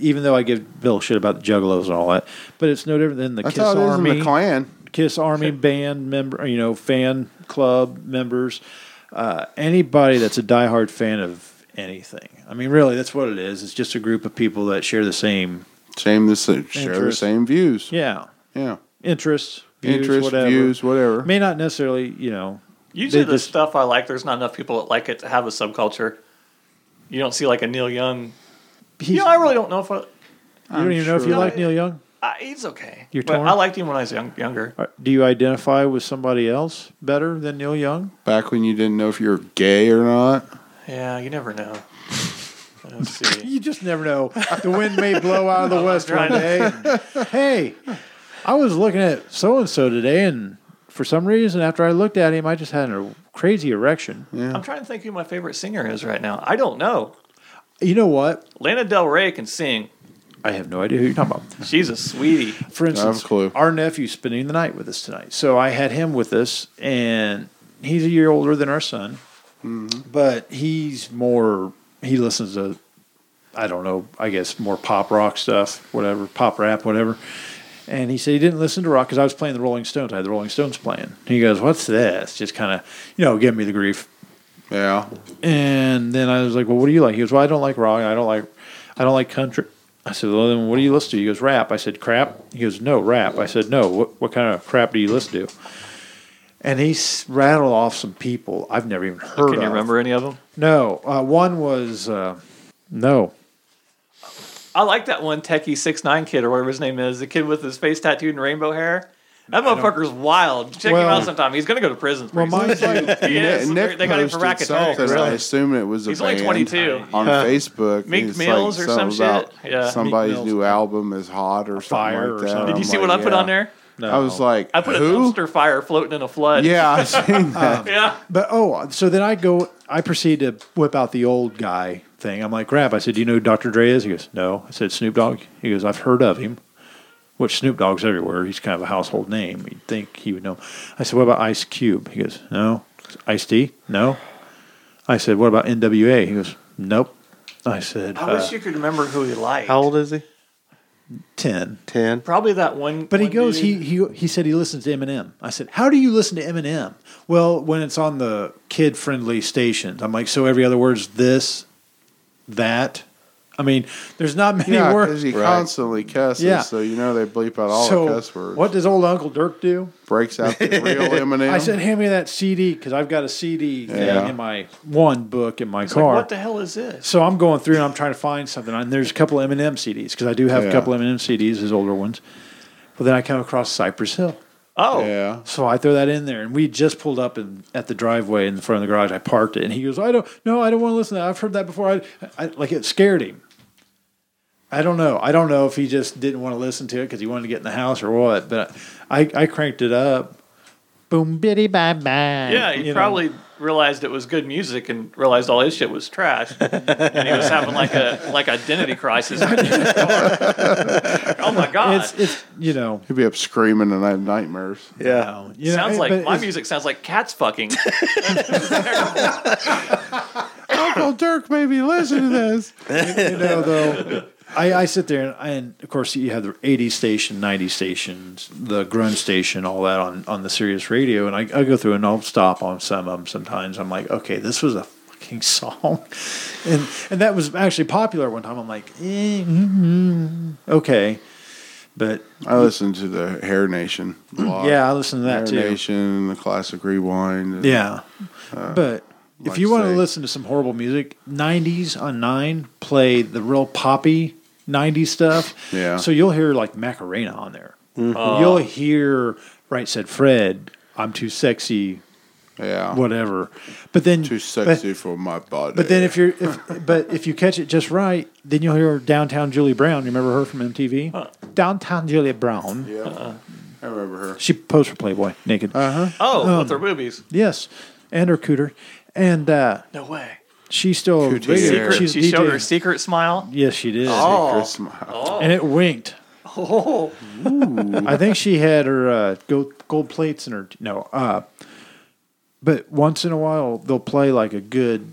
even though I give Bill shit about the juggalos and all that, but it's no different than the that's Kiss how it is in Army. the Klan. Kiss Army band member, you know, fan club members, uh, anybody that's a diehard fan of anything. I mean, really, that's what it is. It's just a group of people that share the same, Same the same, share the Interest. same views. yeah, yeah. interests, views, Interest, whatever. views, whatever. May not necessarily, you know, Usually They the just- stuff I like, there's not enough people that like it to have a subculture. You don't see like a Neil Young. he's, You know, I really don't know if I, you don't even know if you sure. like Neil Young. I Uh, he's okay. You're but torn? I liked him when I was young, younger. Or Do you identify with somebody else better than Neil Young? Back when you didn't know if you were gay or not. Yeah, you never know. Let's see. You just never know. The wind may blow out of <laughs> the west one day. Hey, I was looking at so and so today, and for some reason, after I looked at him, I just had a crazy erection. I'm trying to think who my favorite singer is right now. I don't know. You know what? Lana Del Rey can sing. I have no idea who you're talking about. She's a sweetie. For instance, clue. our nephew's spending the night with us tonight. So I had him with us, and he's a year older than our son, but he's more, he listens to, I don't know, I guess more pop rock stuff, whatever, pop rap, whatever. And he said he didn't listen to rock because I was playing the Rolling Stones. I had the Rolling Stones playing. He goes, What's this? Just kind of, you know, give me the grief. Yeah. And then I was like, "Well, what do you like?" He goes, "Well, I don't like rock. I don't like, I don't like country." I said, "Well, then what do you listen to?" He goes, "Rap." I said, "Crap." He goes, "No, rap." I said, "No. What, what kind of crap do you listen to?" And he s- rattled off some people I've never even heard Can you of. remember any of them? No, uh, one was uh, no. I like that one techie six nine kid or whatever his name is, the kid with his face tattooed and rainbow hair. That motherfucker's wild. Check him Well- out sometime. He's gonna go to prison. Well, mine's like <laughs> he is. Nick, Nick they got him for posted racketeering. something. I Really. assume it was a He's only band 22. on Facebook. Meek It's Mills or some something about shit? Yeah. Somebody's Meek Mills. new album is hot or something Fire or like that. something. Did I'm you see like, what I put yeah. on there? No. I was like, I put a who? dumpster fire floating in a flood. Yeah, <laughs> I Uh, seen that. Yeah. But oh, so then I go, I proceed to whip out the old guy thing. I'm like, grab. I said, Do you know who Dr. Dre is? He goes, No. I said, Snoop Dogg? He goes, I've heard of him, which Snoop Dogg's everywhere. He's kind of a household name. You'd think he would know. I said, What about Ice Cube? He goes, No. Ice T? No. I said, What about NWA? He goes, Nope. I said, I uh, wish you could remember who he liked. How old is he? 10. 10. Probably that one. But he one goes, dude- he, he he said he listens to Eminem. I said, how do you listen to Eminem? Well, when it's on the kid friendly stations, I'm like, so every other word's this, that. I mean, there's not many Yeah, because words. he constantly cusses, Yeah. so you know they bleep out all the so cuss words. what does old Uncle Dirk do? breaks <laughs> out the real Eminem? I said, hand me that CD because I've got a CD Yeah. thing in my one book in my It's like, car. what the hell is this? So I'm going through and I'm trying to find something. And there's a couple of Eminem CDs because I do have Yeah. a couple of Eminem CDs, his older ones. But then I come across Cypress Hill. Oh, yeah, So I throw that in there, and we just pulled up in, at the driveway in the front of the garage. I parked it, and he goes, "I don't, no, I don't want to listen to that. I've heard that before. I, I like it scared him. I don't know. I don't know if he just didn't want to listen to it because he wanted to get in the house or what. But I, I cranked it up. Boom, bitty, bye, bye. yeah. He You know. probably realized it was good music and realized all his shit was trash, and he was having like a like identity <laughs> crisis. oh my god! It's, it's, you know, he'd be up screaming and I have nightmares. Yeah. you know, sounds it- like but my it's- music sounds like cats fucking. Uncle Dirk made me listen to this. you know, though, I, I sit there and, and of course you have the 80s station, 90s stations, the grunge station, all that on, on the Sirius radio. And I, I go through and I'll stop on some of them sometimes. I'm like, okay, this was a fucking <laughs> song. And, and that was actually popular at one time. I'm like, eh, mm, mm, okay. But <laughs> I listened to the Hair Nation. A lot. yeah, I listen to Hair that too. Nation, the classic rewind. and- Yeah. but if Uh, like you want to say- listen to some horrible music, 90s on 9, play the real poppy 90s stuff. Yeah. Mm-hmm. So you'll hear like Macarena on there. You'll hear Right Said Fred, I'm Too Sexy, yeah. whatever. But then Too but- sexy for my body. But then if you're if, <laughs> but if you catch it just right, then you'll hear Downtown Julie Brown. You remember her from MTV? Downtown Julie Brown. yeah, I remember her. She posed for Playboy naked. Uh-huh. Oh, <laughs> with Um, their boobies. Yes. And her cooter. And uh No way. She's still Cootie. she's Secret- a She showed DJ. her secret smile. Yes, she did. Oh, smile. And it winked. Oh, I think she had her uh, gold, gold plates in her. No, uh, but once in a while they'll play like a good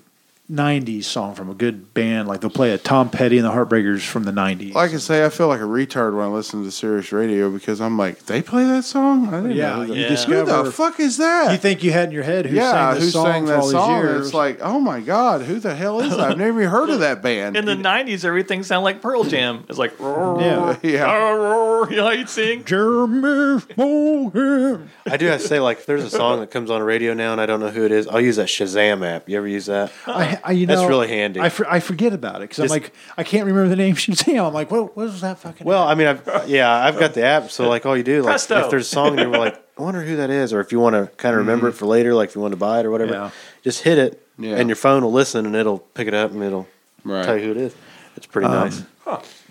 '90s song from a good band. Like they'll play a Tom Petty and the Heartbreakers from the '90s. Like I say, I feel like a retard when I listen to Sirius Radio because I'm like, they play that song? I didn't yeah, know that. you Yeah. Who discover the fuck is that? you think you had in your head who yeah, sang who this song sang for that all song? these And years. It's like, oh my god, who the hell is that? I've never even heard of that <laughs> band. in the '90s, everything sounded like Pearl Jam. It's like, roar, yeah. <laughs> yeah, roar, roar, you know how you'd sing. Jeremy Mohan. I do have to say, like, if there's a song that comes on radio now and I don't know who it is, I'll use that Shazam app. You ever use that? <laughs> I, I, you know, That's really handy. I, for, I forget about it because I'm Just- like, I can't remember the name Shazam. I'm like, what, what was that fucking? Well, I mean, I've, yeah, I've got the app, so like all you do, like Presto. if there's a song and you're like, I wonder who that is, or if you want to kind of remember it for later, like if you want to buy it or whatever, Mm. Yeah. just hit it, Yeah. and your phone will listen and it'll pick it up and it'll Right. tell you who it is. It's pretty Um, nice.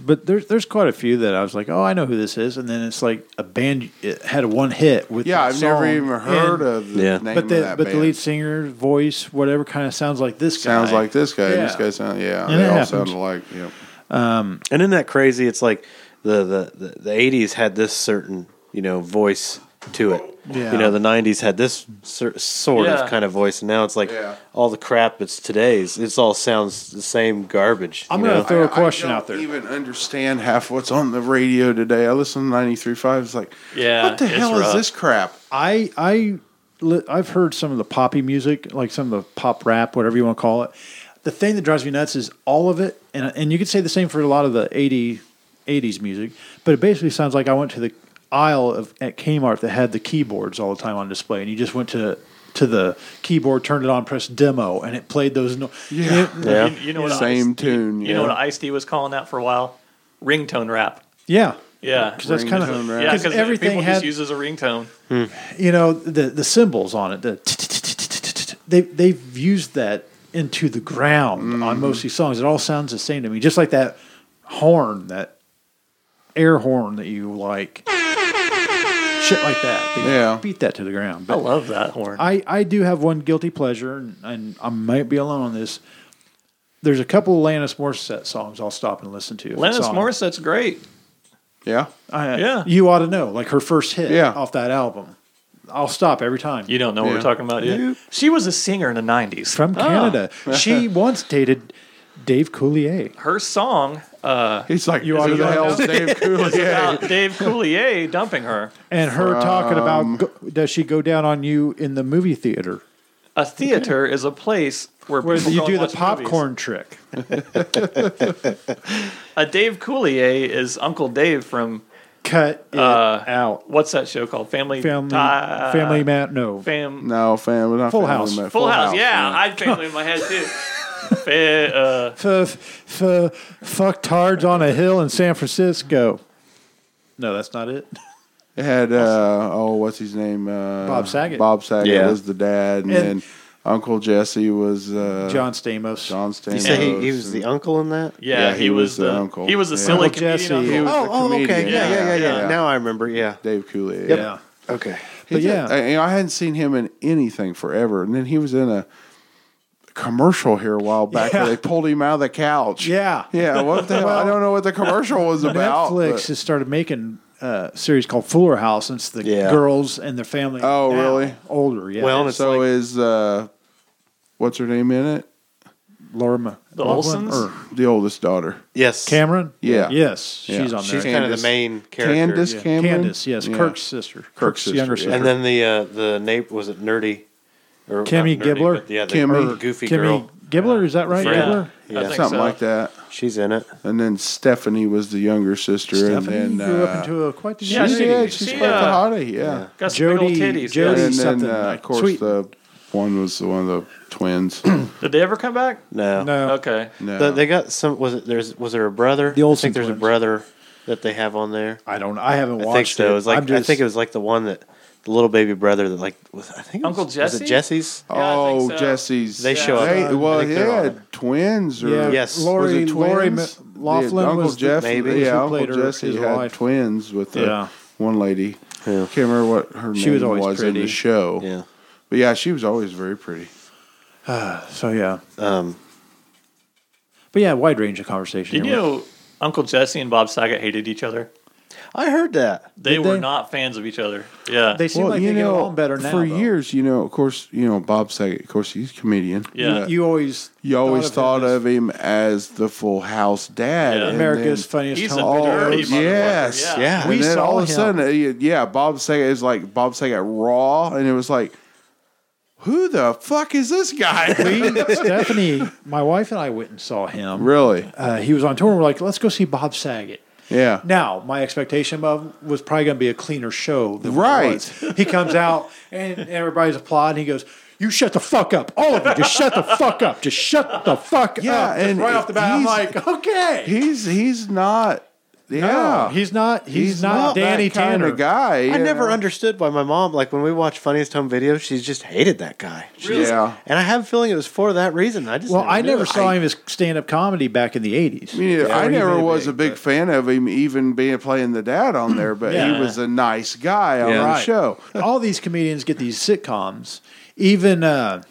But there's there's quite a few that I was like, oh, I know who this is, and then it's like a band it had one hit with yeah, that I've never song, even heard and- of the Yeah. name But the of that but band. the lead singer voice whatever kind of sounds like this guy. sounds like this guy. This Yeah. guy sounds yeah. And they it all happens. sound alike. Yep. And isn't that crazy? It's like the the the, the '80s had this certain you know voice to it. Yeah. You know, the '90s had this cer- sort Yeah. of kind of voice, and now it's like Yeah. all the crap. It's today's. It's all sounds the same garbage. I'm you gonna know? throw a I question don't out there. Even understand half what's on the radio today. I listen to 93.5. It's like, Yeah, what the it's hell is rough. this crap? I I li- I've heard some of the poppy music, like some of the pop rap, whatever you want to call it. The thing that drives me nuts is all of it, and and you could say the same for a lot of the 80, 80s music, but it basically sounds like I went to the aisle of at Kmart that had the keyboards all the time on display, and you just went to to the keyboard, turned it on, pressed demo, and it played those. No- Yeah. It- Yeah. You, you know what Same Ice- tune, You, yeah. know what Ice T was calling that for a while? Ringtone rap. yeah, Yeah, Because that's kind Ringtone of rap. yeah, because because everything people had just uses a ringtone. you know the the symbols on it. The they they've used that into the ground on Mm-hmm. most of these songs. It all sounds the same to me, just like that horn, that air horn that you like, shit like that. They Yeah. beat that to the ground. I But love that horn. I I do have one guilty pleasure, and, and I might be alone on this. There's a couple of Lannis Morissette songs I'll stop and listen to. if it's Lennox on. Morris, that's great. Yeah. I- Yeah. you ought to know, like her first hit Yeah. off that album. I'll stop every time. You don't know what Yeah. we're talking about yet. Nope. She was a singer in the '90s from Ah. Canada. she once dated Dave Coulier. Her song uh, He's like, You who oughta the know. hell's <laughs> Dave Coulier? about Dave Coulier dumping her. And her talking about go, does she go down on you in the movie theater A theater is a place where, where people you go do and the watch popcorn trick? movies. A Uh, Dave Coulier is Uncle Dave from Cut it Uh, out. what's that show called? Family Family, Ti- family man, no. Fam- No, fam. we're Not Full family, House. man. Full House. Yeah, man. I had family in my head too. Fa- uh, F- f- f- fucktards on a hill in San Francisco. No, that's not it. It had uh, oh, what's his name? Uh, Bob Saget. Bob Saget Yeah. was the dad, and, And- then Uncle Jesse was uh, John Stamos. John Stamos. You say he, he was the uncle in that? yeah, he, was, the uncle. He was the Yeah. silly Uncle comedian Jesse. uncle. He was- Oh, The oh, comedian. okay. Yeah, yeah, yeah, yeah, Yeah. Now I remember. Yeah. Dave Coulier. Yeah. Okay. But He yeah. did- I, I hadn't seen him in anything forever, and then he was in a commercial here a while back Yeah. where they pulled him out of the couch. Yeah. yeah. What the hell? I don't know what the commercial was about. Netflix Oh, but- has started making a series called Fuller House since the Yeah. girls and their family. Oh, now really? Older, yeah. Well, and it's so like, is uh, what's her name in it? Laura Ma- The Loughlin Olsons? or The oldest daughter, yes, Cameron? Yeah. Yes, Yeah. she's on She's there. kind of Candace- the main character. Candace Yeah. Cameron. Candace, yes, Yeah. Kirk's sister. Kirk's, sister, younger yeah. sister. And then the uh, the nape was it nerdy, or Kimmy not nerdy, Gibbler? but Yeah, the Kimmy. Kimmy, goofy Kimmy girl. Gibbler, is that right? Yeah. Gibbler? I Yeah. think something so. like that. She's in it. And then Stephanie was the younger sister, Stephanie and then grew uh, up into a quite the Yeah, she she- did. She's she, quite uh, the hottie. Yeah. Got some big old Jody, titties. Jody yes. And then, something. uh, of course, Sweet. the one was the one of the twins. Did they ever come back? No, no. Okay. No. The- they got some. Was it there's was there a brother? The I Olsen think there's a twins. brother that they have on there. I don't I haven't I think watched so. It was like I'm just- I think it was like the one that the little baby brother that like was I think it was- Uncle was Jesse? it Jesse's? Yeah, I oh, think so. Jesse's. They show up. They- well, I think they're yeah, on twins or yeah, Yes. was Lori, it Lori Ma- twins? Laughlin Yeah, Uncle was the- Jeff, maybe. who yeah, Uncle played her- Jesse his had wife. twins with the Yeah. one lady. Yeah. Can't remember what her She name was always in the pretty. show. Yeah. but yeah, she was always very pretty. So yeah. Um, But yeah, wide range of conversation. Did you here. know Uncle Jesse and Bob Saget hated each other? I heard that. They Did were they? not fans of each other. Yeah. They seem like they get along better now. For though. years, you know, of course, you know, Bob Saget, of course, he's a comedian. Yeah. you always You always thought him of him as the Full House dad. Yeah. and America's then- funniest. He's a home. Oh, dirty motherfucker. yes. Yeah. Yeah. We We and then saw all of a him. sudden, uh, yeah, Bob Saget is like Bob Saget Raw, and it was like, who the fuck is <laughs> this guy? We- Stephanie, my wife and I went and saw him. really? Uh, he was on tour. and We're like, let's go see Bob Saget. Yeah. Now, my expectation of was probably going to be a cleaner show than what Right. it was. He comes out and everybody's applauding. He goes, "You shut the fuck up, all of you! Just shut the fuck up! Just shut the fuck Yeah, up!" Just and right off the bat, I'm he's- like, "Okay, He's he's not. Yeah, No, he's not. He's, not, that Danny kind Tanner. of guy. I you never know? understood why my mom, like when we watched Funniest Home Videos, she just hated that guy. She just- Yeah. And I have a feeling it was for that reason. I just Well, I knew never it. saw I- him as stand-up comedy back in the '80s. Me neither. Yeah, I he never may was be, a big but- fan of him, even being playing the dad on there. But Yeah. he was a nice guy on Yeah. the Right. show. all these comedians get these sitcoms. Even uh,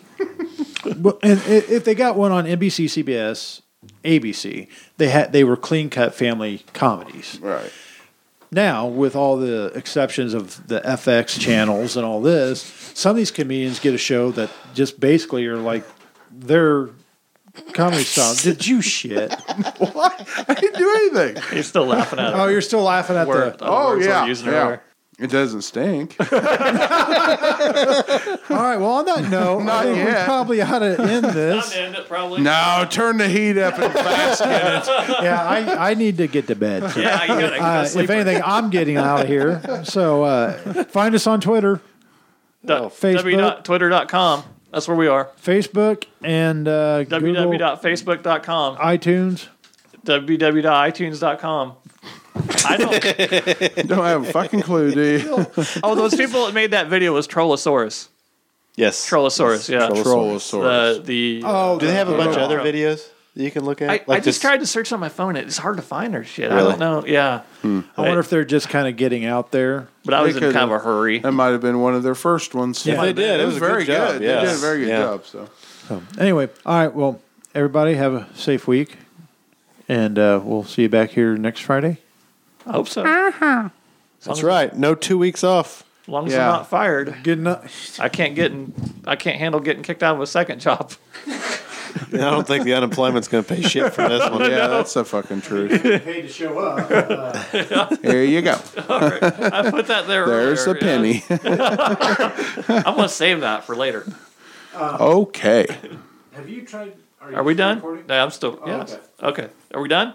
well, and i- if they got one on NBC, CBS, ABC, they had they were clean cut family comedies. Right. Now, with all the exceptions of the FX channels and all this, some of these comedians get a show that just basically are like they're comedy <laughs> style. Did you shit? I didn't do <laughs> anything. He's still laughing at it. Oh, you're still laughing at Word- the. other oh words yeah, we're using yeah. earlier. It <laughs> doesn't stink. All right. Well, on <laughs> that note, Not I think we yet. probably ought to end I'm <laughs> this. in it, probably. no, turn the heat up and fast. yeah, I, I need to get to bed. <laughs> too. Yeah, you gotta, you gotta Uh, if sleep. anything, I'm getting out <laughs> of here. So uh, find us on Twitter, Dot- Facebook. www.twitter.com. That's where we are. Facebook, and uh, Google, www.facebook.com. iTunes. www.itunes.com. I <laughs> don't. Don't have a fucking clue, do <laughs> you? Oh, those people that made that video was Trollosaurus. Yes. Trollosaurus, yeah. Trollosaurus. The, the, Oh, Do they have a bunch of other Yeah. videos that you can look at? I, I Like just this- tried to search on my phone. It's hard to find her shit. I Really? don't know. Yeah. I wonder if they're just kind of getting out there. But I was in They could- kind of a hurry. That might have been one of their first ones. Yeah, They did. It was, a very good. Job. good. Yeah. They did a very good Yeah. job. <laughs> So Anyway, all right. Well, everybody have a safe week, and uh, we'll see you back here next Friday. I hope so. As That's right. No two weeks off. long as Yeah. I'm not fired, Good night. <laughs> I can't get in, I can't handle getting kicked out of a second job. I don't think the unemployment's going to pay shit for this one. yeah, that's the fucking truth. Paid to show up. Here you <laughs> go. I <laughs> put that there. There's earlier, a penny. <laughs> yeah. I'm gonna save that for later. okay. Have you tried? Are we done? No, I'm still. yes. Oh, Okay. Are we done?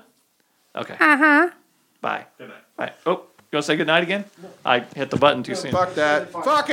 Okay. Uh huh. Bye. Good night. Bye. Oh, you want to say good night again? I hit the button too soon. Fuck that. Fuck it.